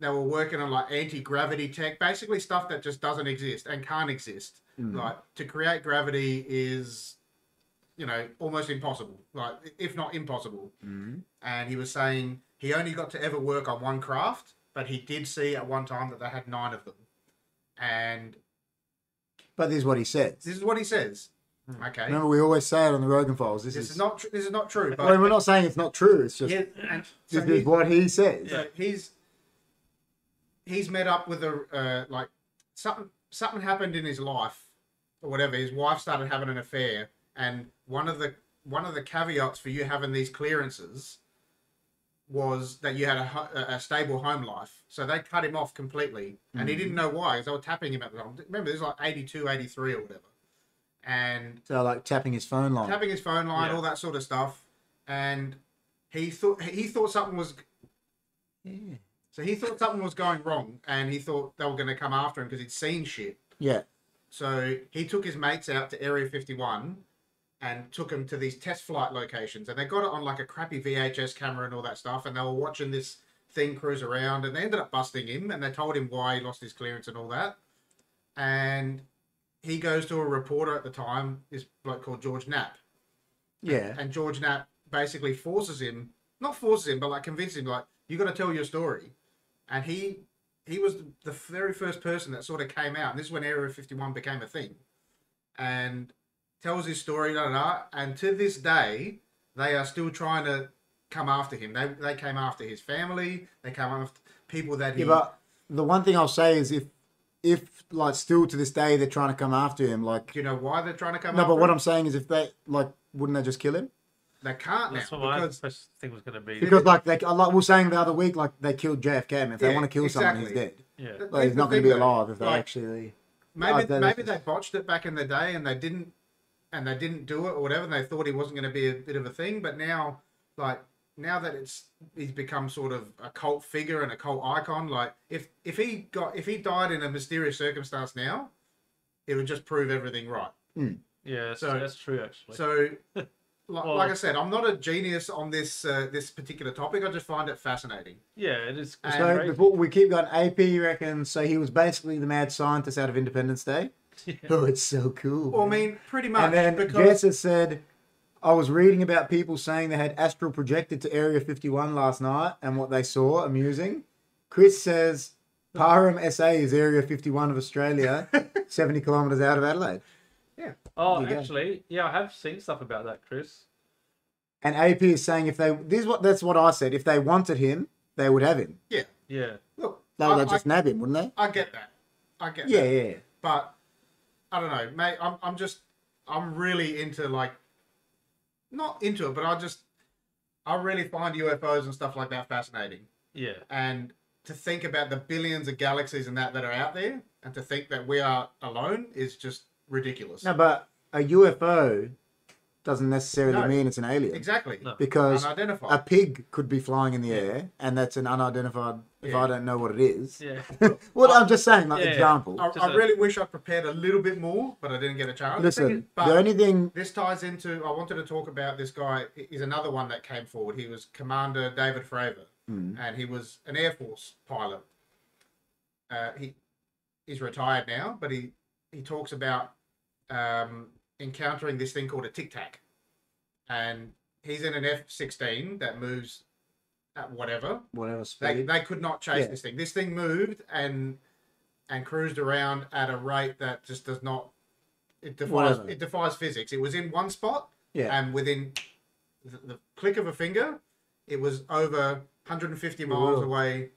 they were working on like anti gravity tech, basically stuff that just doesn't exist and can't exist. Mm. Like to create gravity is, you know, almost impossible. Like if not impossible. Mhm. And he was saying he only got to ever work on one craft, but he did see at one time that they had nine of them. And But this is what he said. this is what he says. Okay. Remember, we always say it on the Rogan Files. Hmm. This, This is, is not. Tr- this is not true. But I mean, we're not saying it's not true. It's just Yeah, and so this is he- what he says. so he's he's met up with a uh, like something something happened in his life or whatever. His wife started having an affair, and one of the one of the caveats for you having these clearances was that you had a, ho- a a stable home life. So they cut him off completely, and Mm. he didn't know why because they were tapping him at the time. Remember, this is like 82, 83 or whatever, and So, like tapping his phone line. tapping his phone line, Yeah. all that sort of stuff, and he thought he thought something was Yeah. so he thought something was going wrong, and he thought they were going to come after him because he'd seen shit. yeah. So he took his mates out to Area 51 and took them to these test flight locations. And they got it on like a crappy VHS camera and all that stuff. And they were watching this thing cruise around and they ended up busting him and they told him why he lost his clearance and all that. And he goes to a reporter at the time, this bloke called George Knapp. Yeah. And George Knapp basically forces him, not forces him, but like convinces him, like, you got to tell your story. And he he was the very first person that sort of came out. And this is when Area 51 became a thing. And tells his story, da da da. And to this day, they are still trying to come after him. They, they came after his family. They came after people that he. Yeah, but the one thing I'll say is if, if like still to this day they're trying to come after him, like do you know why they're trying to come no, after but what him? I'm saying is if they like, wouldn't they just kill him? They can't now. That's what my uh, Because, first thing was going to be. Because like they, I like we were saying the other week, like they killed JFK. Man. If they Yeah, want to kill someone, he's exactly. dead. Yeah. Like he's the not going to thing be that- alive if they like, actually. maybe Oh, that maybe is- they botched it back in the day and they didn't and they didn't do it or whatever and they thought he wasn't going to be a bit of a thing but now like now that it's he's become sort of a cult figure and a cult icon like if if he got if he died in a mysterious circumstance now it would just prove everything right Yeah, that's, So- that's true actually. so like, Well- like i said i'm not a genius on this uh, this particular topic i just find it fascinating yeah, it is. And- it's So crazy. before we keep going, AP reckons so he was basically the mad scientist out of Independence Day. Yeah. Oh, it's so cool. well i mean pretty much and then because Jess has said, I was reading about people saying they had astral projected to Area 51 last night and what they saw. Amusing. Chris says, Parham SA is Area 51 of Australia, 70 kilometres out of Adelaide. Oh, you go. actually, yeah, I have seen stuff about that, Chris. And AP is saying if they this is what that's what I said. If they wanted him, they would have him. yeah Yeah. look They I, would I- just nab him, wouldn't they? I get that i get Yeah, that. yeah. but I don't know, mate. I'm I'm just I'm really into like not into it, but I just I really find UFOs and stuff like that fascinating. Yeah. And to think about the billions of galaxies and that that are out there, and to think that we are alone is just ridiculous. No, but a UFO doesn't necessarily No. mean it's an alien. exactly. No. Because Unidentified. a pig could be flying in the air, and that's an unidentified. If Yeah. I don't know what it is, Yeah. well, I'm just saying, like Yeah, yeah. example. I, Just I a- really wish I prepared a little bit more, but I didn't get a chance. Listen, but the only thing, this ties into I wanted to talk about this guy is another one that came forward. He was Commander David Fravor, hmm, Mm. and he was an Air Force pilot. Uh, he he's retired now, but he he talks about um, encountering this thing called a tic tac, and he's in an F sixteen that moves at whatever. whatever They speed, they could not chase Yeah. this thing. This thing moved and and cruised around at a rate that just does not. It defies Whatever. it defies physics. It was in one spot yeah, and within the, the click of a finger, it was over 150 miles Whoa. away,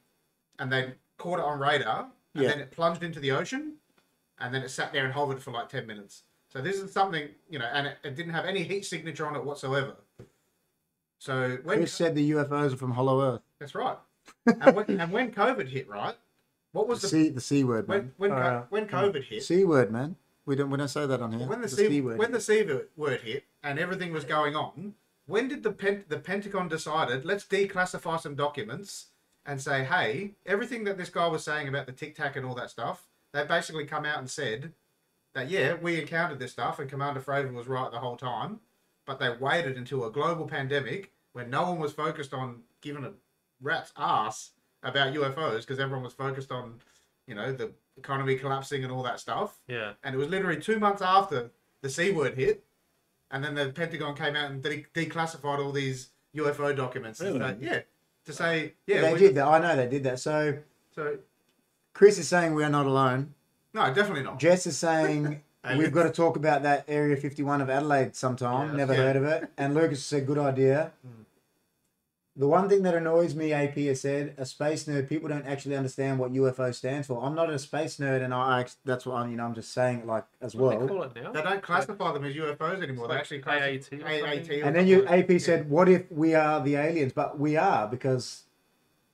and they caught it on radar, and Yeah. then it plunged into the ocean, and then it sat there and hovered for like 10 minutes. So this is something you know, and it, it didn't have any heat signature on it whatsoever. So when Chris said the UFOs are from Hollow Earth. that's right, and when, and when COVID hit, right, What The was the, C, the C word, man. when when, co- Uh, when COVID hit? C word, man. We don't we don't say that on here. when the, It's a C, C word. when the C word hit and everything was going on, when did the Pent- the Pentagon decided let's declassify some documents and say, hey, everything that this guy was saying about the Tic Tac and all that stuff, they basically come out and said that yeah, we encountered this stuff and Commander Fraven was right the whole time, but they waited until a global pandemic when no one was focused on giving a rat's ass about UFOs because everyone was focused on you know the economy collapsing and all that stuff Yeah. and it was literally two months after the C word hit, and then the Pentagon came out and de- declassified all these UFO documents. and Really? stuff. yeah, to say yeah, yeah, they we- did that. I know they did that. So So Chris is saying we are not alone. no, definitely not. Jess is saying And- we've got to talk about that Area 51 of Adelaide sometime. Yeah, Never yeah. heard of it. And Lucas said, good idea. The one thing that annoys me, AP has said, a space nerd, people don't actually understand what UFO stands for. I'm not a space nerd, and I, I that's what I'm, you know, I'm just saying it like as What do they well. call it now? They don't classify them as UFOs anymore. They like actually classify AAT or AAT. something. or And then you, something. AP said, what if we are the aliens? But we are because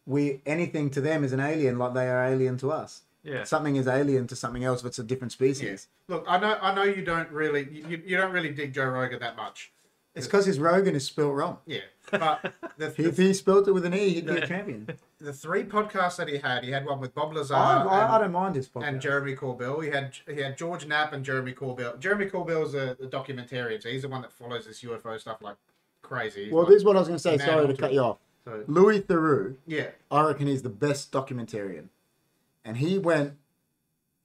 we anything to them is an alien, like they are alien to us. Yeah. Something is alien to something else if it's a different Yeah. species. Look, I know, I know you don't really, you, you don't really dig Joe Rogan that much. It's because his Rogan is spelt wrong. Yeah, but the, If the, he spelt it with an E, he'd be Yeah. a champion. the three podcasts that he had, he had one with Bob Lazar. I, and- I, I don't mind his podcast. and Jeremy Corbell. He had he had George Knapp and Jeremy Corbell. Jeremy Corbell's a, a documentarian, so he's the one that follows this UFO stuff like crazy. He's well, like- this is what I was going to say. Man, Sorry to I'll cut do you off. so, Louis Theroux, yeah, I reckon he's the best documentarian. And he went,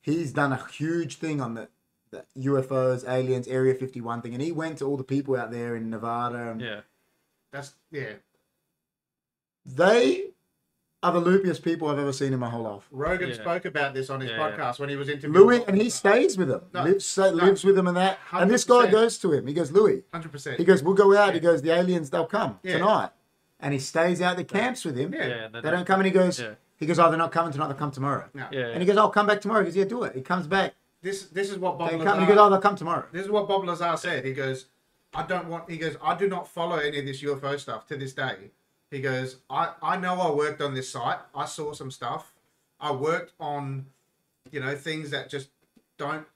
he's done a huge thing on the, the UFOs, aliens, Area 51 thing. And he went to all the people out there in Nevada. And Yeah. that's yeah. They are the loopiest people I've ever seen in my whole life. Rogan Yeah. spoke about this on his Yeah, podcast yeah. when he was interviewing Louis, and he stays with them, No, lives, sa- lives with them and that. And this guy 100%. goes to him. He goes, Louis, Hundred percent. He goes, "We'll go out." He goes, "The aliens, they'll come Yeah. tonight," and he stays out the camps with him. Yeah. Yeah. They don't come, and he goes, Yeah. "He goes, oh, they're not coming tonight. They'll come tomorrow." No, Yeah. And he goes, "I'll come back tomorrow." He goes, "Yeah, do it." He comes back. this this is what Bob They come, and Lazar. he goes, "Oh, they'll come tomorrow." This is what Bob Lazar said. He goes, I don't want. He goes, I do not follow any of this UFO stuff to this day. He goes, I I know I worked on this site. I saw some stuff. I worked on, you know, things that just don't,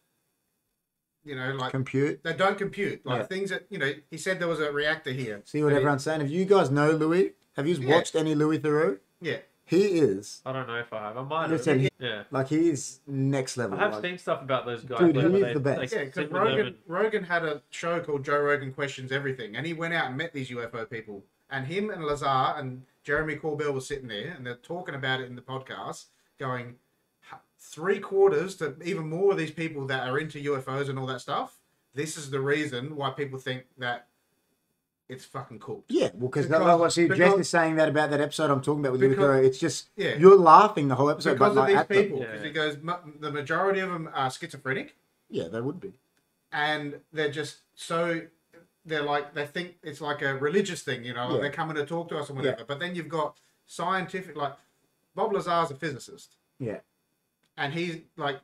you know, like Compute. they don't compute. Like Yeah. things that you know. He said there was a reactor here. See what But he- everyone's saying. If you guys know Louis, have you Yeah. watched any Louis Theroux? Yeah. He is I don't know if I have. I might have. listen, he- Yeah. like he is next level. I have like- seen stuff about those guys. Dude, where he is they, the best. They Yeah, because sit with them Rogan, and- Rogan had a show called Joe Rogan Questions Everything, and he went out and met these UFO people. And him and Lazar and Jeremy Corbell were sitting there, and they're talking about it in the podcast, going "H- three quarters to even more of these people that are into UFOs and all that stuff. This is the reason why people think that it's fucking cool. Yeah, well, cause Because- that, like, what see, because- Jess is saying that about that episode I'm talking about with Because- Louis Theroux. It's just Yeah. you're laughing the whole episode, Because but of like these at them. people, Yeah, because yeah. he goes, "Mu- the majority of them are schizophrenic. yeah, they would be. and they're just so they're like they think it's like a religious thing, you know, like Yeah. they're coming to talk to us and whatever. But then you've got scientific like Bob Lazar's a physicist Yeah, and he's like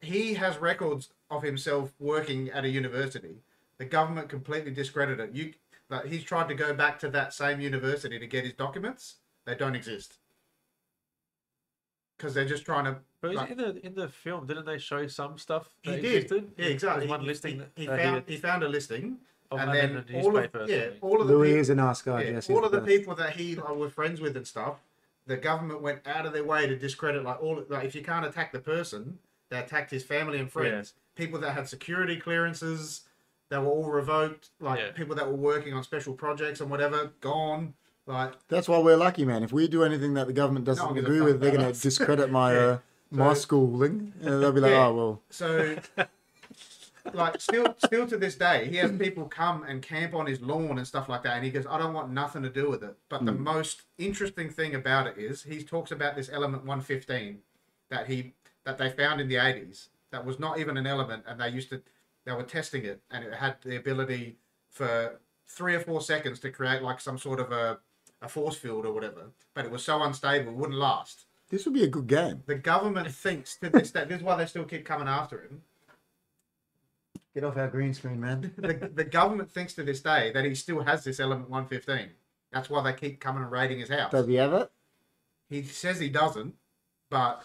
he has records of himself working at a university. The government completely discredited it. You like he's tried to go back to that same university to get his documents. They don't exist. Because they're just trying to But like- in the in the film, didn't they show some stuff he that did. existed? Yeah, There exactly. was one He- listing that he, he that he found had he found a listing of and them in then a all of, newspaper or yeah, something. all of the Louis people, is a nice guy. yeah, Jess is all of the best. people that he like, were friends with and stuff, the government went out of their way to discredit. Like all, like if you can't attack the person, they attacked his family and friends. People that had security clearances, they were all revoked. Like Yeah. people that were working on special projects and whatever, gone. Like That's why we're lucky, man. If we do anything that the government doesn't No one gives a agree fuck with, they're about going to us. discredit my uh, my schooling. And they'll be like, Yeah. "Oh well, so. like still, still to this day, he has people come and camp on his lawn and stuff like that, and he goes, "I don't want nothing to do with it." But the most interesting thing about it is he talks about this element 115, that he that they found in the 80s that was not even an element and they used to they were testing it and it had the ability for three or four seconds to create like some sort of a, a force field or whatever but it was so unstable it wouldn't last this would be a good game." the government thinks to this day this is why they still keep coming after him Get off our green screen, man. the, the government thinks to this day that he still has this element 115 that's why they keep coming and raiding his house Does he have it? he says he doesn't but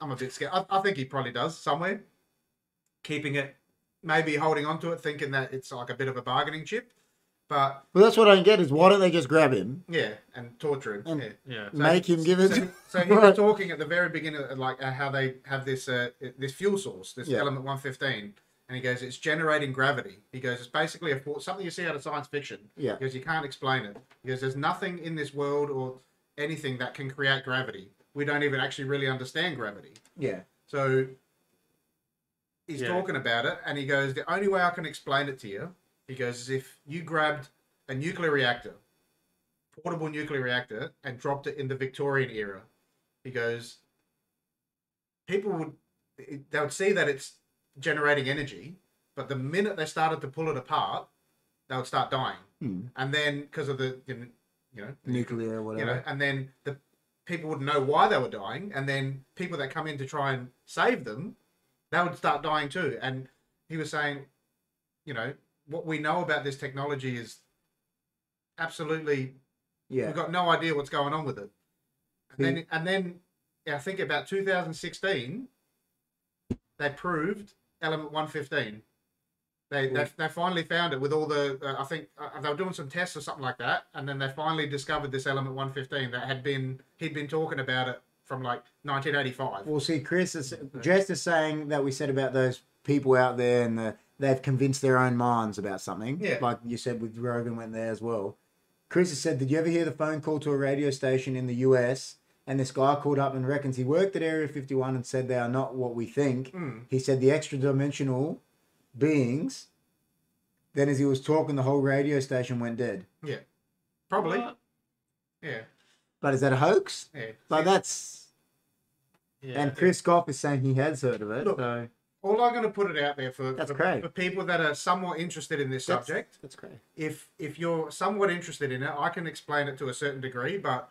I'm a bit scared. I, I think he probably does somewhere. Keeping it, maybe holding on to it, thinking that it's like a bit of a bargaining chip. But But that's what I don't get is why don't they just grab him, yeah, and torture him. And- yeah. Yeah. So- make him give it? So, so he was talking at the very beginning, uh, like uh, how they have this uh, this fuel source, this Yeah. element one fifteen, and he goes, "It's generating gravity." He goes, "It's basically a for- something you see out of science fiction." Yeah. He goes, "You can't explain it." He goes, "There's nothing in this world or anything that can create gravity. We don't even actually really understand gravity." yeah. So he's Yeah. talking about it, and he goes, "The only way I can explain it to you," he goes, "is if you grabbed a nuclear reactor, portable nuclear reactor, and dropped it in the Victorian era." He goes, "People would it- they would see that it's generating energy, but the minute they started to pull it apart, they would start dying, Hmm. and then because of the you know Nuclear or you whatever. know, and then the people would know why they were dying, and then people that come in to try and save them, they would start dying too. And he was saying, you know, what we know about this technology is absolutely yeah. Hmm. we've got no idea what's going on with it. And then, and then I think about 2016, they proved element 115. They, they, Hmm. they finally found it with all the uh, I think uh, they were doing some tests or something like that, and then they finally discovered this element 115 that had been he'd been talking about it from like 1985. Well, see, Chris is Jess is saying that we said about those people out there and the, they've convinced their own minds about something. Yeah. Like you said, with Rogan went there as well. Chris has said, "Did you ever hear the phone call to a radio station in the U.S. and this guy called up and reckons he worked at Area 51 and said they are not what we think." Mm. He said the extra dimensional beings. Then, as he was talking, the whole radio station went dead. Probably, What? yeah, But is that a hoax? yeah. Like that's. Yeah. and Chris Goff is saying he has heard of it. Look, so All I'm going to put it out there for That's for, great. for people that are somewhat interested in this That's- subject. That's great. if if you're somewhat interested in it, I can explain it to a certain degree, but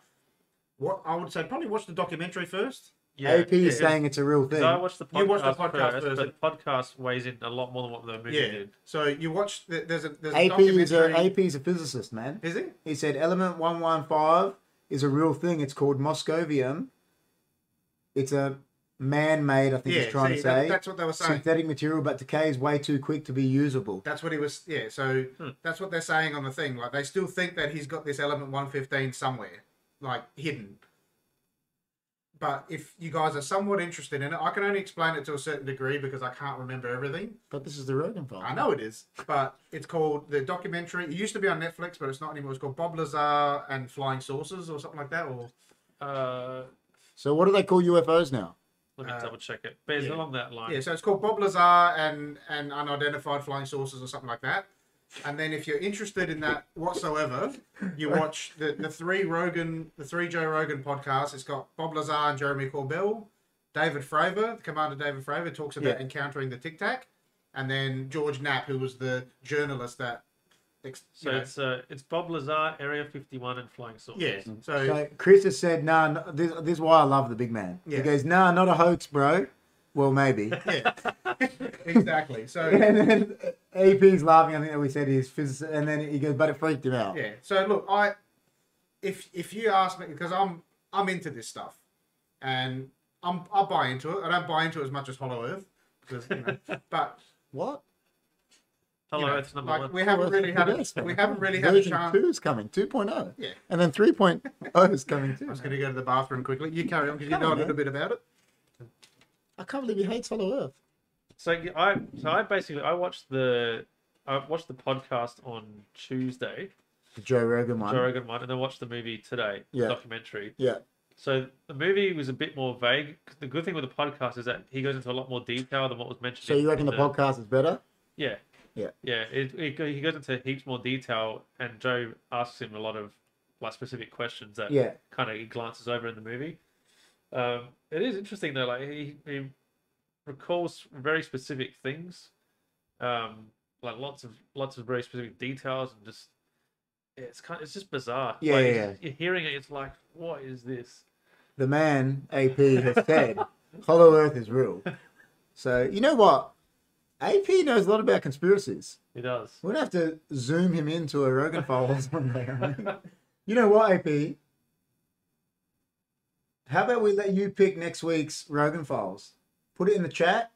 what I would say probably watch the documentary first. yeah. AP yeah. is saying it's a real thing. So I watched the podcast, You watched the podcast first, version. but the podcast weighs in a lot more than what the movie did. So you watch th- there's a there's a AP is documentary. a AP's a physicist, man. Is it? He said element one one five is a real thing. It's called moscovium. It's a man made, I think Yeah, he's trying see, to that- say that's what they were saying. synthetic material, but decays way too quick to be usable. That's what he was. Yeah. So that's what they're saying on the thing. Like they still think that he's got this element 115 somewhere, like hidden. But if you guys are somewhat interested in it, I can only explain it to a certain degree because I can't remember everything. But this is the Rogan file. I know it is, but it's called the documentary. It used to be on Netflix, but it's not anymore. It's called Bob Lazar and Flying Saucers or something like that. Or Uh, So what do they call UFOs now? let me Uh, double check it. But it's yeah. along that line. yeah, so it's called Bob Lazar and and unidentified flying saucers or something like that. And then if you're interested in that whatsoever, you watch the the three Rogan, the three Joe Rogan podcasts. It's got Bob Lazar and Jeremy Corbell, David Fravor, Commander David Fravor talks about Yeah. encountering the Tic Tac, and then George Knapp, who was the journalist that. ex- So you know, it's uh, it's Bob Lazar, Area 51, and Flying Saucers. yeah, so So Chris has said, "Nah, no, this, this is why I love the big man." Yeah. He goes, "Nah, not a hoax, bro." Well, maybe. yeah, exactly. So and then AP's laughing. I think that we said he's physicist, and then he goes, "But it freaked him out." yeah. So look, I if if you ask me because I'm I'm into this stuff, and I'm I buy into it. I don't buy into it as much as Hollow Earth, because, you know, but What? Hello, you know, Earth number like, one. we haven't really had Yes, a, man. we haven't really had a Version chance. two is coming, 2.0. Yeah. And then 3.0 is coming too. I'm just going to go to the bathroom quickly. You carry on because you Come on, know a little man. bit about it. I can't believe he hates Hollow Earth. So yeah, I so I basically I watched the I watched the podcast on Tuesday, The Joe Rogan one. Joe Rogan one, and then watched the movie today, the Yeah. documentary. Yeah. So the movie was a bit more vague. The good thing with the podcast is that he goes into a lot more detail than what was mentioned. So in- you reckon the in podcast is better? Yeah. Yeah. Yeah. It, it, go- he goes into heaps more detail, and Joe asks him a lot of like specific questions that Yeah. kind of he glances over in the movie. Um, it is interesting though. Like he, he recalls very specific things, um, like lots of lots of very specific details, and just yeah, it's kind. It's just bizarre. Yeah, Like, yeah, it's- You're hearing it. It's like, what is this? The man, AP, has said Hollow Earth is real. So you know what? AP knows a lot about conspiracies. It does. We're going to have to zoom him into a Rogan file or something. you know what, AP? How about we let you pick next week's Rogan Files? Put it in the chat,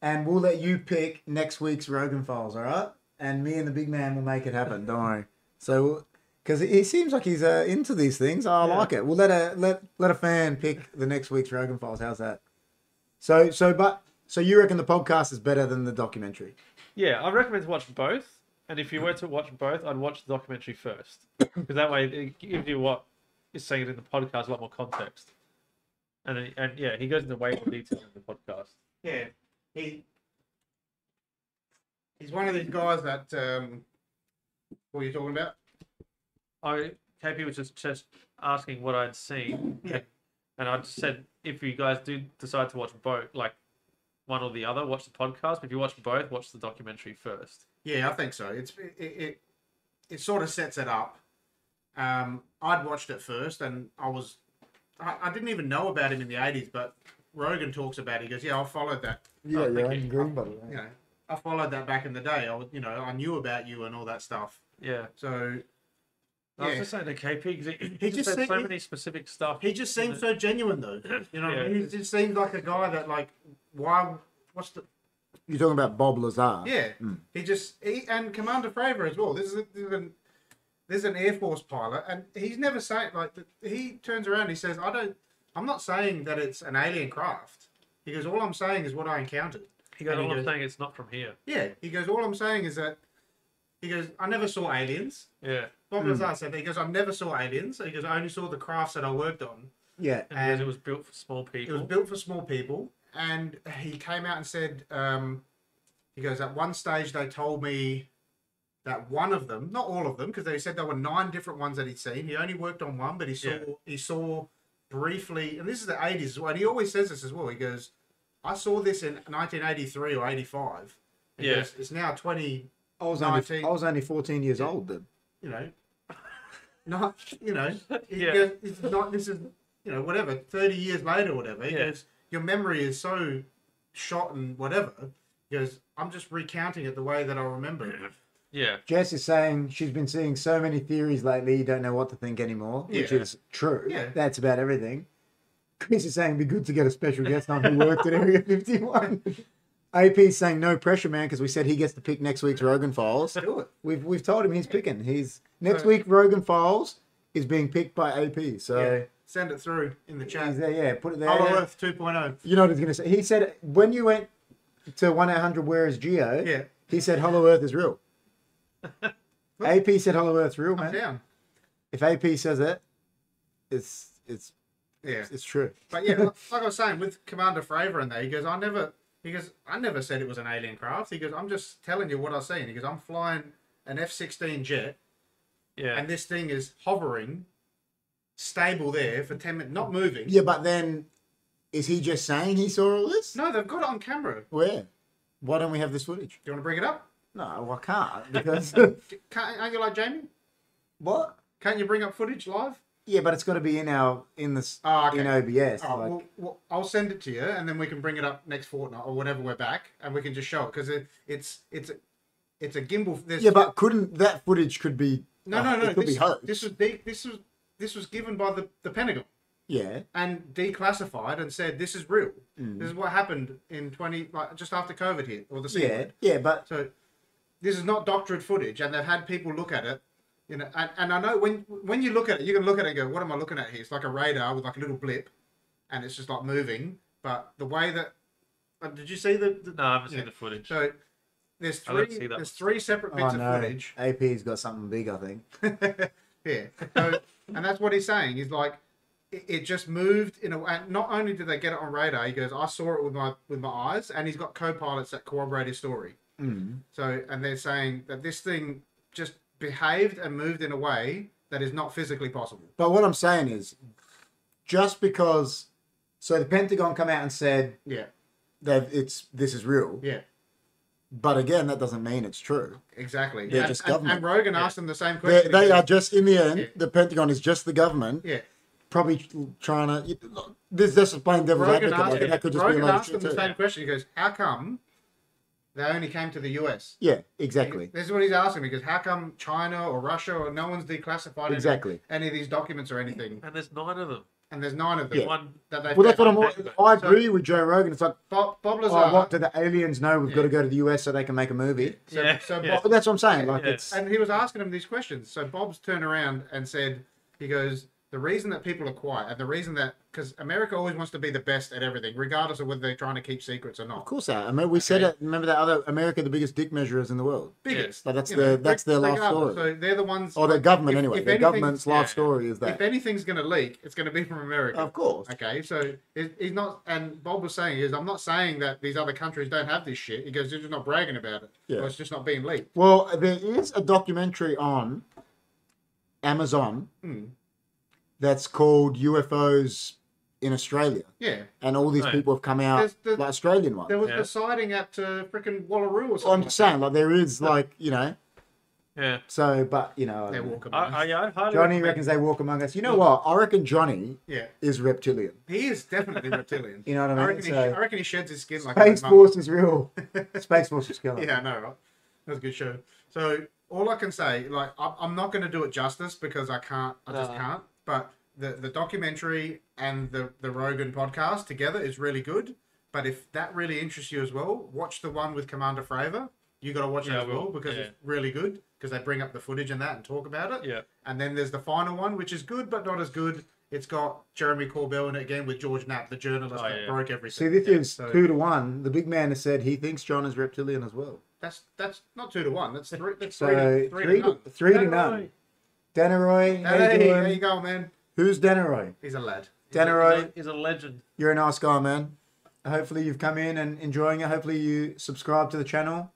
and we'll let you pick next week's Rogan Files. All right, and me and the big man will make it happen. Don't worry. So, because he seems like he's uh, into these things, I Yeah. like it. We'll let a let let a fan pick the next week's Rogan Files. How's that? So so but so you reckon the podcast is better than the documentary? Yeah, I recommend to watch both. And if you were to watch both, I'd watch the documentary first because that way it gives you what is saying in the podcast a lot more context. And then, and yeah, he goes into way more detail in the podcast. Yeah, he he's one of these guys that. Um, what are you talking about? I KP was just just asking what I'd seen, and I just said if you guys do decide to watch both, like one or the other, watch the podcast. But if you watch both, watch the documentary first. Yeah, I think so. It's it it, it sort of sets it up. Um, I'd watched it first, and I was I, I didn't even know about him in the '80s, but Rogan talks about. It. He goes, "Yeah, I followed that. Yeah, Oh, yeah, thank you. green buddy. You know, I followed that back in the day. I was- you know I knew about you and all that stuff. Yeah, So I was Yeah. just saying to KP because he, He he just just said said so he- many specific stuff. he just seemed so genuine, though. You know, what I Yeah. mean? he just seemed like a guy that like why what's the You're talking about Bob Lazar. Yeah, he just he, and Commander Fravor as well. This is, a, this is an this is an Air Force pilot, and he's never saying like the, he turns around. He says, "I don't. I'm not saying that it's an alien craft." He goes, "All I'm saying is what I encountered." He goes, and he all I'm goes- saying it's not from here. Yeah, he goes, "All I'm saying is that." He goes, "I never saw aliens." Yeah, Bob Lazar said that. He goes, "I never saw aliens." He goes, "I only saw the crafts that I worked on." yeah. and because And- it was built for small It people. was built for small people, and he came out and said, um, he goes, at one stage they told me that one of them, not all of them, because they said there were nine different ones that he'd seen. He only worked on one, but he saw Yeah. he saw briefly, and this is the eighties as well. And he always says this as well. He goes, I saw this in nineteen eighty three or eighty five. Yeah. it's now twenty. I was only 19. I was only 14 years old then. You know, not you know. He Yeah. goes, this is not this is you know whatever. Thirty years later, or whatever. He Yeah. goes, your memory is so shot and whatever. He goes, I'm just recounting it the way that I remember it. yeah, Jess is saying she's been seeing so many theories lately, you don't know what to think anymore, which Yeah. is true. Yeah. That's about everything. Chris is saying it'd be good to get a special guest on who worked at Area 51. AP is saying no pressure, man, because we said he gets to pick next week's Rogan Files. Do it. We've we've told him he's picking. He's next So- week Rogan Files is being picked by AP. Yeah. So Send it through in the he's chat. there, yeah, put it there. Hollow Earth 2.0. You know what he's gonna say. He said when you went to one eight hundred where is Geo, Yeah. he said Hollow Earth is real. AP said Hollow Earth's real, man. Down. If AP says it, it's it's Yeah. it's true. But yeah, like like I was saying, with Commander Fravor in there, he goes, I never he goes, I never said it was an alien craft. He goes, I'm just telling you what I've seen. He goes, I'm flying an F sixteen jet yeah. and this thing is hovering stable there for ten minutes not moving. Yeah, but then is he just saying he saw all this? No, they've got it on camera. Do Where? Why don't we have this footage? you want to bring it up? No, I can't because Can't, aren't you like Jamie? what? Can't you bring up footage live? Yeah, but it's got to be in our in this Oh, okay. in OBS. All right, like, well, well, I'll send it to you, and then we can bring it up next fortnight or whenever we're back, and we can just show it because it, it's it's it's a gimbal. There's, yeah, but couldn't that footage could be no, no, uh, no. It could This, be hoax. this was de- this was this was given by the, the Pentagon yeah, and declassified and said this is real. Mm. This is what happened in twenty like just after COVID hit or the C yeah, word. yeah, but So this is not doctored footage, and they've had people look at it. You know, and, and I know when when you look at it, you can look at it and go, "What am I looking at here?" It's like a radar with like a little blip, and it's just like moving. But the way that uh, did you see the, the No, I haven't yeah. seen the footage. so there's I didn't three see that. there's three separate oh bits of no, footage. AP's got something big, I think. yeah, so, and that's what he's saying. He's like, it, it just moved in a way. and Not only did they get it on radar, he goes, "I saw it with my with my eyes," and he's got co-pilots that corroborate his story. Mm. So, and they're saying that this thing just behaved and moved in a way that is not physically possible. But what I'm saying is, just because, so the Pentagon come out and said Yeah, that it's this is real, yeah, but again, that doesn't mean it's true. exactly. They're and, just and- government. And, Rogan Yeah. asked them the same They, question. they again. are just in the end, Yeah. the Pentagon is just the government, Yeah, probably trying to. This this is plain devil's Rogan advocate. asked, Like, that could just be a Rogan load of asked shit them the too. same question. He goes, "How come they only came to the U.S.?" Yeah, exactly. This is what he's asking because how come China or Russia or no one's declassified any- Exactly. any, of these documents or anything? and there's nine of them. and there's nine of them. Yeah. One That they Well, that's what I'm. So- I agree with Joe Rogan. It's like, Bob, Bob oh, Lazar. what do the aliens know? We've got to go to the US so they can make a movie. so, Yeah, so yeah. But that's what I'm saying. Like, Yeah. it's And he was asking him these questions. So Bob's turned around and said, he goes, the reason that people are quiet and the reason that, because America always wants to be the best at everything, regardless of whether they're trying to keep secrets or of not. course that. I mean, we said Okay. it. Remember that other America, the biggest dick measurers in the world. Biggest. So that's you the know, that's their life regardless. story, So they're the ones. or their government if- anyway. if their anything- government's yeah. life story is If that. anything's going to leak, it's going to be from America. Of course. Okay, so it- he's not, and Bob was saying, is I'm not saying that these other countries don't have this shit. He goes, they're just not bragging about it. Yeah. Or it's just not being leaked. Well, there is a documentary on Amazon Hmm. that's called UFOs in Australia, Yeah. and all these Right. people have come out There's the- like Australian ones. There was Yeah. the sighting at uh, frickin' Wallaroo or something. I'm just like saying, like there is like you know. Yeah. So, but you know, I that. They don't know. walk I, about. I, I'd hardly Johnny recommend- reckons they walk among us. You know what? I reckon Johnny Yeah. is reptilian. He is definitely reptilian. You know what I I mean? reckon, he, So- I reckon he sheds his skin like Space a mum. Force is real. Space Force is killer. Yeah, I know, right? That was a good show. So all I can say, like, I'm, I'm not going to do it justice because I can't. I just Uh-huh. No. can't. But the the documentary and the the Rogan podcast together is really good. But if that really interests you as well, watch the one with Commander Fravor. You got to watch Yeah, it I as will. well because Yeah. it's really good because they bring up the footage and that and talk about it. Yeah. And then there's the final one, which is good but not as good. It's got Jeremy Corbell in it again with George Knapp, the journalist Oh, that yeah. broke See, everything. this Yeah, is so- two to one. The big man has said he thinks John is reptilian as well. That's that's not two to one. That's three. That's So three, to, three, to none. three to Don't none. worry. Daneroy, how you Hey, doing? there you go, man. Who's Daneroy? He's a lad. Daneroy, He's a legend. you're a nice guy, man. Hopefully you've come in and enjoying it. Hopefully you subscribe to the channel.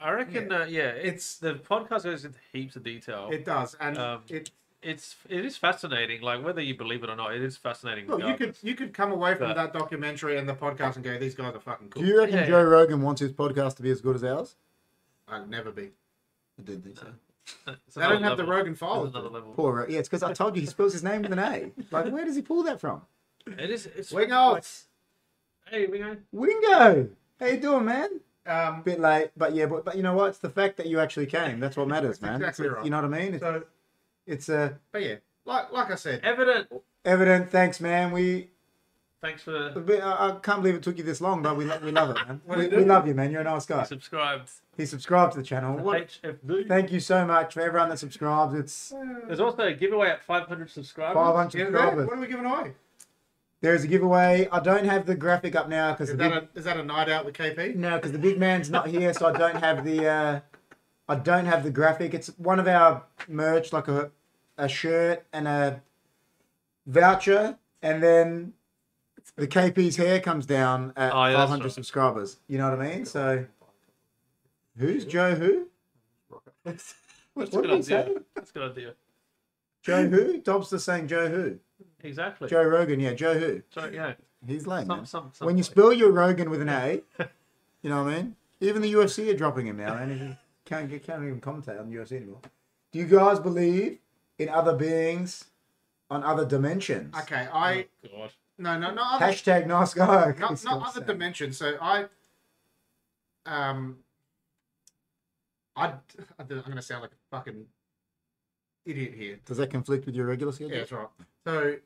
I reckon. Yeah. Uh, yeah it's the podcast goes into heaps of detail. It does, and Um, it. it's it is fascinating. Like whether you believe it or not, it is fascinating. Look, you could regardless. you could come away from oh But- that documentary and the podcast and go, these guys are fucking Do cool. you reckon Yeah. Joe Rogan wants his podcast to be as good as ours? I'd never be. I did think so. It's They don't another have the level. Rogan It's files. another dude. level. Poor, Ro- yeah, it's because I told you he spells his name with an A. Like, where does he pull that from? It is. It's Wing outs. Hey, we go. Wingo, how you doing, man? Um, bit late, but yeah, but, but you know what? It's the fact that you actually came. That's what matters, man. exactly It's- right. You know what I mean? It's, so, it's uh, but yeah, like like I said, Evident. evident. Thanks, man. We, Thanks for we I I can't believe it took you this long, but we lo- we love it, man. Well, we, it we did. love you, man. You're a nice guy. subscribed. He subscribed to the channel. What, HFD. thank you so much for everyone that subscribes. It's There's also a giveaway at 500 subscribers. 500 yeah, man, subscribers. what are we giving away? There is a giveaway. I don't have the graphic up now because Is the that big, a is that a night out with KP? no, because the big man's not here, so I don't have the uh, I don't have the graphic. It's one of our merch, like a a shirt and a voucher, and then the KP's hair comes down at Oh, yeah, that's 500 right. subscribers. You know what I mean? So who's Joe? Who? That's a What good did he say? idea. That's a good idea. Joe who? Dobbs the saying Joe who? Exactly. Joe Rogan, yeah, Joe who? So, yeah. He's lame. Some, man. some, some when you spell your Rogan with an A, you know what I mean? Even the UFC are dropping him now, and he can't, he can't even commentate on the UFC anymore. Do you guys believe in other beings on other dimensions? Okay, I God. no no no other Hashtag nice guy. not, not other dimensions. So I, um, I, I'm going to sound like a fucking idiot here. Does that conflict with your regular schedule? Yeah, that's right. So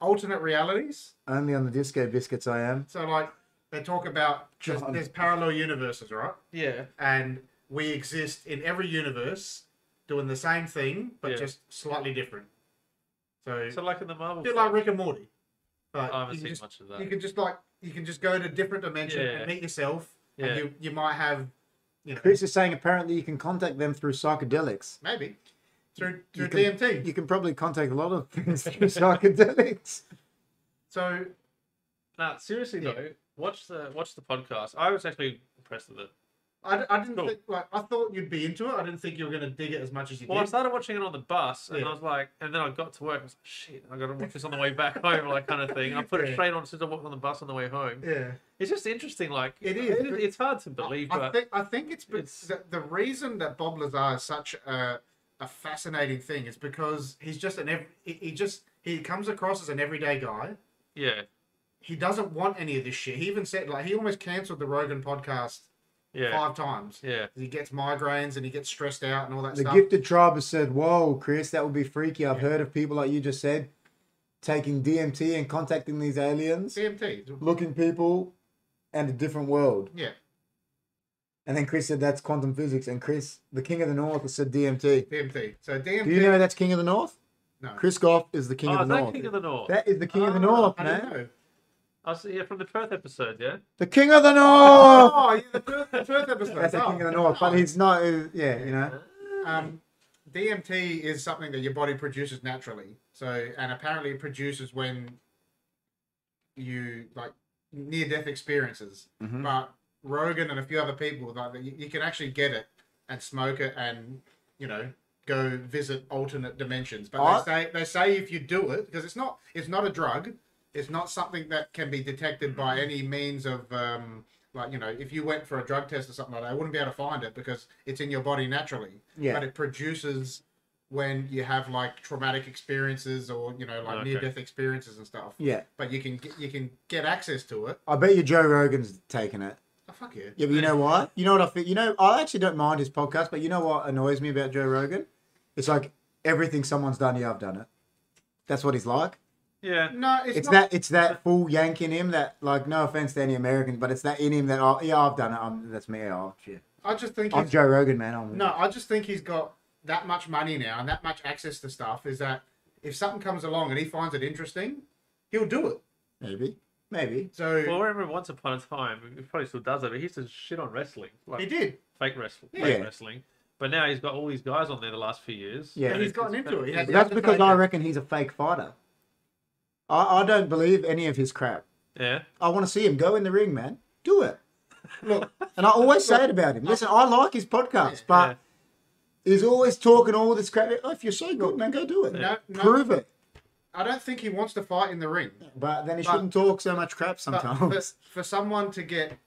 alternate realities. Only on the disco biscuits I am. So like they talk about there's, John. there's parallel universes, right? Yeah. And we exist in every universe doing the same thing, but Yeah. just slightly different. So, So, like in the Marvel. a bit film, like Rick and Morty, but I you haven't can seen just- much of you that. can just like you can just go to different dimension Yeah. and meet yourself Yeah. and you you might have you know Chris is saying apparently you can contact them through psychedelics. maybe through through can- DMT. You can probably contact a lot of things through psychedelics. So Now, seriously Yeah. though, watch the watch the podcast. I was actually impressed with it. I, d- I didn't Cool. think like I thought you'd be into it. I didn't think you were gonna dig it as much as you Well, I did. started watching it on the bus, and Yeah. I was like, and then I got to work. I was like, shit, I got to watch this on the way back home, like kind of thing. I put Yeah. it straight on since I walked on the bus on the way home. Yeah, It's just interesting. Like It is, It, but- it's hard to believe, I, I but think I think it's, be- it's- the, the reason that Bob Lazar is such a a fascinating thing is because he's just an ev- he, he just he comes across as an everyday guy. yeah, He doesn't want any of this shit. He even said like he almost cancelled the Rogan podcast yeah, five times. yeah. He gets migraines and he gets stressed out and all that The stuff. gifted tribe has said, Whoa, Chris, that would be freaky. I've heard of people like you just said taking DMT and contacting these aliens, CMT. looking people, and a different world. Yeah, And then Chris said that's quantum physics, and Chris, the king of the north, said DMT. DMT. So DMT. Do you know that's king of the north? No. Chris Goff is the king oh, of is the that north. King of the North? That is the king of the Ah, north, I don't man. know. I see. Yeah, from the Perth episode. Yeah. The king of the north. Oh, yeah, the first, the first episode. That's the Oh. king of the north, but he's not. uh, Yeah, you know. Um, DMT is something that your body produces naturally. So, and apparently it produces when you like near death experiences. Mhm. But Rogan and a few other people like you, you can actually get it and smoke it and you know go visit alternate dimensions. But I- they say they say if you do it because it's not it's not a drug. It's not something that can be detected by any means of um, like you know if you went for a drug test or something like that, I wouldn't be able to find it because it's in your body naturally. Yeah. But it produces when you have like traumatic experiences or you know like Okay. near death experiences and stuff. Yeah, But you can get, you can get access to it. I bet you Joe Rogan's taking it. Oh, fuck yeah. Yeah, but you know what? You know what I feel? You know, I actually don't mind his podcast, but you know what annoys me about Joe Rogan? It's like everything someone's done, yeah, I've done it. That's what he's like. Yeah. No, it's, It's, not. that it's that full yank in him that like no offense to any Americans, but it's that in him that oh yeah I've done it. I'm, that's me. Oh shit. I just think I'm he's, Joe Rogan, man. I'm no. I just think he's got that much money now and that much access to stuff. Is that if something comes along and he finds it interesting, he'll do it. maybe maybe. So Well, I remember once upon a time, he probably still does it, but he used to shit on wrestling, he like did. fake wrestling, Yeah. fake wrestling. But now he's got all these guys on there the last few years. Yeah. And He's it's- gotten it's- into it. He has- But that's because I reckon he's a fake fighter. I I don't believe any of his crap. Yeah. I want to see him go in the ring, man. Do it. Look, And I always say it about him. Listen, I like his podcast, but yeah. he's always talking all this crap. Oh, if you're so good, man, go do it. No, no. Prove it. I don't think he wants to fight in the ring. But then he But- shouldn't talk so much crap But sometimes. for, for someone to get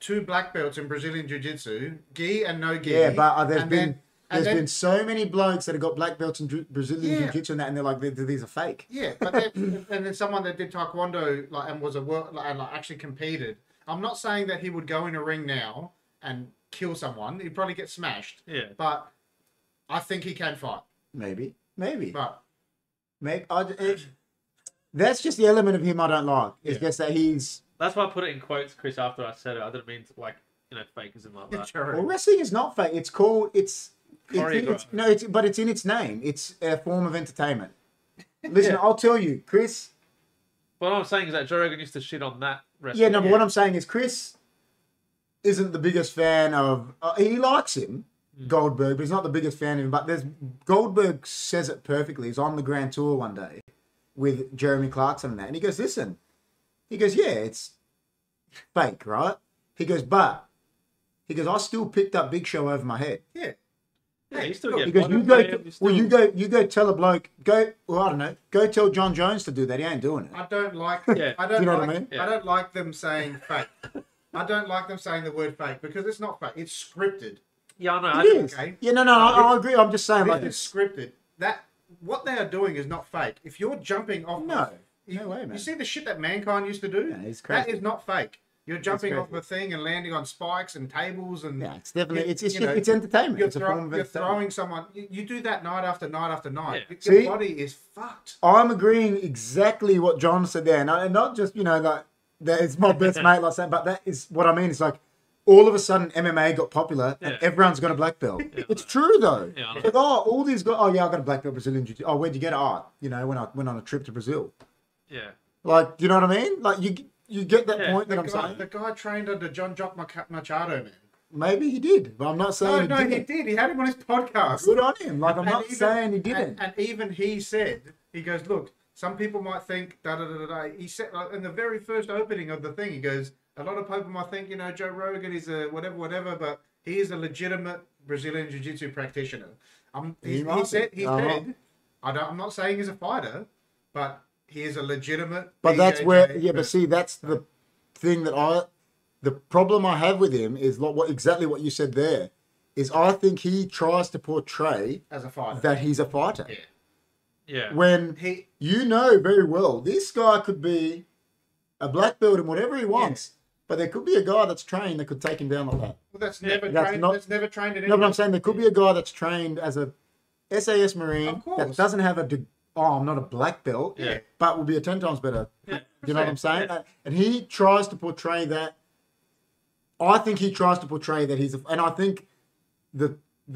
two black belts in Brazilian Jiu Jitsu, gi and no gi. yeah, but uh, there's and been then- there's and then- been so many blokes that have got black belts in Ju- Brazilian Yeah. jiu-jitsu and that, and they're like, "Th- th- these are fake. Yeah, but then, and then someone that did taekwondo like and was a world like, and like actually competed. I'm not saying that he would go in a ring now and kill someone. He'd probably get smashed. Yeah. But I think he can fight. Maybe, maybe, But maybe. I, it, that's just the element of him I don't like. It's Yeah. just that he's That's why I put it in quotes, Chris. After I said it, I didn't mean to, like you know fakers and like that. well, wrestling is not fake. It's called it's. It's, in its Choreographed. no, it's but it's in its name. It's a form of entertainment. Listen, I'll tell you, Chris. But what I'm saying is that Joe Rogan used to shit on that wrestling. Yeah, no, but what I'm saying is Chris isn't the biggest fan of. Uh, he likes him, Goldberg, but he's not the biggest fan of him. But there's Goldberg says it perfectly. He's on the Grand Tour one day with Jeremy Clarkson and that, and he goes, "Listen," he goes, "Yeah, it's fake, right?" He goes, "But," he goes, "I still picked up Big Show over my head." yeah, yeah, he used to Look, get He goes, bodied "You by go, him, he well, still- you go, you go tell a bloke, go, well, I don't know, go tell John Jones to do that. He ain't doing it." I don't like. Yeah. I don't You know what like. I mean? Yeah. don't like them saying fake. I don't like them saying the word fake because it's not fake. It's scripted. Yeah, I know. I It didn't- is. okay. Yeah, no, no, I, I agree. I'm just saying, like, This it's is scripted. That what they are doing is not fake. If you're jumping off, No. you, No way, man. You see the shit that mankind used to do. Yeah, it's That crazy. is not fake. You're jumping off crazy. a thing and landing on spikes and tables and Yeah, it's definitely you- it's it's, you just, know, it's entertainment. You're, It's a throw- form of you're entertainment. throwing someone. You, you do that night after night after night. Yeah. Your See? body is fucked. i I'm agreeing exactly what John said there, and, I, and not just you know like that it's my best mate like that, but that is what I mean. It's like all of a sudden MMA got popular and Yeah. everyone's got a black belt. it's true though. Yeah, I know. It's like oh, all these got oh yeah, I got a black belt Brazilian jiu-jitsu. Oh, where'd you get it? Oh, you know when I went on a trip to Brazil. Yeah. Like you know what I mean? Like you you get that Yeah, point The that I'm guy, saying. the guy trained under John Jock Mac- Machado, man. Maybe he did, but I'm not saying No, he no, didn't. he did. He had him on his podcast. Good on him. Like I'm And not even- saying he and- didn't. And, even he said, he goes, look, some people might think da da da da. da." He said like, in the very first opening of the thing, he goes, a lot of people might think, you know, Joe Rogan is a whatever, whatever, but he is a legitimate Brazilian jiu-jitsu practitioner. Um, He he, he might be. said, he Uh-huh. said, I don't, I'm not saying he's a fighter, but he is a legitimate. But that's BJJ where, yeah. But person." see, that's the thing that I, the problem I have with him is like what exactly what you said there, is I think he tries to portray as a fighter, that he's a fighter yeah, Yeah. when he you know very well this guy could be a black belt and whatever he wants, but there could be a guy that's trained that could take him down like that. well, that's Yeah, never that's trained. not- that's never trained in. No, but anything. I'm saying there could be a guy that's trained as a SAS Marine Of course. that doesn't have a de- oh, I'm not a black belt, Yeah. but will be a ten times better. Yeah, You know what I'm saying? Yeah. And he tries to portray that. I think he tries to portray that he's, a, and I think the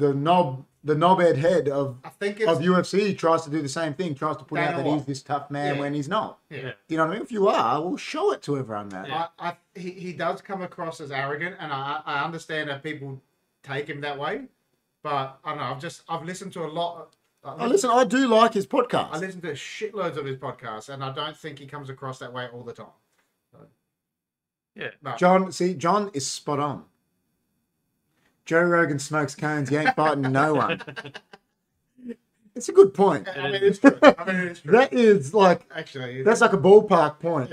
the knob the knobhead head of I think it's of UFC tries to do the same thing. Tries to put They out know that what- he's this tough man Yeah. when he's not. yeah. You know what I mean? If you are, we'll show it to everyone that. Yeah. I, I he, he does come across as arrogant, and I, I understand that people take him that way. But I don't know. I've just I've listened to a lot. Oh, listen, I do like his podcast. I listen to shitloads of his podcasts, and I don't think he comes across that way all the time. Yeah. No. John, see, John is spot on. Joe Rogan smokes cones. He ain't biting no one. It's a good point. I mean, it's true. I mean, it's true. That is like Actually, it's that's like a ballpark point.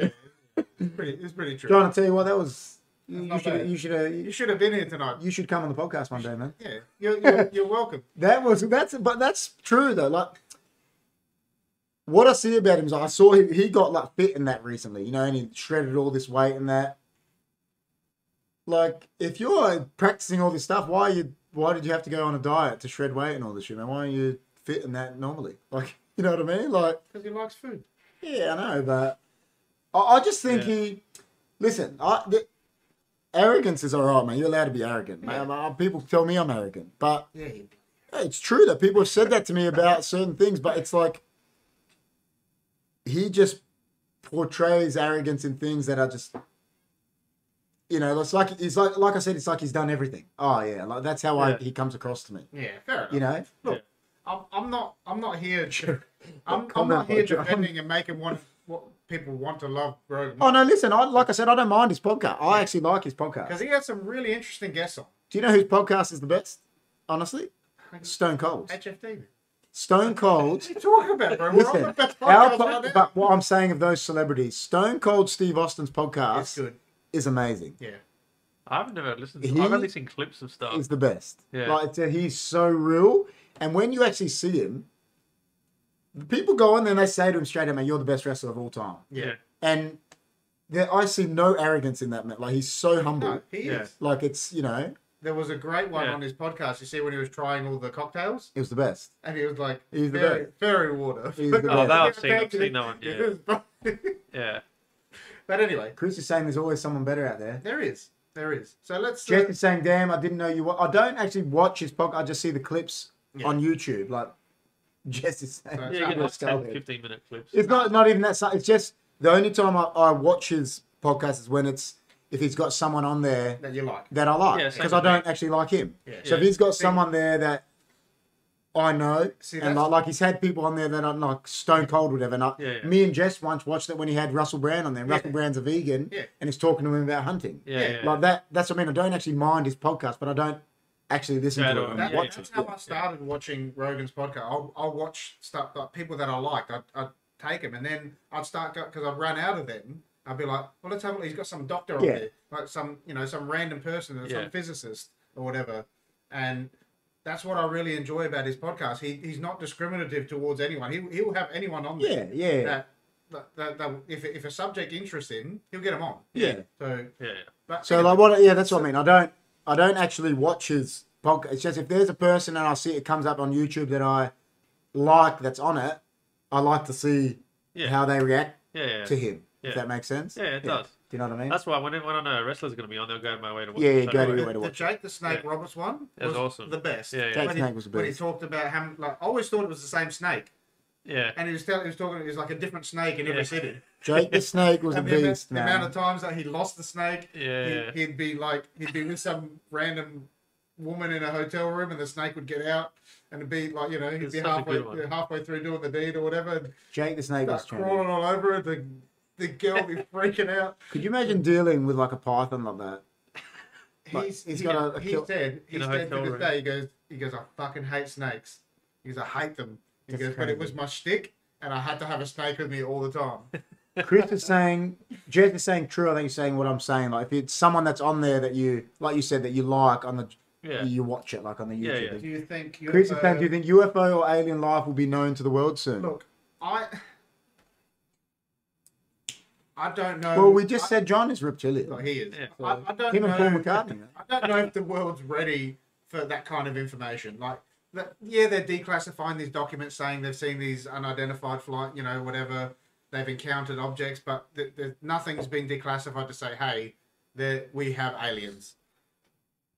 pretty, it's pretty true. John, I tell you what, that was you, you That's not should bad. you should uh, you should have been here tonight. you should come on the podcast one day, man. Yeah, you're, you're, you're welcome. That was that's but that's true though. Like what I see about him is I saw he, he got like fit in that recently, you know, and he shredded all this weight and that. Like, if you're practicing all this stuff, why you why did you have to go on a diet to shred weight and all this shit, man? Why aren't you fit in that normally? Like, you know what I mean? Like Because he likes food. yeah, I know, but I, I just think Yeah. he. Listen, I, the, arrogance is all right, man. You're allowed to be arrogant. Man. Uh, People tell me I'm arrogant, but Yeah. hey, it's true that people have said that to me about certain things. But it's like he just portrays arrogance in things that are just. You know, it's like he's like like I said, it's like he's done everything. Oh yeah, like that's how I Yeah. he comes across to me. Yeah, fair enough. You know, Look, I'm, I'm not I'm not here. To, I'm, I'm Come not on, here John. defending and making one what people want to love Rogan Oh no, listen, I like I said, I don't mind his podcast. I actually like his podcast. because he had some really interesting guests on Do you know whose podcast is the best? Honestly, Stone Cold. HFD. Stone Cold. What are you talking about, bro? We're on the Listen, best our podcast po- right now. but what I'm saying of those celebrities, Stone Cold Steve Austin's It's podcast good. is amazing. Yeah. I've never listened to He I've only seen clips of stuff. He's the best. Yeah. Like it's, uh, he's so real, and when you actually see him, people go in there and they say to him straight out, "Man, you're the best wrestler of all time." yeah. And there, I see no arrogance in that man. Like he's so humble. No, he Yeah. is. Like it's you know, There was a great one Yeah. on his podcast. You see when he was trying all the cocktails, it was the best. and he was like, He's the "Fairy, fairy water." He's the Oh, best. that I've seen. I've seen that one. Yeah. Yeah. but anyway, Chris is saying there's always someone better out there. there is, there is. So let's. Jeff is saying, "Damn, I didn't know you." Wa-. I don't actually watch his podcast. I just see the clips Yeah. on YouTube. Like Jess is saying, Yeah, Yeah, you I'm get like scared. 10, 15 minute clips. it's not not even that. si- It's just the only time I, I watch his podcast is when it's if he's got someone on there that you like. that I Yeah, like same because I with me. don't actually like him. Yeah. So if Yeah. he's got someone there that I know, See, and that's- like, like he's had people on there that are like Stone Cold, whatever. And I, Yeah, yeah. me and Jess once watched it when he had Russell Brand on there. Russell Yeah. Brand's a vegan, Yeah. and he's talking to him about hunting. yeah, yeah. Like that. That's what I mean. I don't actually mind his podcast, but I don't actually listen Yeah, I to it. don't- and That, yeah, watch that's it. how I started watching Rogan's podcast. I'll, I'll watch stuff like people that I liked. I'd, I'd take them, and then I'd start because I'd run out of them. I'd be like, well, let's have a look. He's got some doctor on Yeah. there, like some you know some random person or Yeah. some physicist or whatever. And that's what I really enjoy about his podcast. He, he's not discriminative towards anyone. He he will have anyone on Yeah, there yeah, that, that, that that if if a subject interests him, he'll get him on. yeah. So yeah, but, So like, what? Yeah, that's what I mean. I don't, I don't actually watch his podcast. It's just if there's a person and I see it comes up on YouTube that I like that's on it, I like to see Yeah. how they react yeah, yeah. to him. If Yeah. that makes sense. Yeah, it does. Do you know what I mean? That's why when, when I know a wrestler's going to be on, they'll go to my way to watch Yeah, it. yeah, go to your the, way to the watch. it. Jake the Snake Roberts one That was awesome. The best. Yeah, yeah. Jake When Snake he, was the when he best. talked about how, like, I always thought it was the same snake, Yeah. and he was telling, he was talking, it was like a different snake in Yeah. every city. Jake the Snake was a And the, amount, beast, the amount man. of times that he lost the snake, Yeah. he, would be like, he'd be with some random woman in a hotel room, and the snake would get out, and it'd be like, you know, he'd It's be such a halfway good one. halfway through doing the deed or whatever, and Jake the Snake was start tremendous. crawling all over it. The the girl would be freaking out. Could you imagine dealing with like a python like that? But He's he's he's got a- a he's kill- dead. He's in a dead to hotel this room. day. He goes, he goes, I fucking hate snakes. He goes, I hate them. He That's goes, but it crazy. was my shtick, and I had to have a snake with me all the time. Chris is saying, Jeff is saying true. I think you're saying what I'm saying. Like if it's someone that's on there that you, like you said, that you like on the, Yeah. you watch it like on the Yeah, YouTube. yeah. Do you think you? Chris is saying, do you think UFO or alien life will be known to the world soon? Look, I. I don't know. well, we just um, I, said John is reptilian. Well, he is. Yeah. I, I don't Him and Paul know. McCartney. I don't know if the world's ready for that kind of information. Like, that yeah, they're declassifying these documents, saying they've seen these unidentified flight, you know, whatever. They've encountered objects, but th- th- nothing's been declassified to say, hey, that we have aliens.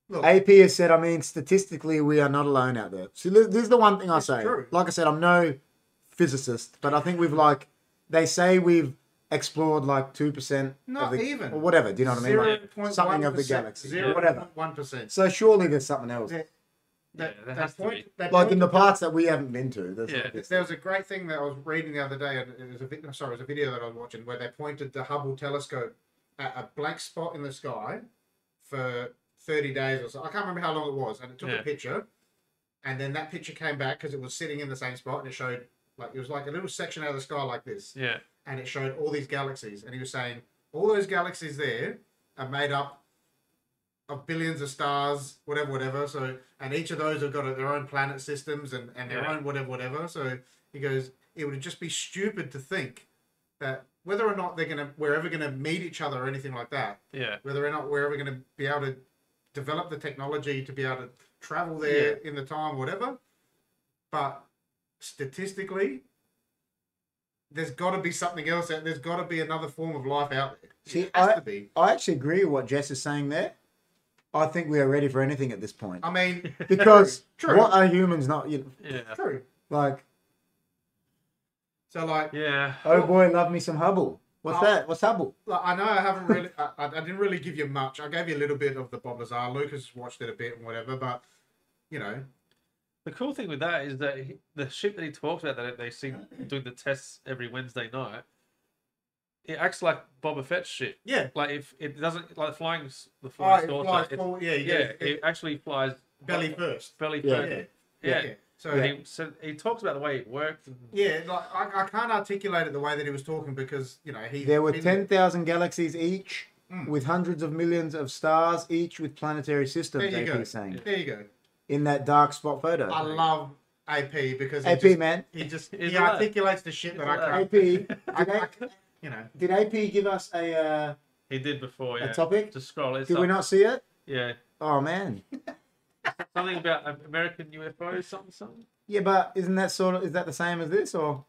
Look, AP has said, I mean, statistically, we are not alone out there. See, this this is the one thing I It's say. true. Mm. Like I said, I'm no physicist, but I think we've like they say we've explored like two percent, Not the, even. or whatever. Do you know what I mean? Like, something of the galaxy, or whatever. One percent. So surely there's something else, That, that, Yeah, there that, has to point, be. that like point in the you- parts that we haven't been to. There's Yeah. this- There was a great thing that I was reading the other day, and it was a vid- no, sorry, it was a video that I was watching where they pointed the Hubble telescope at a black spot in the sky for 30 days or so. I can't remember how long it was, and it took Yeah. a picture, and then that picture came back because it was sitting in the same spot, and it showed like it was like a little section out of the sky like this, Yeah. and it showed all these galaxies, and he was saying all those galaxies there are made up of billions of stars, whatever, whatever. So, and each of those have got their own planet systems and, and their Yeah. own whatever, whatever. So he goes, it would just be stupid to think that whether or not they're gonna, we're ever gonna meet each other or anything like that, Yeah. whether or not we're ever gonna be able to develop the technology to be able to travel there in the time, whatever. But statistically, there's got to be something else out. There's got to be another form of life out there. See, it has I- to be. I actually agree with what Jess is saying there. I think we are ready for anything at this point I mean, because Um, True. what are humans not? You know, Yeah. true. like, So like, Yeah. oh boy, love me some Hubble. What's Oh. that? What's Hubble? like, I know I haven't really, I, I I didn't really give you much. I gave you a little bit of the Bob Lazar. Lucas watched it a bit and whatever, but you know, The cool thing with that is that he- the ship that he talks about that they see doing the tests every Wednesday night, it acts like Boba Fett's ship. yeah. Like if it doesn't like flying s- the Oh, flying it saucer, flies it's- forward- yeah, you yeah, do. it, actually flies belly first. belly Yeah. Yeah. first. yeah, Yeah. So And He said he talks about the way it worked. And, yeah, like I, I can't articulate it the way that he was talking because you know he There were been- 10,000 galaxies each, Mm. with hundreds of millions of stars, each with planetary systems, There you AP go. is saying, There you go. in that dark spot photo. I love AP because he AP, just, man. he just He's he alive. articulates the shit He's that I alive. AP, can't. did, I, I, A- you know, did AP give us a, uh, He did before. Yeah. a topic? To scroll. It's Did we up- not see it? Yeah. Oh, man. Something about um, American UFOs. Something. Something. Yeah, but isn't that sort of, is that the same as this, or?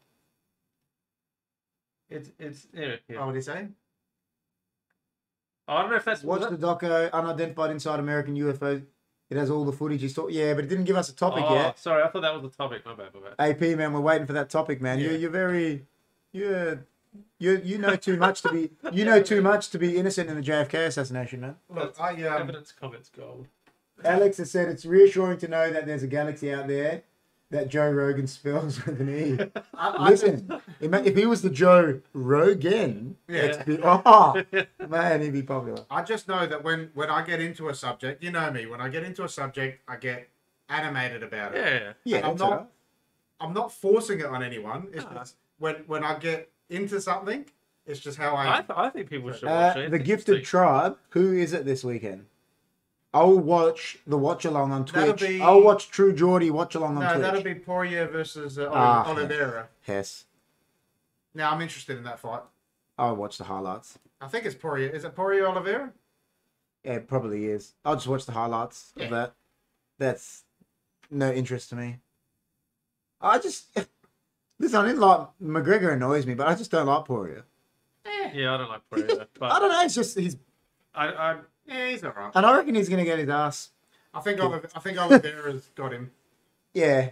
It's it's. Anyway, oh, yeah. what did he say? I don't know if that's Watch the doco, Unidentified Inside American UFO. It has all the footage. He's talk- yeah, but it didn't give us a topic Oh, yet. sorry. I thought that was the topic. My bad. My bad. AP, man, we're waiting for that topic, man. You're, Yeah. you're very, you're, you you know too much to be, you know too much to be innocent in the JFK assassination, man. Look, I um, Evidence comments gold. Alex has said it's reassuring to know that there's a galaxy out there that Joe Rogan spells with an E. I, I just- Listen, ima- if he was the Joe Rogan, Yeah. it'd be- oh, man, he'd be popular. I just know that when when I get into a subject, you know me. When I get into a subject, I get animated about it. Yeah. Yeah, I'm that's not- all right. I'm not forcing it on anyone. It's No. just when when I get into something, it's just how I. I, am. th- I think people should watch Uh, it. the It's Gifted interesting. Tribe. Who is it this weekend? I'll watch the watch along on That'll Twitch. be- I'll watch True Geordie watch along on no, Twitch. that'll be Poirier versus uh, Oli- Ah. Oliveira. Yes, Now I'm interested in that fight. I'll watch the highlights. I think it's Poirier. Is it Poirier Oliveira? Yeah, it probably is. I'll just watch the highlights Yeah. of that. That's no interest to me. I just listen. I didn't like McGregor annoys me, but I just don't like Poirier. Yeah, I don't like Predator, I but don't know. It's just he's, I, I, Yeah, he's all right. and I reckon he's gonna get his ass. I Um, think Olive, I think Oliveira's got him. Yeah,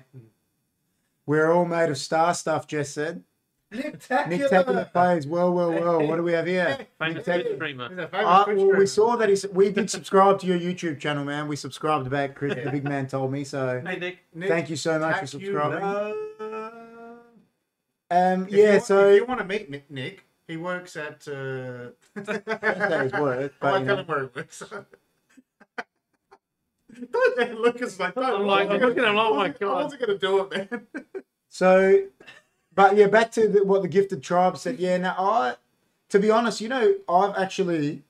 we're all made of star stuff. Jess said. Nick Nick Tackler plays well, well, well. What do we have here? famous Nick Twitch Tackler. streamer. Uh, well, we saw that he. s- We did subscribe to your YouTube channel, man. We subscribed back. Chris, the big man, told me so. Hey Nick, Thank you so much for Tack, you subscribing. know. Um, If you yeah, want- so if you want to meet Nick, Nick he works at. Uh... Oh, that is work, I but you won't tell know. him where he works. don't yeah, Lucas like don't. I'm like, I'm looking at him like, oh my I God. wasn't gonna do it, man. So, but yeah, back to the, what the gifted tribe said. Yeah, now I, to be honest, you know, I've actually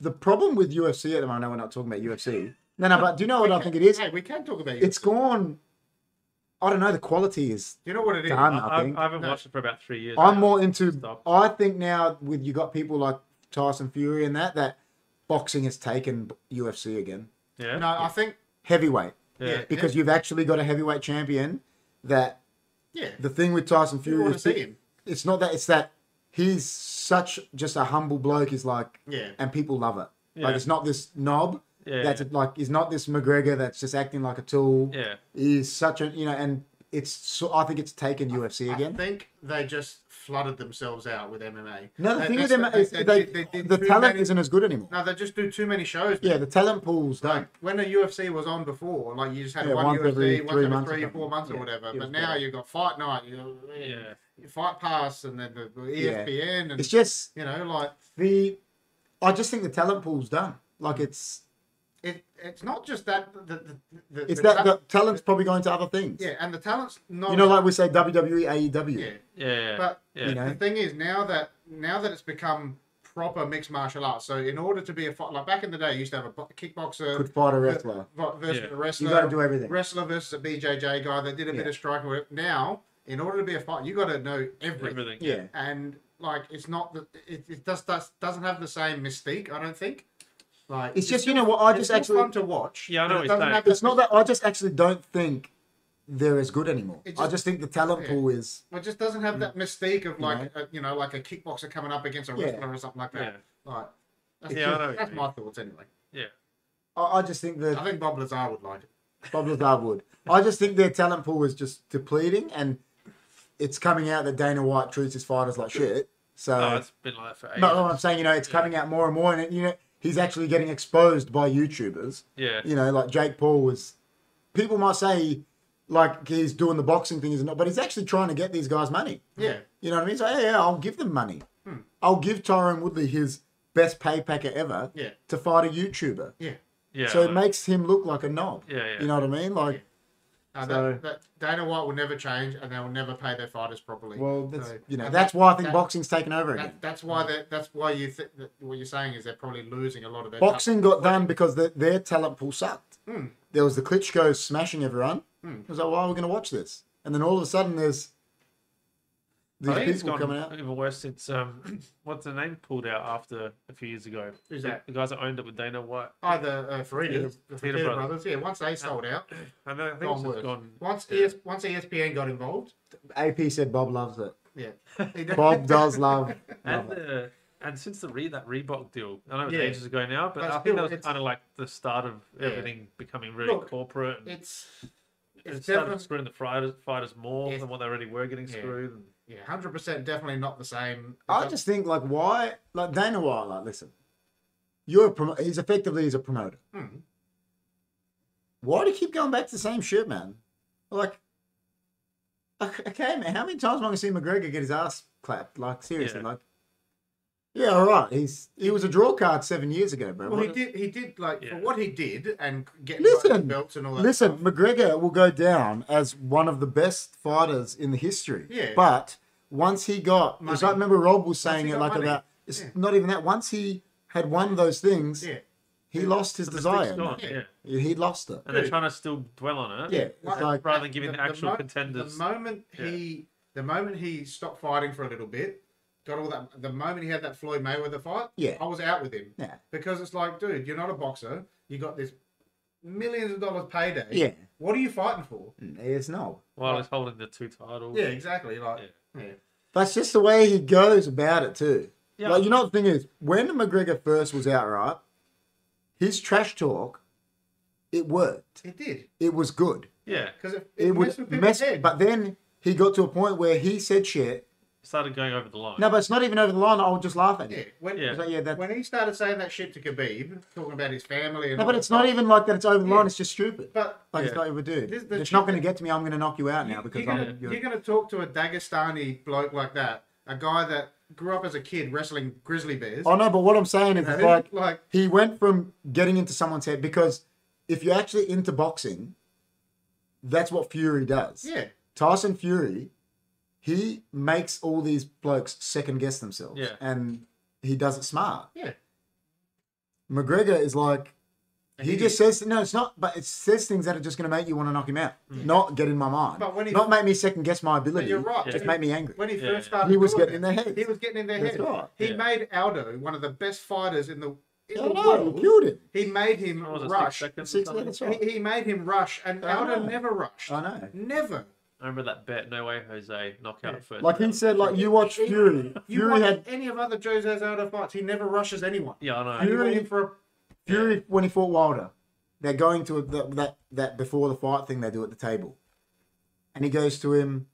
the problem with UFC at the moment. I know we're not talking about UFC. No, no, but do you know what I think it is? Hey, we can talk about you. It's gone. I don't know. The quality is you know what it is. I, done. I I, think I haven't No. watched it for about three years. I'm now. more into. Stop. I think now with you got people like Tyson Fury and that that boxing has taken UFC again. yeah. No, I think Heavyweight. Yeah. because you've actually got a heavyweight champion that Yeah. the thing with Tyson you Fury want to is that- see him. it's not that it's that he's such just a humble bloke is like Yeah. and people love it. Yeah. Like it's not this knob Yeah. that's like he's not this McGregor that's just acting like a tool. Yeah. He's such a you know and it's so I think it's taken UFC I again. think they just flooded themselves out with MMA. No, the They- thing with that's- them is they, did- did the too talent many- isn't as good anymore. No, they just do too many shows. Yeah, the talent pools don't. Like when the UFC was on before, like you just had Yeah, one once UFC, every once three every months or three, something. four months or Yeah, whatever. it But was now better. you've got Fight Night, you Yeah. you Fight Pass, and then the, E the Yeah. ESPN, and It's just you know, like the I just think the talent pool's done. Like it's it, it's not just that the, the, the it's the that the ta- talent's probably going to other things. yeah, and the talent's not You know, like we say E, WWE, AEW. yeah, Yeah. but yeah. you know, The thing is now that now that it's become proper mixed martial arts. So in order to be a fight, like back in the day, you used to have a bo- kickboxer Could fight a wrestler. vo- versus Yeah. a wrestler. You got to do everything. wrestler versus a BJJ guy that did a bit Yeah. of striking. work. Now, in order to be a fight, you got to know everything. Everything. Yeah. And like, it's not that it, it does, does doesn't have the same mystique. I don't think. Like, It's just, you know what, I it's just still actually, fun to watch. Yeah, I but know it what doesn't you're have saying. it's not that, I just actually don't think they're as good anymore. It I just- just think the talent yeah. pool is, It just doesn't have that mystique of like a, you know like a kickboxer coming up against a Yeah. wrestler or something like that. Like, that's, Yeah, I know what you that's mean. my thoughts anyway. I, I just think I that think Bob Lazar would like it. Bob Lazar would. I just think their talent pool is just depleting and it's coming out that Dana White treats his fighters like shit. So, Oh, it's been like that for ages. no, no, I'm saying, you know, it's coming out more and more and, it, you know, he's actually getting exposed by YouTubers. yeah. you know, like Jake Paul was. People might say, like he's doing the boxing thing, is not, but he's actually trying to get these guys money. Yeah. You know what I mean? So yeah, yeah I'll give them money. I'll give Tyrone Woodley his best pay packet ever Yeah. to fight a YouTuber. Yeah. Yeah. so it like- makes him look like a knob. Yeah, yeah. You know what I mean? Like, So- No, Uh, that, that Dana White will never change, and they will never pay their fighters properly. well, that's, So- you know, and that's that- why I think that- boxing's taken over again. That, that's why that, that's why you think that what you're saying is they're probably losing a lot of their Boxing got done because the, their talent pool sucked. Hmm. There was the Klitschko smashing everyone. It was like, why are we going to watch this? And then all of a sudden, there's I these think it's people gone coming out. even worse since um, what's the name pulled out after a few years ago. Who's The- that? The guys that owned it with Dana White. either uh, Farida, the Fertitta Fertitta brothers. Yeah, once Uh, they sold out, I, know, I think gone it's just worse. gone. Once yeah. ES, once E ESPN got involved, AP said Bob loves it. yeah, Bob does love, and love it. the, and since the re that Reebok deal, I know it's Yeah. ages ago now, but But I think still, that was it's- kind of like the start of Yeah. everything becoming really Look, corporate. And It's it it's started definitely screwing the fighters, fighters more Yes. than what they already were getting Yeah. screwed. And, yeah, hundred percent, definitely not the same. I just think like why like Dana White like listen, you're a prom- he's effectively he's a promoter. Hmm. Why do you keep going back to the same shit, man? Like, okay, man, how many times am I gonna see McGregor get his ass clapped? Like seriously, Yeah. like. Yeah, all right. He's he was a draw card seven years ago, bro. well, he What- did he did like Yeah. for what he did and getting Listen, like, belts and all that. Listen, McGregor will go down as one of the best fighters in the history. Yeah. But once he got, because I Money. remember Rob was Once saying he it got like money. about, it's Yeah. not even that. Once he had won those things, yeah, he lost his the desire. mystic's gone, man. yeah. Yeah. He lost it. And they're Dude. trying to still dwell on it. Yeah. It's Well, like, Rather than giving the, actual mo- contenders. The moment Yeah. he, the moment he stopped fighting for a little bit, got all that. The moment he had that Floyd Mayweather fight, Yeah. I was out with him yeah. because it's like, dude, you're not a boxer. You got this millions of dollars payday. Yeah. What are you fighting for? It's no. while he's holding the two titles. Yeah, exactly. Like, yeah, That's just the way he goes about it, too. Yeah. Like, you know, the thing is, when McGregor first was out, right, his trash talk, it worked. it did It was good. Yeah. because it, It, it, messed with would people's mess. head. But then he got to a point where he said shit Started going over the line. No, but it's not even over the line. I'll just laugh at yeah, it. when Yeah. It's like, yeah, that. when he started saying that shit to Khabib, talking about his family and No, all but that it's not stuff, even like that. It's over the line. Yeah. It's just stupid. But Like it's Yeah. not even dude. This- the It's not shit going to get to me. I'm going to knock you out now because you're gonna, I'm. you're... You're, gonna talk to a Dagestani bloke like that, a guy that grew up as a kid wrestling grizzly bears. oh no, but what I'm saying is You it's know, like like- he went from getting into someone's head because if you're actually into boxing, that's what Fury does. yeah, Tyson Fury, he makes all these blokes second guess themselves. Yeah. And he does it smart. yeah. McGregor is like And He he just did. says no, it's not. But it says things that are just going to make you want to knock him out, not get in my mind, But when he- not make me second guess my ability. Mm. you're right. Just Yeah. make me angry. When he Yeah. first started, He was doing getting in their that, heads. He was getting in their That's heads. right. He Yeah. made Aldo one of the best fighters in the in I the know, world, we killed it. he made him What was it, Six rush. seconds. or Six something? minutes. He, he made him rush, and I Aldo know. never rushed. I know. Never. I remember that bet. No way, Jose. Knockout Yeah. first. Like he round. said, like you watch Fury. You Fury watch had any of other Jose Aldo fights, he never rushes anyone. Yeah, I And know. he went Fury- in for a Fury when he fought Wilder. They're going to that that that before the fight thing they do at the table, and he goes to him.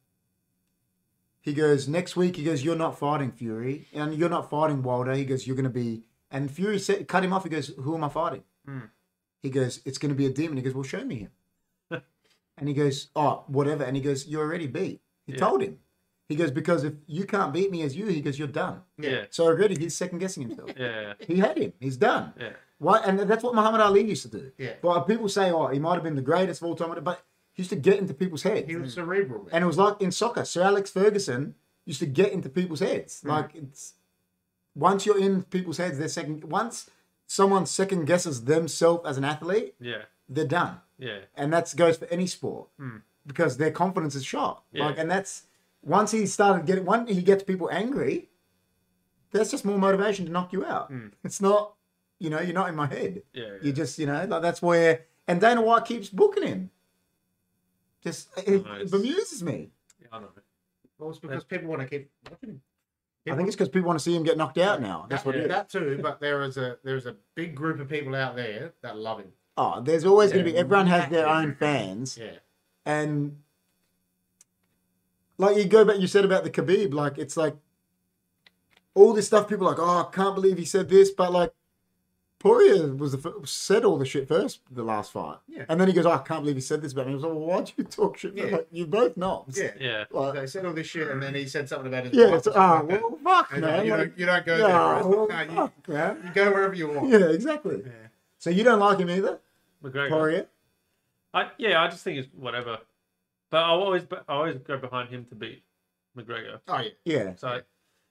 He goes next week. He goes, "You're not fighting Fury, and you're not fighting Wilder." He goes, "You're going to be." And Fury said, cut him off. He goes, "Who am I fighting?" Hmm. He goes, "It's going to be a demon." He goes, "Well, show me him." and he goes, "Oh, whatever." And he goes, "You're already beat." He Yeah. told him. He goes, "Because if you can't beat me as you," he goes, "You're done." Yeah, So already he's second guessing himself. yeah, he had him. He's done. yeah. Why? And that's what Muhammad Ali used to do. Yeah. But people say, oh, he might have been the greatest of all time, but he used to get into people's heads. he was cerebral. and it was like in soccer, Sir Alex Ferguson used to get into people's heads. Hmm. Like it's once you're in people's heads, they're second. Once someone second guesses themselves as an athlete, Yeah, they're done. yeah, And that goes for any sport Hmm. because their confidence is shot. Yeah. Like, and that's once he started getting, once he gets people angry, that's just more motivation to knock you out. Hmm. It's not, you know, you're not in my head. yeah. You just, you know, like that's where. And Dana White keeps booking him. Just it, Nice. it bemuses me. yeah, I know. Well, it's because people want to keep watching him. I think it's because people want to see him get knocked out now. That's That, what it is. that too, but there is a there's a big group of people out there that love him. Oh, there's always going to be Yeah. everyone has their own fans, Yeah, and like you go back, you said about the Khabib, like it's like all this stuff. People are like, oh, I can't believe he said this, but like Poirier was the f- said all the shit first, the last fight, Yeah. and then he goes, oh, I can't believe he said this about me. I was like, well, why'd you talk shit? Yeah. Like, you both knobs. yeah. Yeah, Like, They said all this shit, and then he said something about his. Yeah, wife it's or something ah, like that. well, fuck, And man. you, like, don't, you don't go yeah, there. well, right? No, fuck, man. you, you go wherever you want. Yeah, exactly. Yeah. So you don't like him either, McGregor. Poirier? I yeah, I just think it's whatever. But I always I always go behind him to beat McGregor. Oh yeah. Yeah, So I,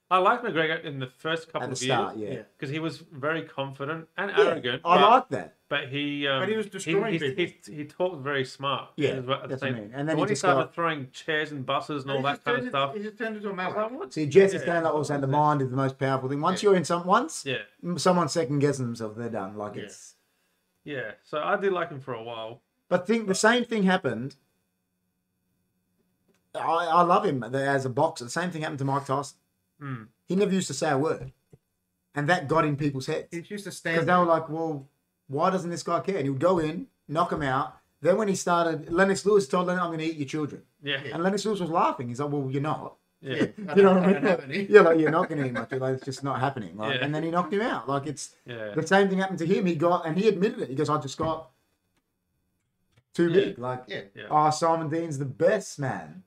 I liked McGregor in the first couple at the of start, years yeah. Yeah. because he was very confident and Yeah, arrogant. I but, like that. but he um, But he was destroying he, people. He, he, he talked very smart. Yeah, as well at the that's what I same- mean. And then he when he just started got- throwing chairs and buses and all He that just kind turned of it- stuff. He just turned into a I was like, mallet. what? See, Jess is Yeah. saying that also the mind is the most powerful thing. Once you're in some, once Yeah, m- someone second guessing themselves, they're done. Like Yeah. it's. yeah. So I did like him for a while. But think the same thing happened. I, I love him as a boxer. The same thing happened to Mike Tyson. Mm. He never used to say a word, and that got in people's heads. He used to because stand. they were like, well, why doesn't this guy care? And he would go in, knock him out. Then when he started, Lennox Lewis told Lennox, I'm going to eat your children. Yeah, yeah, And Lennox Lewis was laughing. He's like, well, you're not. yeah. You know what That I happened, eh? mean? yeah, like, you're not going to eat my children. Like, it's just not happening. Like, Yeah. And then he knocked him out. Like, it's yeah. the same thing happened to him. He got, and he admitted it. He goes, I just got too Yeah. big. Like, Yeah. Yeah. oh, Simon Dean's the best, man.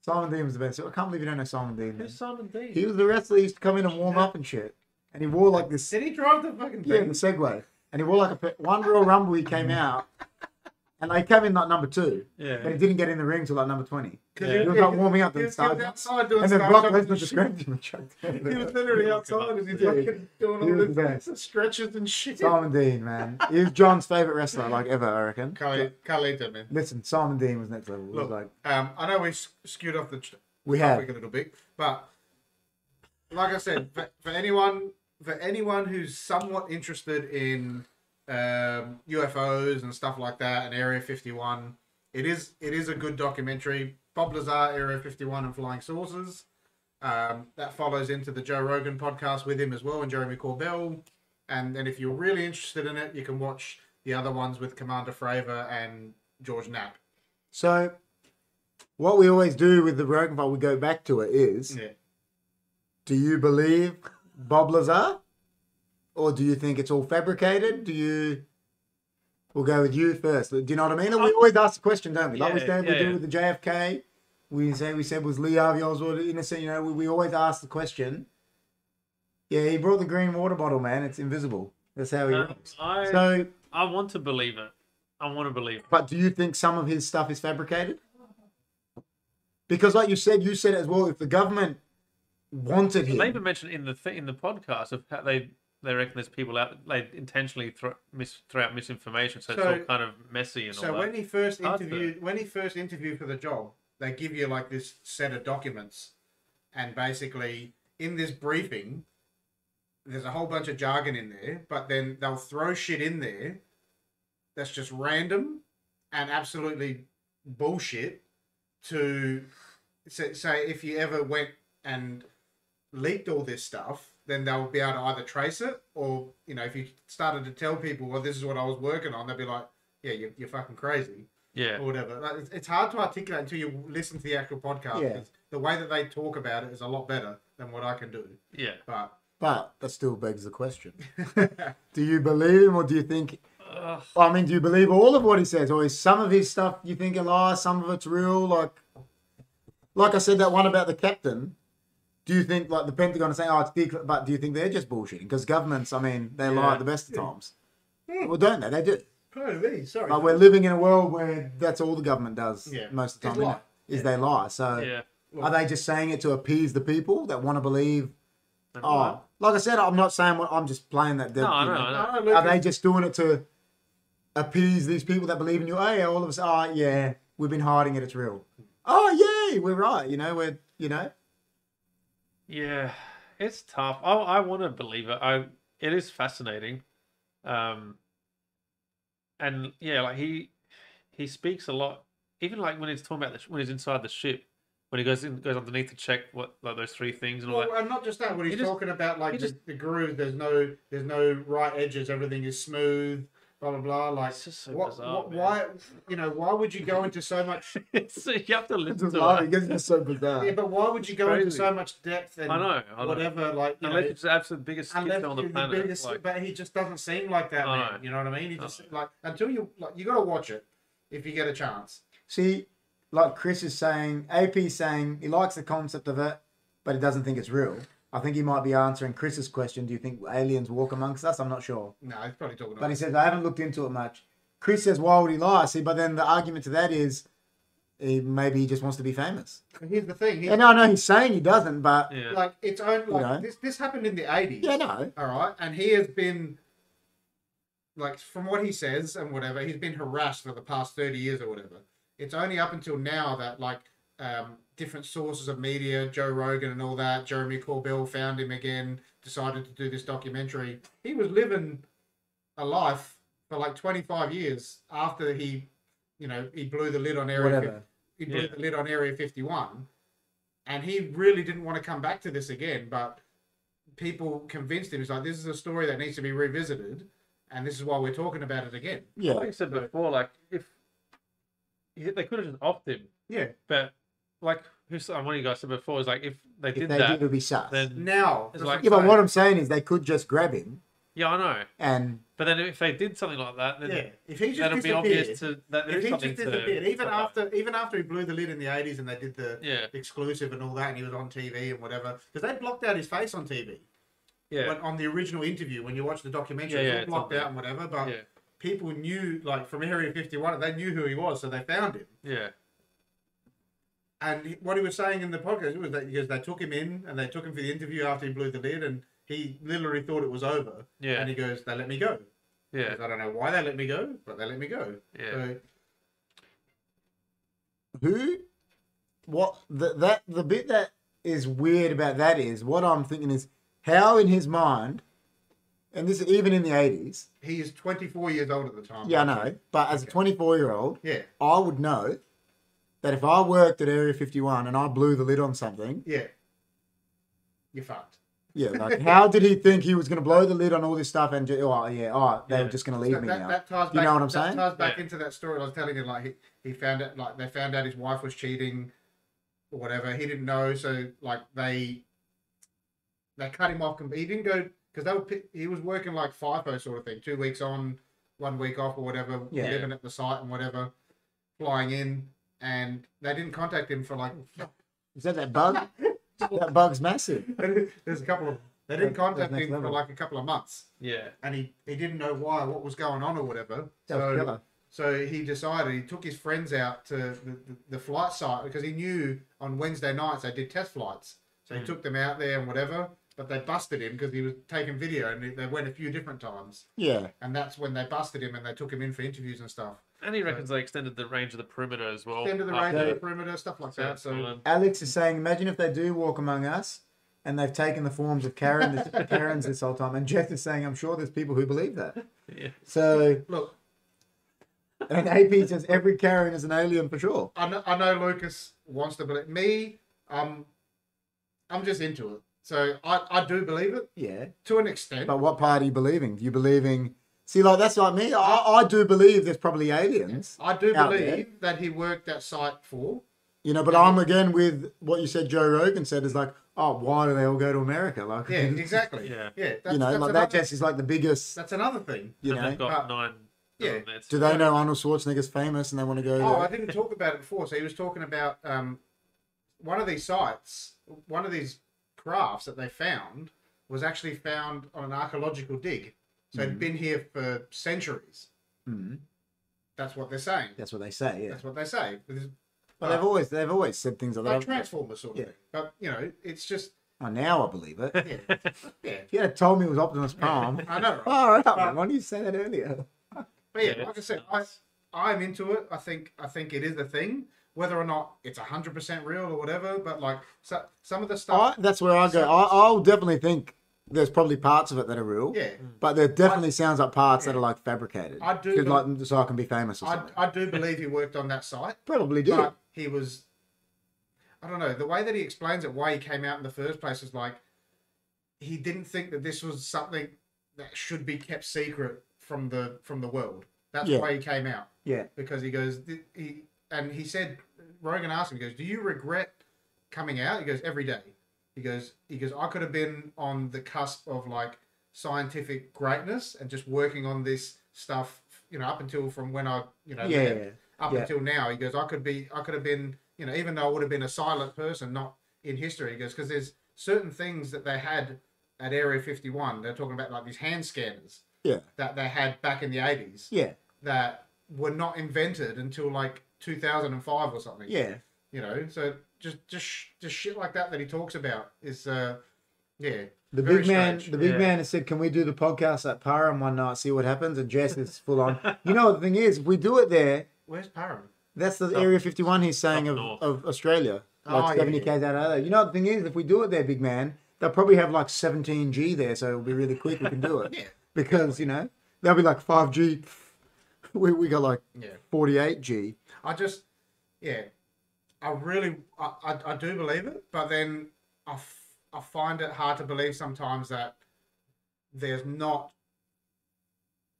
Simon Dean was the best. I can't believe you don't know Simon Dean. man. Who's Simon Dean? He was the wrestler. He used to come in and warm up and shit. And he wore like this Did he drive the fucking yeah, the thing? Segway. And he wore like a pe- one Royal Rumble. He Mm. came out, and they came in like number two, but yeah, he didn't get in the ring till like number twenty. Yeah. He was like warming up He and was, he was started. outside doing And then stuff. Brock Lesnar just grabbed him and chucked him. He was literally outside and he's Yeah. fucking doing He was all the best. Oh. the stretches and shit. Simon Dean, man, he was John's favorite wrestler, like ever, I reckon. Khalid, Khalid, I mean. Listen, Simon Dean was next level. He was Look, like um, I know we s- skewed off the tr- we topic have. a little bit, but like I said, for, for anyone for anyone who's somewhat interested in um, UFOs and stuff like that, and Area Fifty One, it is it is a good documentary. Bob Lazar, Area Fifty One, and Flying Saucers. Um, that follows into the Joe Rogan podcast with him as well, and Jeremy Corbell. And then if you're really interested in it, you can watch the other ones with Commander Fravor and George Knapp. So, what we always do with the Rogan file, we go back to it. Is Yeah. do you believe Bob Lazar, or do you think it's all fabricated? Do you? We'll go with you first. Do you know what I mean? And we always ask the question, don't we? Like we Uh, Yeah, said, we yeah, do yeah. with the JFK. We say we said was Lee Harvey Oswald innocent. You know, we, we always ask the question. Yeah, he brought the green water bottle, man. It's invisible. That's how he. Um, works. I So, I want to believe it. I want to believe it. but do you think some of his stuff is fabricated? Because, like you said, you said it as well. If the government wanted him, They even mentioned in the th- in the podcast of how they they reckon there's people out they intentionally throw mis- throw out misinformation, so, So- it's all kind of messy and So all when that. he first Hard to- interviewed, when he first interviewed for the job, they give you like this set of documents, and basically in this briefing, There's a whole bunch of jargon in there, but then they'll throw shit in there that's just random and absolutely bullshit. To say, say if you ever went and leaked all this stuff, then they'll be able to either trace it or you know if you started to tell people, well, this is what I was working on, they'll be like, yeah, you're, you're fucking crazy Yeah. or whatever. Like, it's, it's hard to articulate until you listen to the actual podcast. Yeah. 'cause The way that they talk about it is a lot better than what I can do. Yeah. But But that still begs the question: Do you believe him, or do you think? Ugh. I mean, do you believe all of what he says, or is some of his stuff you think a lie, some of it's real? Like, like I said, that one about the captain. Do you think like the Pentagon is saying, "Oh, it's decla-" but do you think they're just bullshitting? Because governments, I mean, they lie Yeah. at the best of times. Well, don't they? They do. oh, me, sorry. Like we're living in a world where that's all the government does Yeah. most of the Is time. isn't lie. it? Is they lie. So Yeah. are they just saying it to appease the people that want to believe? Never mind. Oh, like I said, I'm not saying what I'm just playing that. No, I you know. know. I know. Oh, Are look, they just doing it to appease these people that believe in you? Oh yeah, all of us. Oh yeah, we've been hiding it. It's real. Oh yay, we're right. You know, we're you know. Yeah, it's tough. I I want to believe it. I it is fascinating. Um and yeah, like he he speaks a lot even like when he's talking about the, sh- when he's inside the ship when he goes in goes underneath to check what like those three things and all Well, that. and not just that. What He he's just- talking about, like he the, just- the groove. There's no, there's no right edges. Everything is smooth. Blah blah blah. Like, It's just so what, bizarre, what, man. why, you know, why would you go into so much? so you have to It's listen just to laughing it. because it's so bizarre. yeah, but why would you go into crazy. so much depth and I know. I know. whatever? Like, you Unless know, it's the absolute biggest I skit left on the you the planet. biggest, like, but he just doesn't seem like that I man. know. You know what I mean? He I just like until you like you gotta watch it if you get a chance. See, like Chris is saying, AP is saying he likes the concept of it, but he doesn't think it's real. I think he might be answering Chris's question. Do you think aliens walk amongst us? I'm not sure. No, he's probably talking But about. he says, I haven't looked into it much. Chris says, why would he lie? See, but then the argument to that is he, maybe he just wants to be famous. Here's the thing. He's, Yeah, no, no, he's saying he doesn't, but yeah. Like it's only like know. this. This happened in the eighties. yeah, no. All right, and he has been like from what he says and whatever he's been harassed for the past thirty years or whatever. It's only up until now that like um, different sources of media, Joe Rogan and all that, Jeremy Corbell found him again, decided to do this documentary. He was living a life for like twenty five years after he, you know, he blew the lid on Area Whatever. 50 he blew Yeah. the lid on Area 51, and he really didn't want to come back to this again. But people convinced him. He's like, this is a story that needs to be revisited, and this is why we're talking about it again. Yeah. like you said before, like if yeah, they could have just offed him, Yeah. but like who said- one of you guys said before is like if they If did they that, did, it would be sus. then Now, It's that's like- yeah, what I'm but what I'm saying is they could just grab him yeah, I know. and But then if they did something like that, then saying. yeah, if he just that'd be obvious disappeared, to that if there's he something just disappeared, to even after even after he blew the lid in the 80s and they did the yeah, exclusive and all that, and he was on TV and whatever, because they blocked out his face on TV. yeah, When, on the original interview, when you watch the documentary, Yeah, it's yeah, all it's blocked on there. out and whatever, but. yeah, people knew, like from Area 51, they knew who he was, so they found him. yeah, And he- what he was saying in the podcast was that because they took him in and they took him for the interview after he blew the lid, and he literally thought it was over. Yeah. And he goes, "They let me go." yeah, Because I don't know why they let me go, but they let me go. yeah. So, who what the, that the bit that is weird about that is what i'm thinking is how in his mind and this is even in the 80s he is 24 years old at the time. yeah i know but as a 24 year old Yeah. i would know that if i worked at area 51 and i blew the lid on something Yeah. You're fucked. yeah like how did he think he was going to blow the lid on all this stuff and just, oh yeah oh they Yeah. were just going to leave that, me that- now that ties Do you back, know what I'm that saying? ties back Yeah. into that story I was telling you. Like he, he found out, like they found out his wife was cheating, or whatever. He didn't know, so like they they cut him off. com- He didn't go because they were pi- he was working like FIFO sort of thing, two weeks on, one week off, or whatever. Yeah. Living at the site and whatever, flying in, and they didn't contact him for like. is that that bug that bug's massive there's a couple of they didn't That's- that's contact next him for level. like a couple of months, yeah. and he he didn't know why, what was going on, or whatever. That was So- killer. so he decided he took his friends out to the, the, the flight site because he knew on Wednesday nights they did test flights. So he Mm. took them out there and whatever, but they busted him because he was taking video and they went a few different times. yeah And that's when they busted him and they took him in for interviews and stuff. And he reckons they extended the range of the perimeter as well. End of the after range, yeah. the perimeter, stuff like that, that. So um, alex is saying imagine if they do walk among us and they've taken the forms of Karen this, Karens this whole time. And Jeff is saying, I'm sure there's people who believe that. Yeah. So, Look, and AP says every Karen is an alien for sure. I know, I know Lucas wants to believe me. Um, I'm just into it, so I, I do believe it Yeah. to an extent. But what part are you believing? You believing? See, like that's like me. I, I do believe there's probably aliens. I do Out believe that he worked that site for. You know, but I'm again with what you said. Joe Rogan said is like, oh, why do they all go to America? Like, Yeah, exactly. Yeah. yeah. That's, you know, that's like another, that just is like the biggest. that's another thing. You and know, they've got Uh, nine. yeah. nine minutes. do they know Arnold Schwarzenegger's famous and they want to go? Oh, I there? didn't talk about it before. So he was talking about um, one of these sites, one of these crafts that they found was actually found on an archaeological dig. So Mm. it'd been here for centuries. Mhm. That's what they're saying. That's what they say. Yeah, That's what they say. But it's but they've always they've always said things Like like that. Transformers sort of Yeah. thing. But, you know, it's just, Oh, now I believe it. yeah. yeah. If you had told me it was Optimus Prime, oh, I know, right? all right, man, why didn't you say that earlier? But yeah, Yeah, like I it's said, I, nuts. I'm into it. I think I think it is the thing, whether or not it's 100% real or whatever. But, like, so, some of the I, stuff, that's where I go. I, I'll definitely think there's probably parts of it that are real. yeah. But there definitely sounds like parts that are like fabricated. I do 'Cause, know- like so I can be famous or I, something. I do believe he worked on that site, Probably do. but he was. I don't know. The way that he explains it, why he came out in the first place, is like he didn't think that this was something that should be kept secret from the from the world. That's Yeah. why he came out yeah. because he goes "Th- he and he said Rogan asked him he goes do you regret coming out he goes every day he goes he goes I could have been on the cusp of like scientific greatness and just working on this stuff you know up until from when I you know Yeah, left, yeah, up yeah. until now he goes I could be I could have been you know even though I would have been a silent person not in history he goes because there's certain things that they had at Area 51 they're talking about like these hand scanners Yeah. that they had back in the 80s Yeah. that were not invented until like 2005 or something. Yeah. You know, so just just sh- just shit like that that he talks about is uh yeah. The very big man, strange. the big Yeah. man has said, "Can we do the podcast at Parham one night? See what happens." And Jess is full on. You know the thing is, if we do it there, Where's Param? that's the Area 51 he's saying up of, north. of Australia, Oh, like yeah, 70 k's out of there. You know the thing is, if we do it there, big man, they'll probably have like 17 G there, so it'll be really quick. We can do it Yeah. because you know they'll be like 5 G. We we got like Yeah. 48 G. I just yeah. I really I, I, I do believe it, but then I, f- I find it hard to believe sometimes that there's not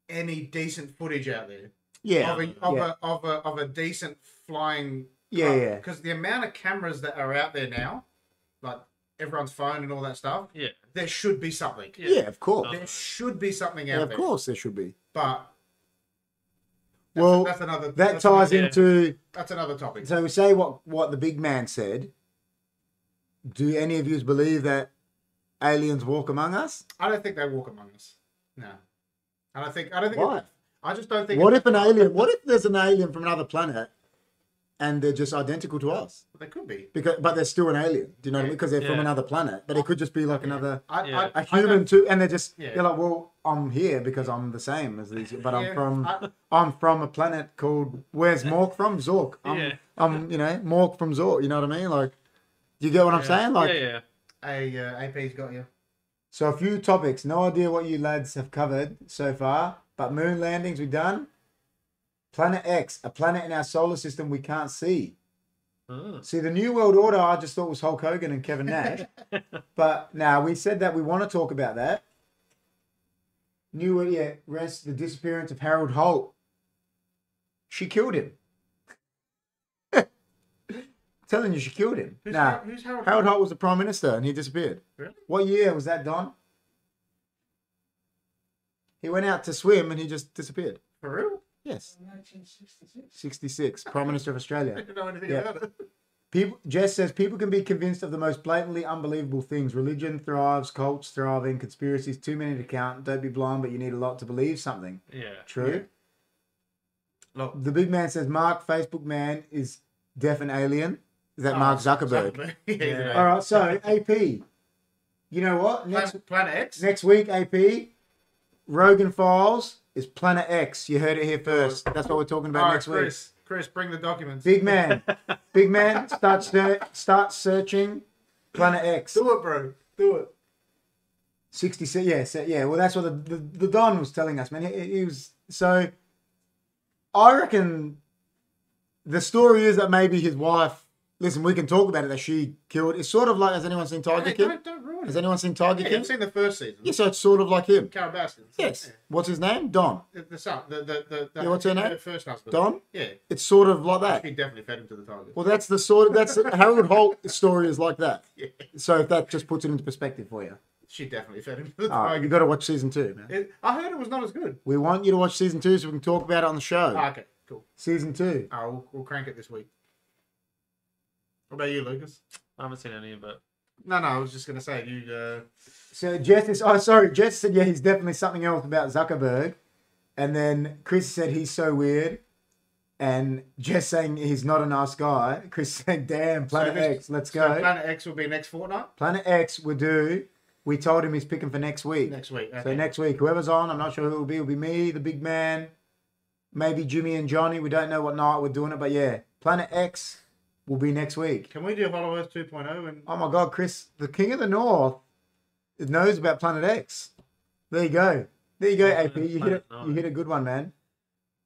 any decent footage out there. Yeah, of a of, yeah. a of a of a decent flying. Yeah, yeah. Because the amount of cameras that are out there now, like everyone's phone and all that stuff, Yeah. there should be something. Yeah. yeah, of course. Yeah. There should be something out Yeah, of there. course there should be. But that's, Well, that's another That that's another- ties Yeah. into That's another topic. so we say what what the big man said. Do any of you believe that aliens walk among us? I don't think they walk among us. No, I don't think. I don't think. Why? it- I just don't think. What it- if an alien? What if there's an alien from another planet, and they're just identical to us? They could be. Because but they're still an alien. Do you know what I mean? Because they're Yeah. from another planet, but it could just be like another I, Yeah. I, a I don't- human too, and they're just Yeah. you're like, well, I'm here because I'm the same as these, but Yeah, I'm from I- I'm from a planet called where's Mork from Zork. I'm, Yeah. I'm you know Mork from Zork. You know what I mean? Like, you get what I'm saying? Like, yeah, yeah. A uh, AP's got you. so a few topics. No idea what you lads have covered so far, but moon landings we done. Planet X, a planet in our solar system we can't see. Hmm. Oh. See, the New World Order, I just thought was Hulk Hogan and Kevin Nash. but now we said that we want to talk about that. New World, yeah, rest the disappearance of Harold Holt. She killed him. Telling you, she killed him. Who's, nah, Har- who's Harold? Harold Holt was the prime minister, and he disappeared. Really? What year was that, Don? He went out to swim, and he just disappeared. For real? Yes. 66, prime minister of Australia. I don't know anything Yeah. about it. People, Jess says people can be convinced of the most blatantly unbelievable things. Religion thrives, cults thriving, conspiracies too many to count. Don't be blind, but you need a lot to believe something. Yeah. True. Look, The big man says Mark Facebook man is deaf and alien. Is Oh, that Mark Zuckerberg? Uh, yeah, Yeah. All right. So AP, you know what? Next Planet, Planet X. next week, AP Rogan Files is Planet X. You heard it here first. That's what we're talking about All right, next week. Chris. Chris, bring the documents. Big man, big man, start ser- start searching Planet X. Do it, bro. Do it. 66 yeah so, yeah well that's what the, the, the don was telling us man he, he was so i reckon the story is that maybe his wife listen we can talk about it that she killed it's sort of like has anyone seen tiger Hey, king don't, don't ruin has it. anyone seen tiger Yeah, king you've seen the first season. yeah so it's sort of like him Carol Baskin. yes what's his name don The, the son. The, the, the, the Yeah, what's her name? first husband. don Yeah. it's sort of like that She definitely fed him to the target. Well, that's the sort of that's Harold Holt story is like that. Yeah. So if that just puts it into perspective for you, She definitely fed him to the all right, target. you got to watch season two. Man. It, I heard it was not as good. We want you to watch season two so we can talk about it on the show. Ah, okay, cool. season two. All right, we'll, we'll crank it this week. What about you, Lucas? I haven't seen any of it. No, no, I was just gonna say you. Uh, So Jess is. Oh, sorry, Jess said yeah, he's definitely something else about Zuckerberg, and then Chris said he's so weird, and Jess saying he's not a nice guy. Chris saying, "Damn, Planet this- X, let's so go." Planet X will be next fortnight. Planet X, we do. We told him he's picking for next week. Next week. So Okay. next week, whoever's on, I'm not sure who it will be. It'll be me, the big man, maybe Jimmy and Johnny. We don't know what night we're doing it, but yeah, Planet X will be next week. Can we do Hollow Earth 2.0 and Oh my God, Chris, the King of the North knows about Planet X. There you go. There you go, Planet- AP. You hit, Planet a, you Nine. hit a good one, man.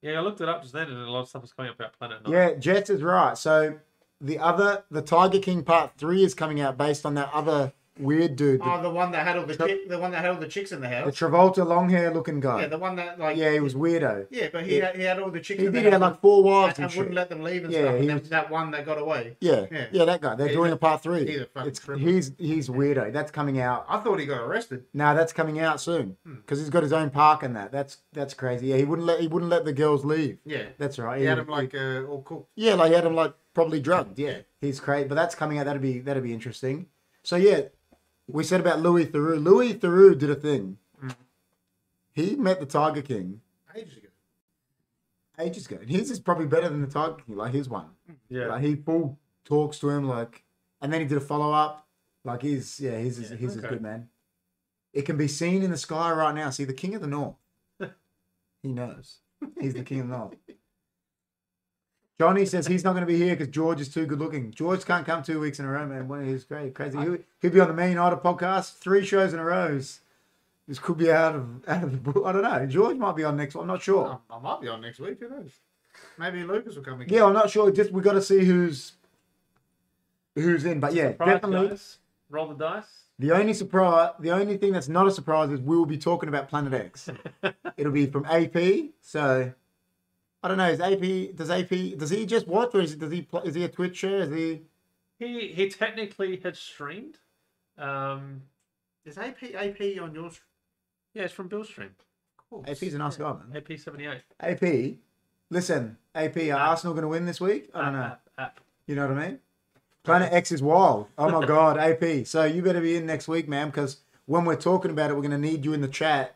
Yeah, I looked it up just then, and a lot of stuff was coming up about Planet Nine. Yeah, Jets is right. So the other, the Tiger King Part 3 is coming out based on that other weird dude, the, oh the one that had all the Tra- chi- the one that had all the chicks in the the house? Travolta long hair looking yeah, guy. the one that like Yeah, he was weirdo. yeah, but he Yeah. had, he had all the chicks. He in did the have house like four wives and and, and shit. wouldn't let them leave and Yeah, stuff. he And then was- that one that got away. Yeah, yeah, Yeah. that guy. They're He's doing a- a part three. he's a fucking It's- criminal. he's he's weirdo. That's coming out. I thought he got arrested. Now that's coming out soon Hmm. because he's got his own park and that. That's that's crazy. Yeah, he wouldn't let he wouldn't let the girls leave. Yeah, That's right. he had him would- like uh, all cooked. yeah, like he had him like probably drugged. Yeah, Yeah. he's crazy. But that's coming out. That'd be that'd be interesting. So yeah, we said about Louis Theroux. Louis Theroux did a thing. Hmm. He met the Tiger King ages ago. ages ago, and his is probably better than the Tiger King. Like his one. yeah. Like he full talks to him like, and then he did a follow up. Like he's yeah, he's is Yeah, he's is okay. good man. It can be seen in the sky right now. See the king of the north. he knows he's the king of the north. Johnny says he's not going to be here because George is too good looking. George can't come two weeks in a row, man. Well, he's great, crazy. He'll, he'll be on the Mean Idol podcast, three shows in a row. This this could be out of out of the book. I don't know. George might be on next one. I'm not sure. Oh. I, I might be on next week. Who knows? Maybe Lucas will come again. Yeah, I'm not sure. Just we got to see who's who's in. But yeah, Surprise, definitely guys. Roll the dice. the only surprise, the only thing that's not a surprise is we will be talking about Planet X. It'll be from AP. So I don't know. Is AP? Does AP? Does he just watch, or is, does he? pl- Is he a Twitcher? Is he? He he technically had streamed. Um, Is AP AP on your? s- yeah, it's from Bill's stream. Course. AP's a nice guy, man. AP seventy eight. AP, listen, AP. Are Arsenal going to win this week? I don't know. App, app. You know what I mean? Planet X is wild. Oh my god, AP. So you better be in next week, man, because when we're talking about it, we're gonna need you in the chat.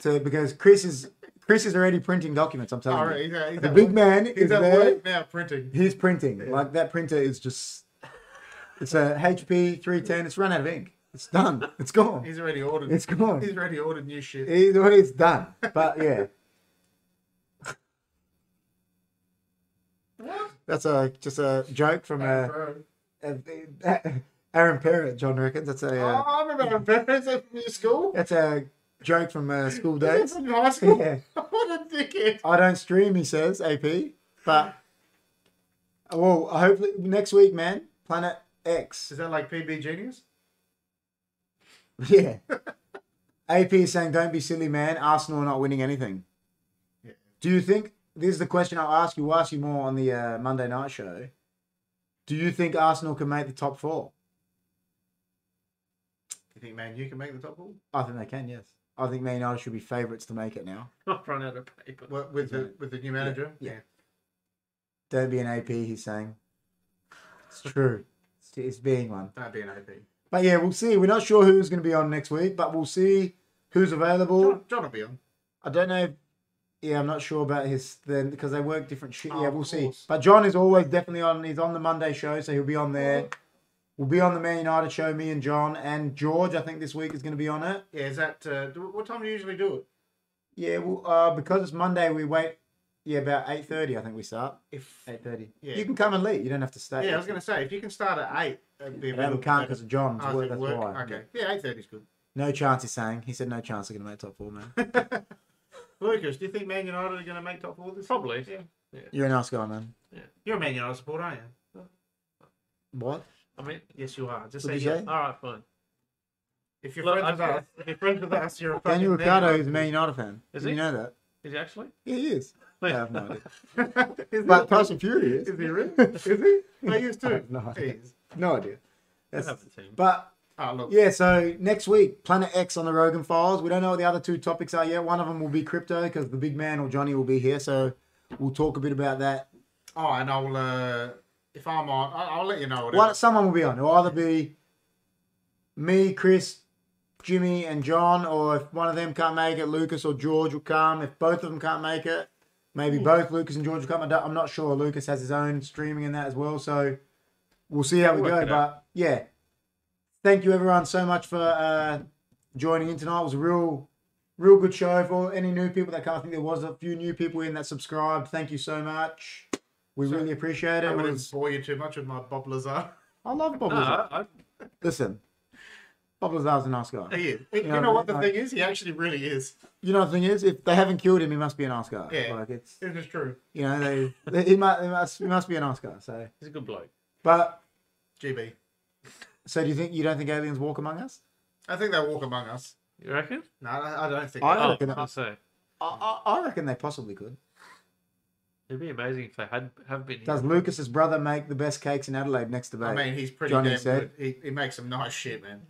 to because Chris is Chris is already printing documents. I'm telling All you, right, Oh, he's at, he's the at big work- man he's is at there. work now printing. He's printing. Like that printer is just. It's a HP 310. It's run out of ink. It's done. It's gone. He's already ordered. It's gone. He's already ordered new shit. Either way, it's done. But yeah, what? that's a just a joke from uh Bro. a, Aaron Parrott. John reckons that's a. Uh, Oh, I remember our parents at new school. That's a joke from uh, school days. That's from high school. Yeah. what a dickhead. I don't stream, he says, AP. But, well, hopefully next week, man, Planet X. Is that like PB Genius? Yeah. AP is saying, don't be silly, man. Arsenal are not winning anything. Yeah. Do you think, this is the question I'll ask you, we'll ask you more on the uh, Monday night show. Do you think Arsenal can make the top four? You think Man U can make the top four? I think they can, yes. I think Man United should be favourites to make it now. I've run out of paper. What, with the Exactly. with the new manager? yeah. Don't be an AP, he's saying. It's true. It's- It's being one. That'd be an AP. But yeah, we'll see. We're not sure who's going to be on next week, but we'll see who's available. John, John will be on. I don't know. Yeah, I'm not sure about his then because they work different shit. Oh, yeah, of we'll see. course. But John is always definitely on. He's on the Monday show, so he'll be on there. We'll be on the Man United show. Me and John and George, I think this week is going to be on it. Yeah, is that uh, do- what time do you usually do it? Yeah, well, uh, because it's Monday, we wait Yeah, about eight thirty. I think we start If eight thirty. Yeah. You can come and leave. You don't have to stay. yeah, I was gonna say if you can start at eight, it'd be a Adam little can't better. because of John's Oh, work. is it That's work? why. Okay, yeah, eight thirty is good. No chance. He's saying he said no chance. They're gonna make top four, man. Lucas, do you think Man United are going to make top four this? Probably. year? You're a nice guy, man. Yeah. You're a Man United supporter, aren't you? What? I mean, Yes, you are. Just What say did you yes. say? all right, fine. If you're Look, friends with I've- us, if you're friends with us, you're a fucking Daniel man. Ricciardo is a Man United fan. Is Did he? You know that? Is he actually? Yeah, he is. I have no idea. is But he, Tyson Fury is. is he really? Is he? I used I to. have no idea. Jeez. No idea. I That's- have a team. but Oh, look. yeah, so next week, Planet X on the Rogan Files. We don't know what the other two topics are yet. One of them will be crypto because the big man or Johnny will be here, so we'll talk a bit about that. Oh, and I'll, uh, if I'm on, I'll, I'll let you know what it One, is. someone will be on. It'll either be me, Chris, Jimmy, and John, or if one of them can't make it, Lucas or George will come. If both of them can't make it, Hmm. maybe both Lucas and George will come. I don't- I'm not sure. Lucas has his own streaming and that as well, so we'll see how we We'll work go. it But out. yeah, thank you everyone so much for uh, joining in tonight. It was a real. Real good show for any new people that come. I think there was a few new people in that subscribed. Thank you so much. We really appreciate it. I It wouldn't was- bore you too much with my Bob Lazar. I love Bob No, Lazar. I, I, Listen, Bob Lazar's a nice guy. He is. You know, know, what the like- thing is? He actually really is. You know the thing is, if they haven't killed him, he must be a nice guy. Yeah. Like it's It is true. you know they, they he must he must, he must be a nice guy. So he's a good bloke. but GB. so do you think you don't think aliens walk among us? I think they walk among us. You reckon? No, I, I don't think. I- Oh, reckon- I say I, I, I reckon they possibly could. it'd be amazing if they had have been. Here. Does Lucas's brother make the best cakes in Adelaide next debate? I mean, he's pretty Johnny damn said. good. He, he makes some nice shit, man.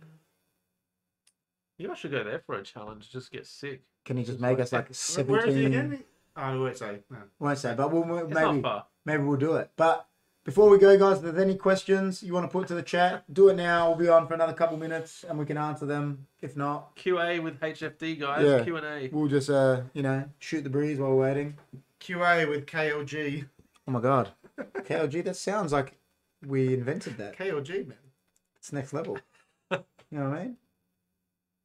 You should go there for a challenge. Just get sick. Can he just make us like Where- Where is he seventeen? again? Oh, wait, say. No. Won't say, but we'll, we'll- It's maybe not far. maybe we'll do it. But before we go, guys, if there's any questions you want to put to the chat, do it now. We'll be on for another couple minutes and we can answer them. If not, QA with HFD guys. Yeah. Q and A. We'll just, uh, you know, shoot the breeze while we're waiting. QA with KLG. Oh my god, KLG, that sounds like we invented that. KLG, man. It's next level. You know what I mean?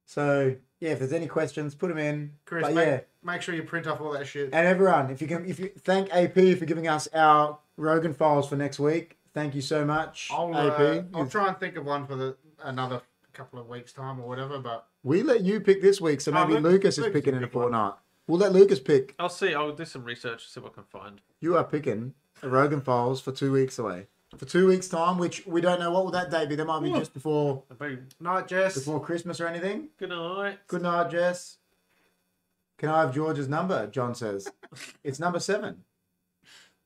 So yeah, if there's any questions, put them in. Chris, but make, yeah, make sure you print off all that shit. and everyone, if you can, if you thank AP for giving us our Rogan files for next week. Thank you so much, I'll, AP. uh, I'll try and think of one for the another couple of weeks time or whatever. But we let you pick this week, so Oh, maybe Lucas- Lucas, is Lucas picking can in a pick one. fortnight. We'll let Lucas pick. I'll see. I'll do some research. See what I can find. You are picking the Rogan files for two weeks away. For two weeks' time, which we don't know what will that day be. That might be Yeah. just before Very night, Jess. before Christmas or anything. good night. Good night, Jess. Can I have George's number? John says it's number seven.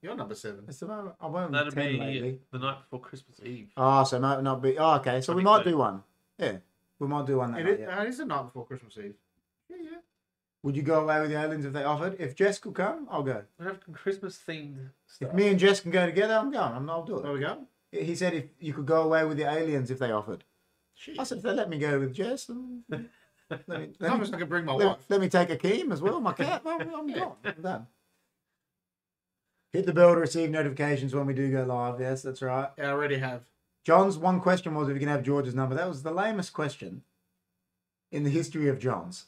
You're number seven. It's the moment I won't That'll ten be lately. the night before Christmas Eve. Oh, so might not be. Oh, okay. So we might 23. do one. Yeah, we might do one that It night. is, Yeah. uh, it is the night before Christmas Eve. Yeah, yeah. Would you go away with the aliens if they offered? If Jess could come, I'll go. We have Christmas themed If stuff. me and Jess can go together, I'm going. I'm, I'll do There we go. it. He said if you could go away with the aliens if they offered. Shit. I said if they let me go with Jess, then let me. As Let long me as I can bring my let, wife. let me take a keem as well, my cat. I'm, I'm gone. I'm done. Hit the bell to receive notifications when we do go live. Yes, that's right. I already have. John's one question was if you can have George's number. That was the lamest question in the history of John's.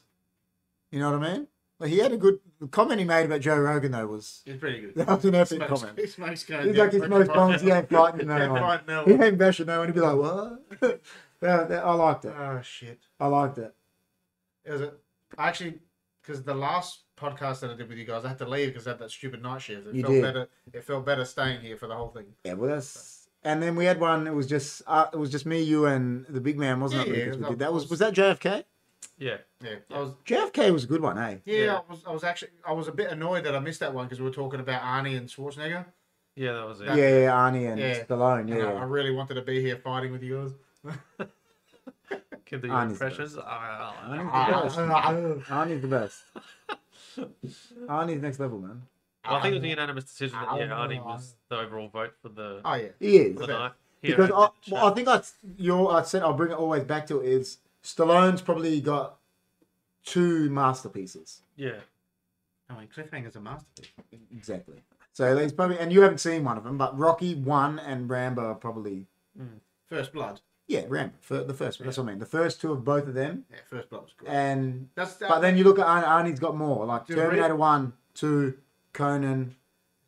You know what I mean? But he had a good the comment he made about Joe Rogan though was It's pretty good. that was an epic Smokes- comment. he smokes going He's down like his pretty most far. bones. He ain't fighting Yeah, no one. right now. He ain't bashing no one. He'd be like, what? That- that- I liked it. Oh shit. I liked it. Is it I actually? Because the last podcast that I did with you guys, I had to leave because I had that stupid night shift. It You felt did. better. It felt better staying here for the whole thing. Yeah, well, that's. And then we had one. It was just uh, it was just me, you, and the big man, wasn't Yeah, it? yeah, Lucas, we that did. That was was was- that JFK. Yeah. Yeah, I was. JFK was a good one, eh? Yeah, Yeah. I was. I was actually. I was a bit annoyed that I missed that one because we were talking about Arnie and Schwarzenegger. Yeah, that was it. Yeah, yeah, Arnie and Yeah. Stallone. And I, I Yeah, really wanted to be here fighting with you guys. Can do your Arnie's impressions. Ah, I ah, ah. Arnie's the best. Arnie's next level, man. think it Uh, was a unanimous decision that yeah, Arnie was the overall vote for the, Oh yeah. He is for the that? night. Here because in I, the well, I chat. think I your I said I'll bring it always back to is Stallone's probably got two masterpieces yeah, I mean, Oh, Cliffhanger's a masterpiece. exactly. So he's probably and you haven't seen one of them, but Rocky one and Rambo are probably First Blood. Yeah, Rambo, fir- the first one. That's what I mean. The first two of both of them, Yeah, First Blood was great. and That's that, but then you look at Arnie, Arnie's got more. Like Dude, Terminator Ram- One, Two, Conan,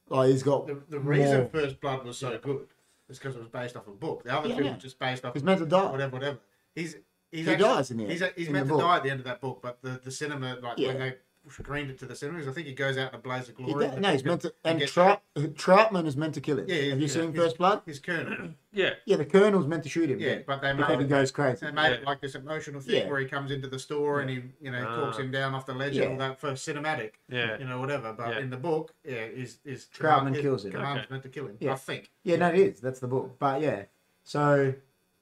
like he's got The, the reason more- First Blood was so good is because it was based off a book. The other Yeah, two yeah. were just based off He's meant to die. whatever, whatever. He's he's He dies in the He's, end, he's in meant the to book. die at the end of that book, but the, the cinema like Yeah. when they screened it to the cinemas, I think he goes out in a blaze of He glory. da- but no, he he's meant get- to. he And gets Trout, Troutman is meant to kill him. Yeah, yeah, Have you yeah. seen He's- First Blood? his colonel. Yeah. Yeah, the Colonel's meant to shoot him. Yeah, then, but they but then he made goes crazy. they made it Yeah. like this emotional thing Yeah. where he comes into the store and he you know talks Ah. him down off the ledge Yeah. and all that for cinematic. Yeah. You know, whatever. But Yeah. in the book, yeah, is is Troutman Command- kills him. Command's Okay. meant to kill him. Yeah. I think. Yeah, no, it is. That's the book. But yeah, so,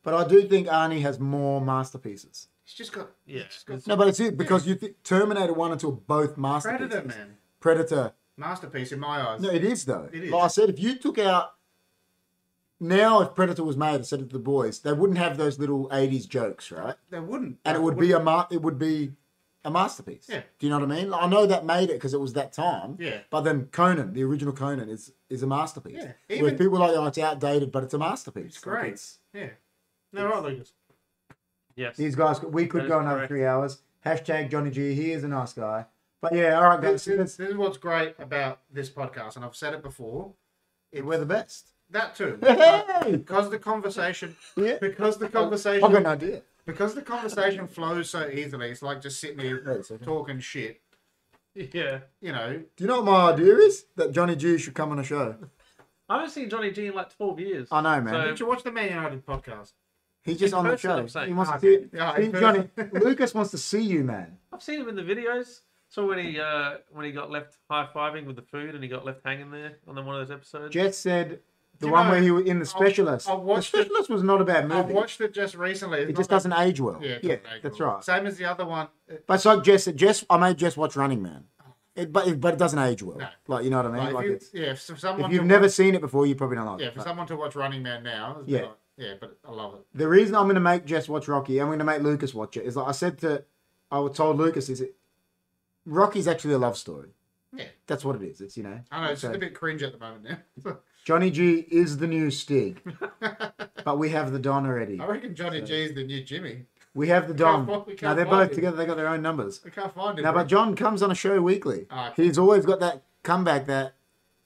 but I do think Arnie has more masterpieces. He's just got Yeah. he's just got No, but it's it because you th- Terminator One and Two are both masterpieces. Predator man. Predator. Masterpiece in my eyes. No, it is though. It is. Like I said, if you took out now, if Predator was made and said it to the boys, they wouldn't have those little '80s jokes, right? They wouldn't. and it would be a ma- it would be a masterpiece. Yeah. Do you know what I mean? Like, I know that made it because it was that time. Yeah. But then Conan, the original Conan, is is a masterpiece. Yeah. Whereas Even- people are like, oh, it's outdated, but it's a masterpiece. It's Like, great. it's- Yeah. No, right, Lucas. Yes. these guys, could- we could That go is another correct. three hours. Hashtag Johnny G. He is a nice guy. But yeah, all right, guys. This is, this is what's great about this podcast, and I've said it before. It, we're the best. that too. Hey! because the conversation, Yeah. because the I've conversation, got an idea. because the conversation flows so easily. It's like just sitting Wait here a second. talking shit. Yeah. You know, Do you know what my idea is? That Johnny G should come on a show. I haven't seen Johnny G in like 12 years. I know, man. So- did you watch the Man United podcast? He's just In on the person, show. I'm saying. He wants to Okay. see, Ah, Yeah, see in Johnny. person. Lucas wants to see you, man. I've seen him in the videos. So when he uh, when he got left high fiving with the food and he got left hanging there on the, one of those episodes. Jet said the You one know, where he was in the I- specialist. I watched it- the specialist was not a bad I movie. watched it just recently. It's it not just that- doesn't age well. Yeah, Yeah, it doesn't age that's well. right. Same as the other one. uh, But it's like Jess, Jess, I made Jess watch Running Man. It, but it, but it doesn't age well. Oh. No. Like you know what I mean? Like, Like if it's, you, yeah, if someone if to you've never seen it before, you probably don't like Yeah, it. for But someone to watch Running Man now. it's Yeah. like- yeah, but I love it. the reason I'm going to make Jess watch Rocky, I'm going to make Lucas watch it. Is like I said to, I was told Lucas is it, Rocky's actually a love story. Yeah. That's what it is. It's you know. I know, it's so- just a bit cringe at the moment now. Johnny G is the new Stig, but we have the Don already. I reckon Johnny G is the new Jimmy. We have the Don. can't find- we Now can't they're find both him. together. They got their own numbers. I can't find him. Now, but John comes on a show weekly. Ah, okay. He's always got that comeback that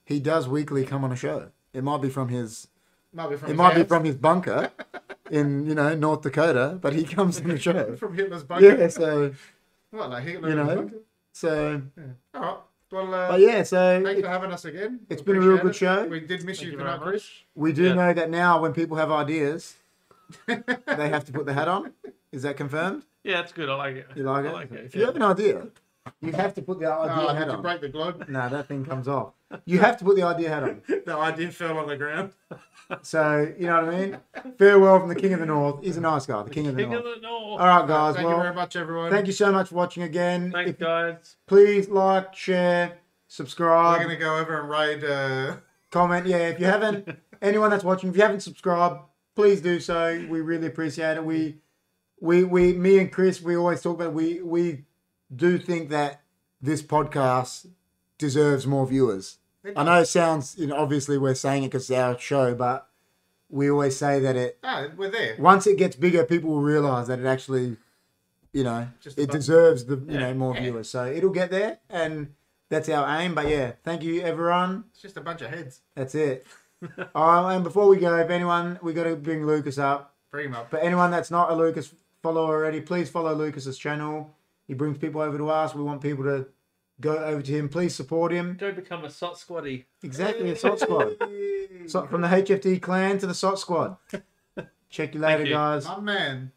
he does weekly come on a show. It might be from his might be from it his might be house. from his bunker in, you know, North Dakota, but he comes on the show. from Hitler's bunker. Yeah, so What, like Hitler? you in his know. bunker? So All right. Well, uh, but yeah, so thanks it- for having us again. it's been a real good Appreciate it. show. We did miss Thank you you for very not Chris. much. we do Yeah. know that now when people have ideas they have to put the hat on. Is that confirmed? Yeah, it's good. I like it. You like I it? like it. If you yeah. have an idea, you have to put the idea Oh, hat did you on. break the globe? No, that thing comes off. You have to put the idea hat on. the idea fell on the ground. So you know what I mean. Farewell from the King of the North. He's a Uh, nice guy, the King of the King of North. the North. All right, guys. Thank you very well, much, everyone. thank you so much for watching again. Thanks, If- guys. please like, share, We're subscribe, going to go over and raid. Uh, comment. Yeah, if you haven't, anyone that's watching, if you haven't subscribed, please do so. We really appreciate it. We, we, we, me and Chris, we always talk about. We, we do think that this podcast deserves more viewers. I know it sounds, you know, obviously we're saying it because it's our show, but we always say that it ah, we're there. once it gets bigger, people will realize that it actually, you know, Just it about- deserves the you Yeah, know more yeah. viewers. So it'll get there, and that's our aim. But yeah, thank you everyone. It's just a bunch of heads. That's it. oh, and before we go, if anyone, we got to bring Lucas up. Bring 'em up. But anyone that's not a Lucas follower already, please follow Lucas's channel. He brings people over to us. We want people to go over to him. Please support him. Go become a Sot Squaddy. Exactly, a SOT squad. So, from the HFD clan to the SOT squad. Check you later, you. guys. My man.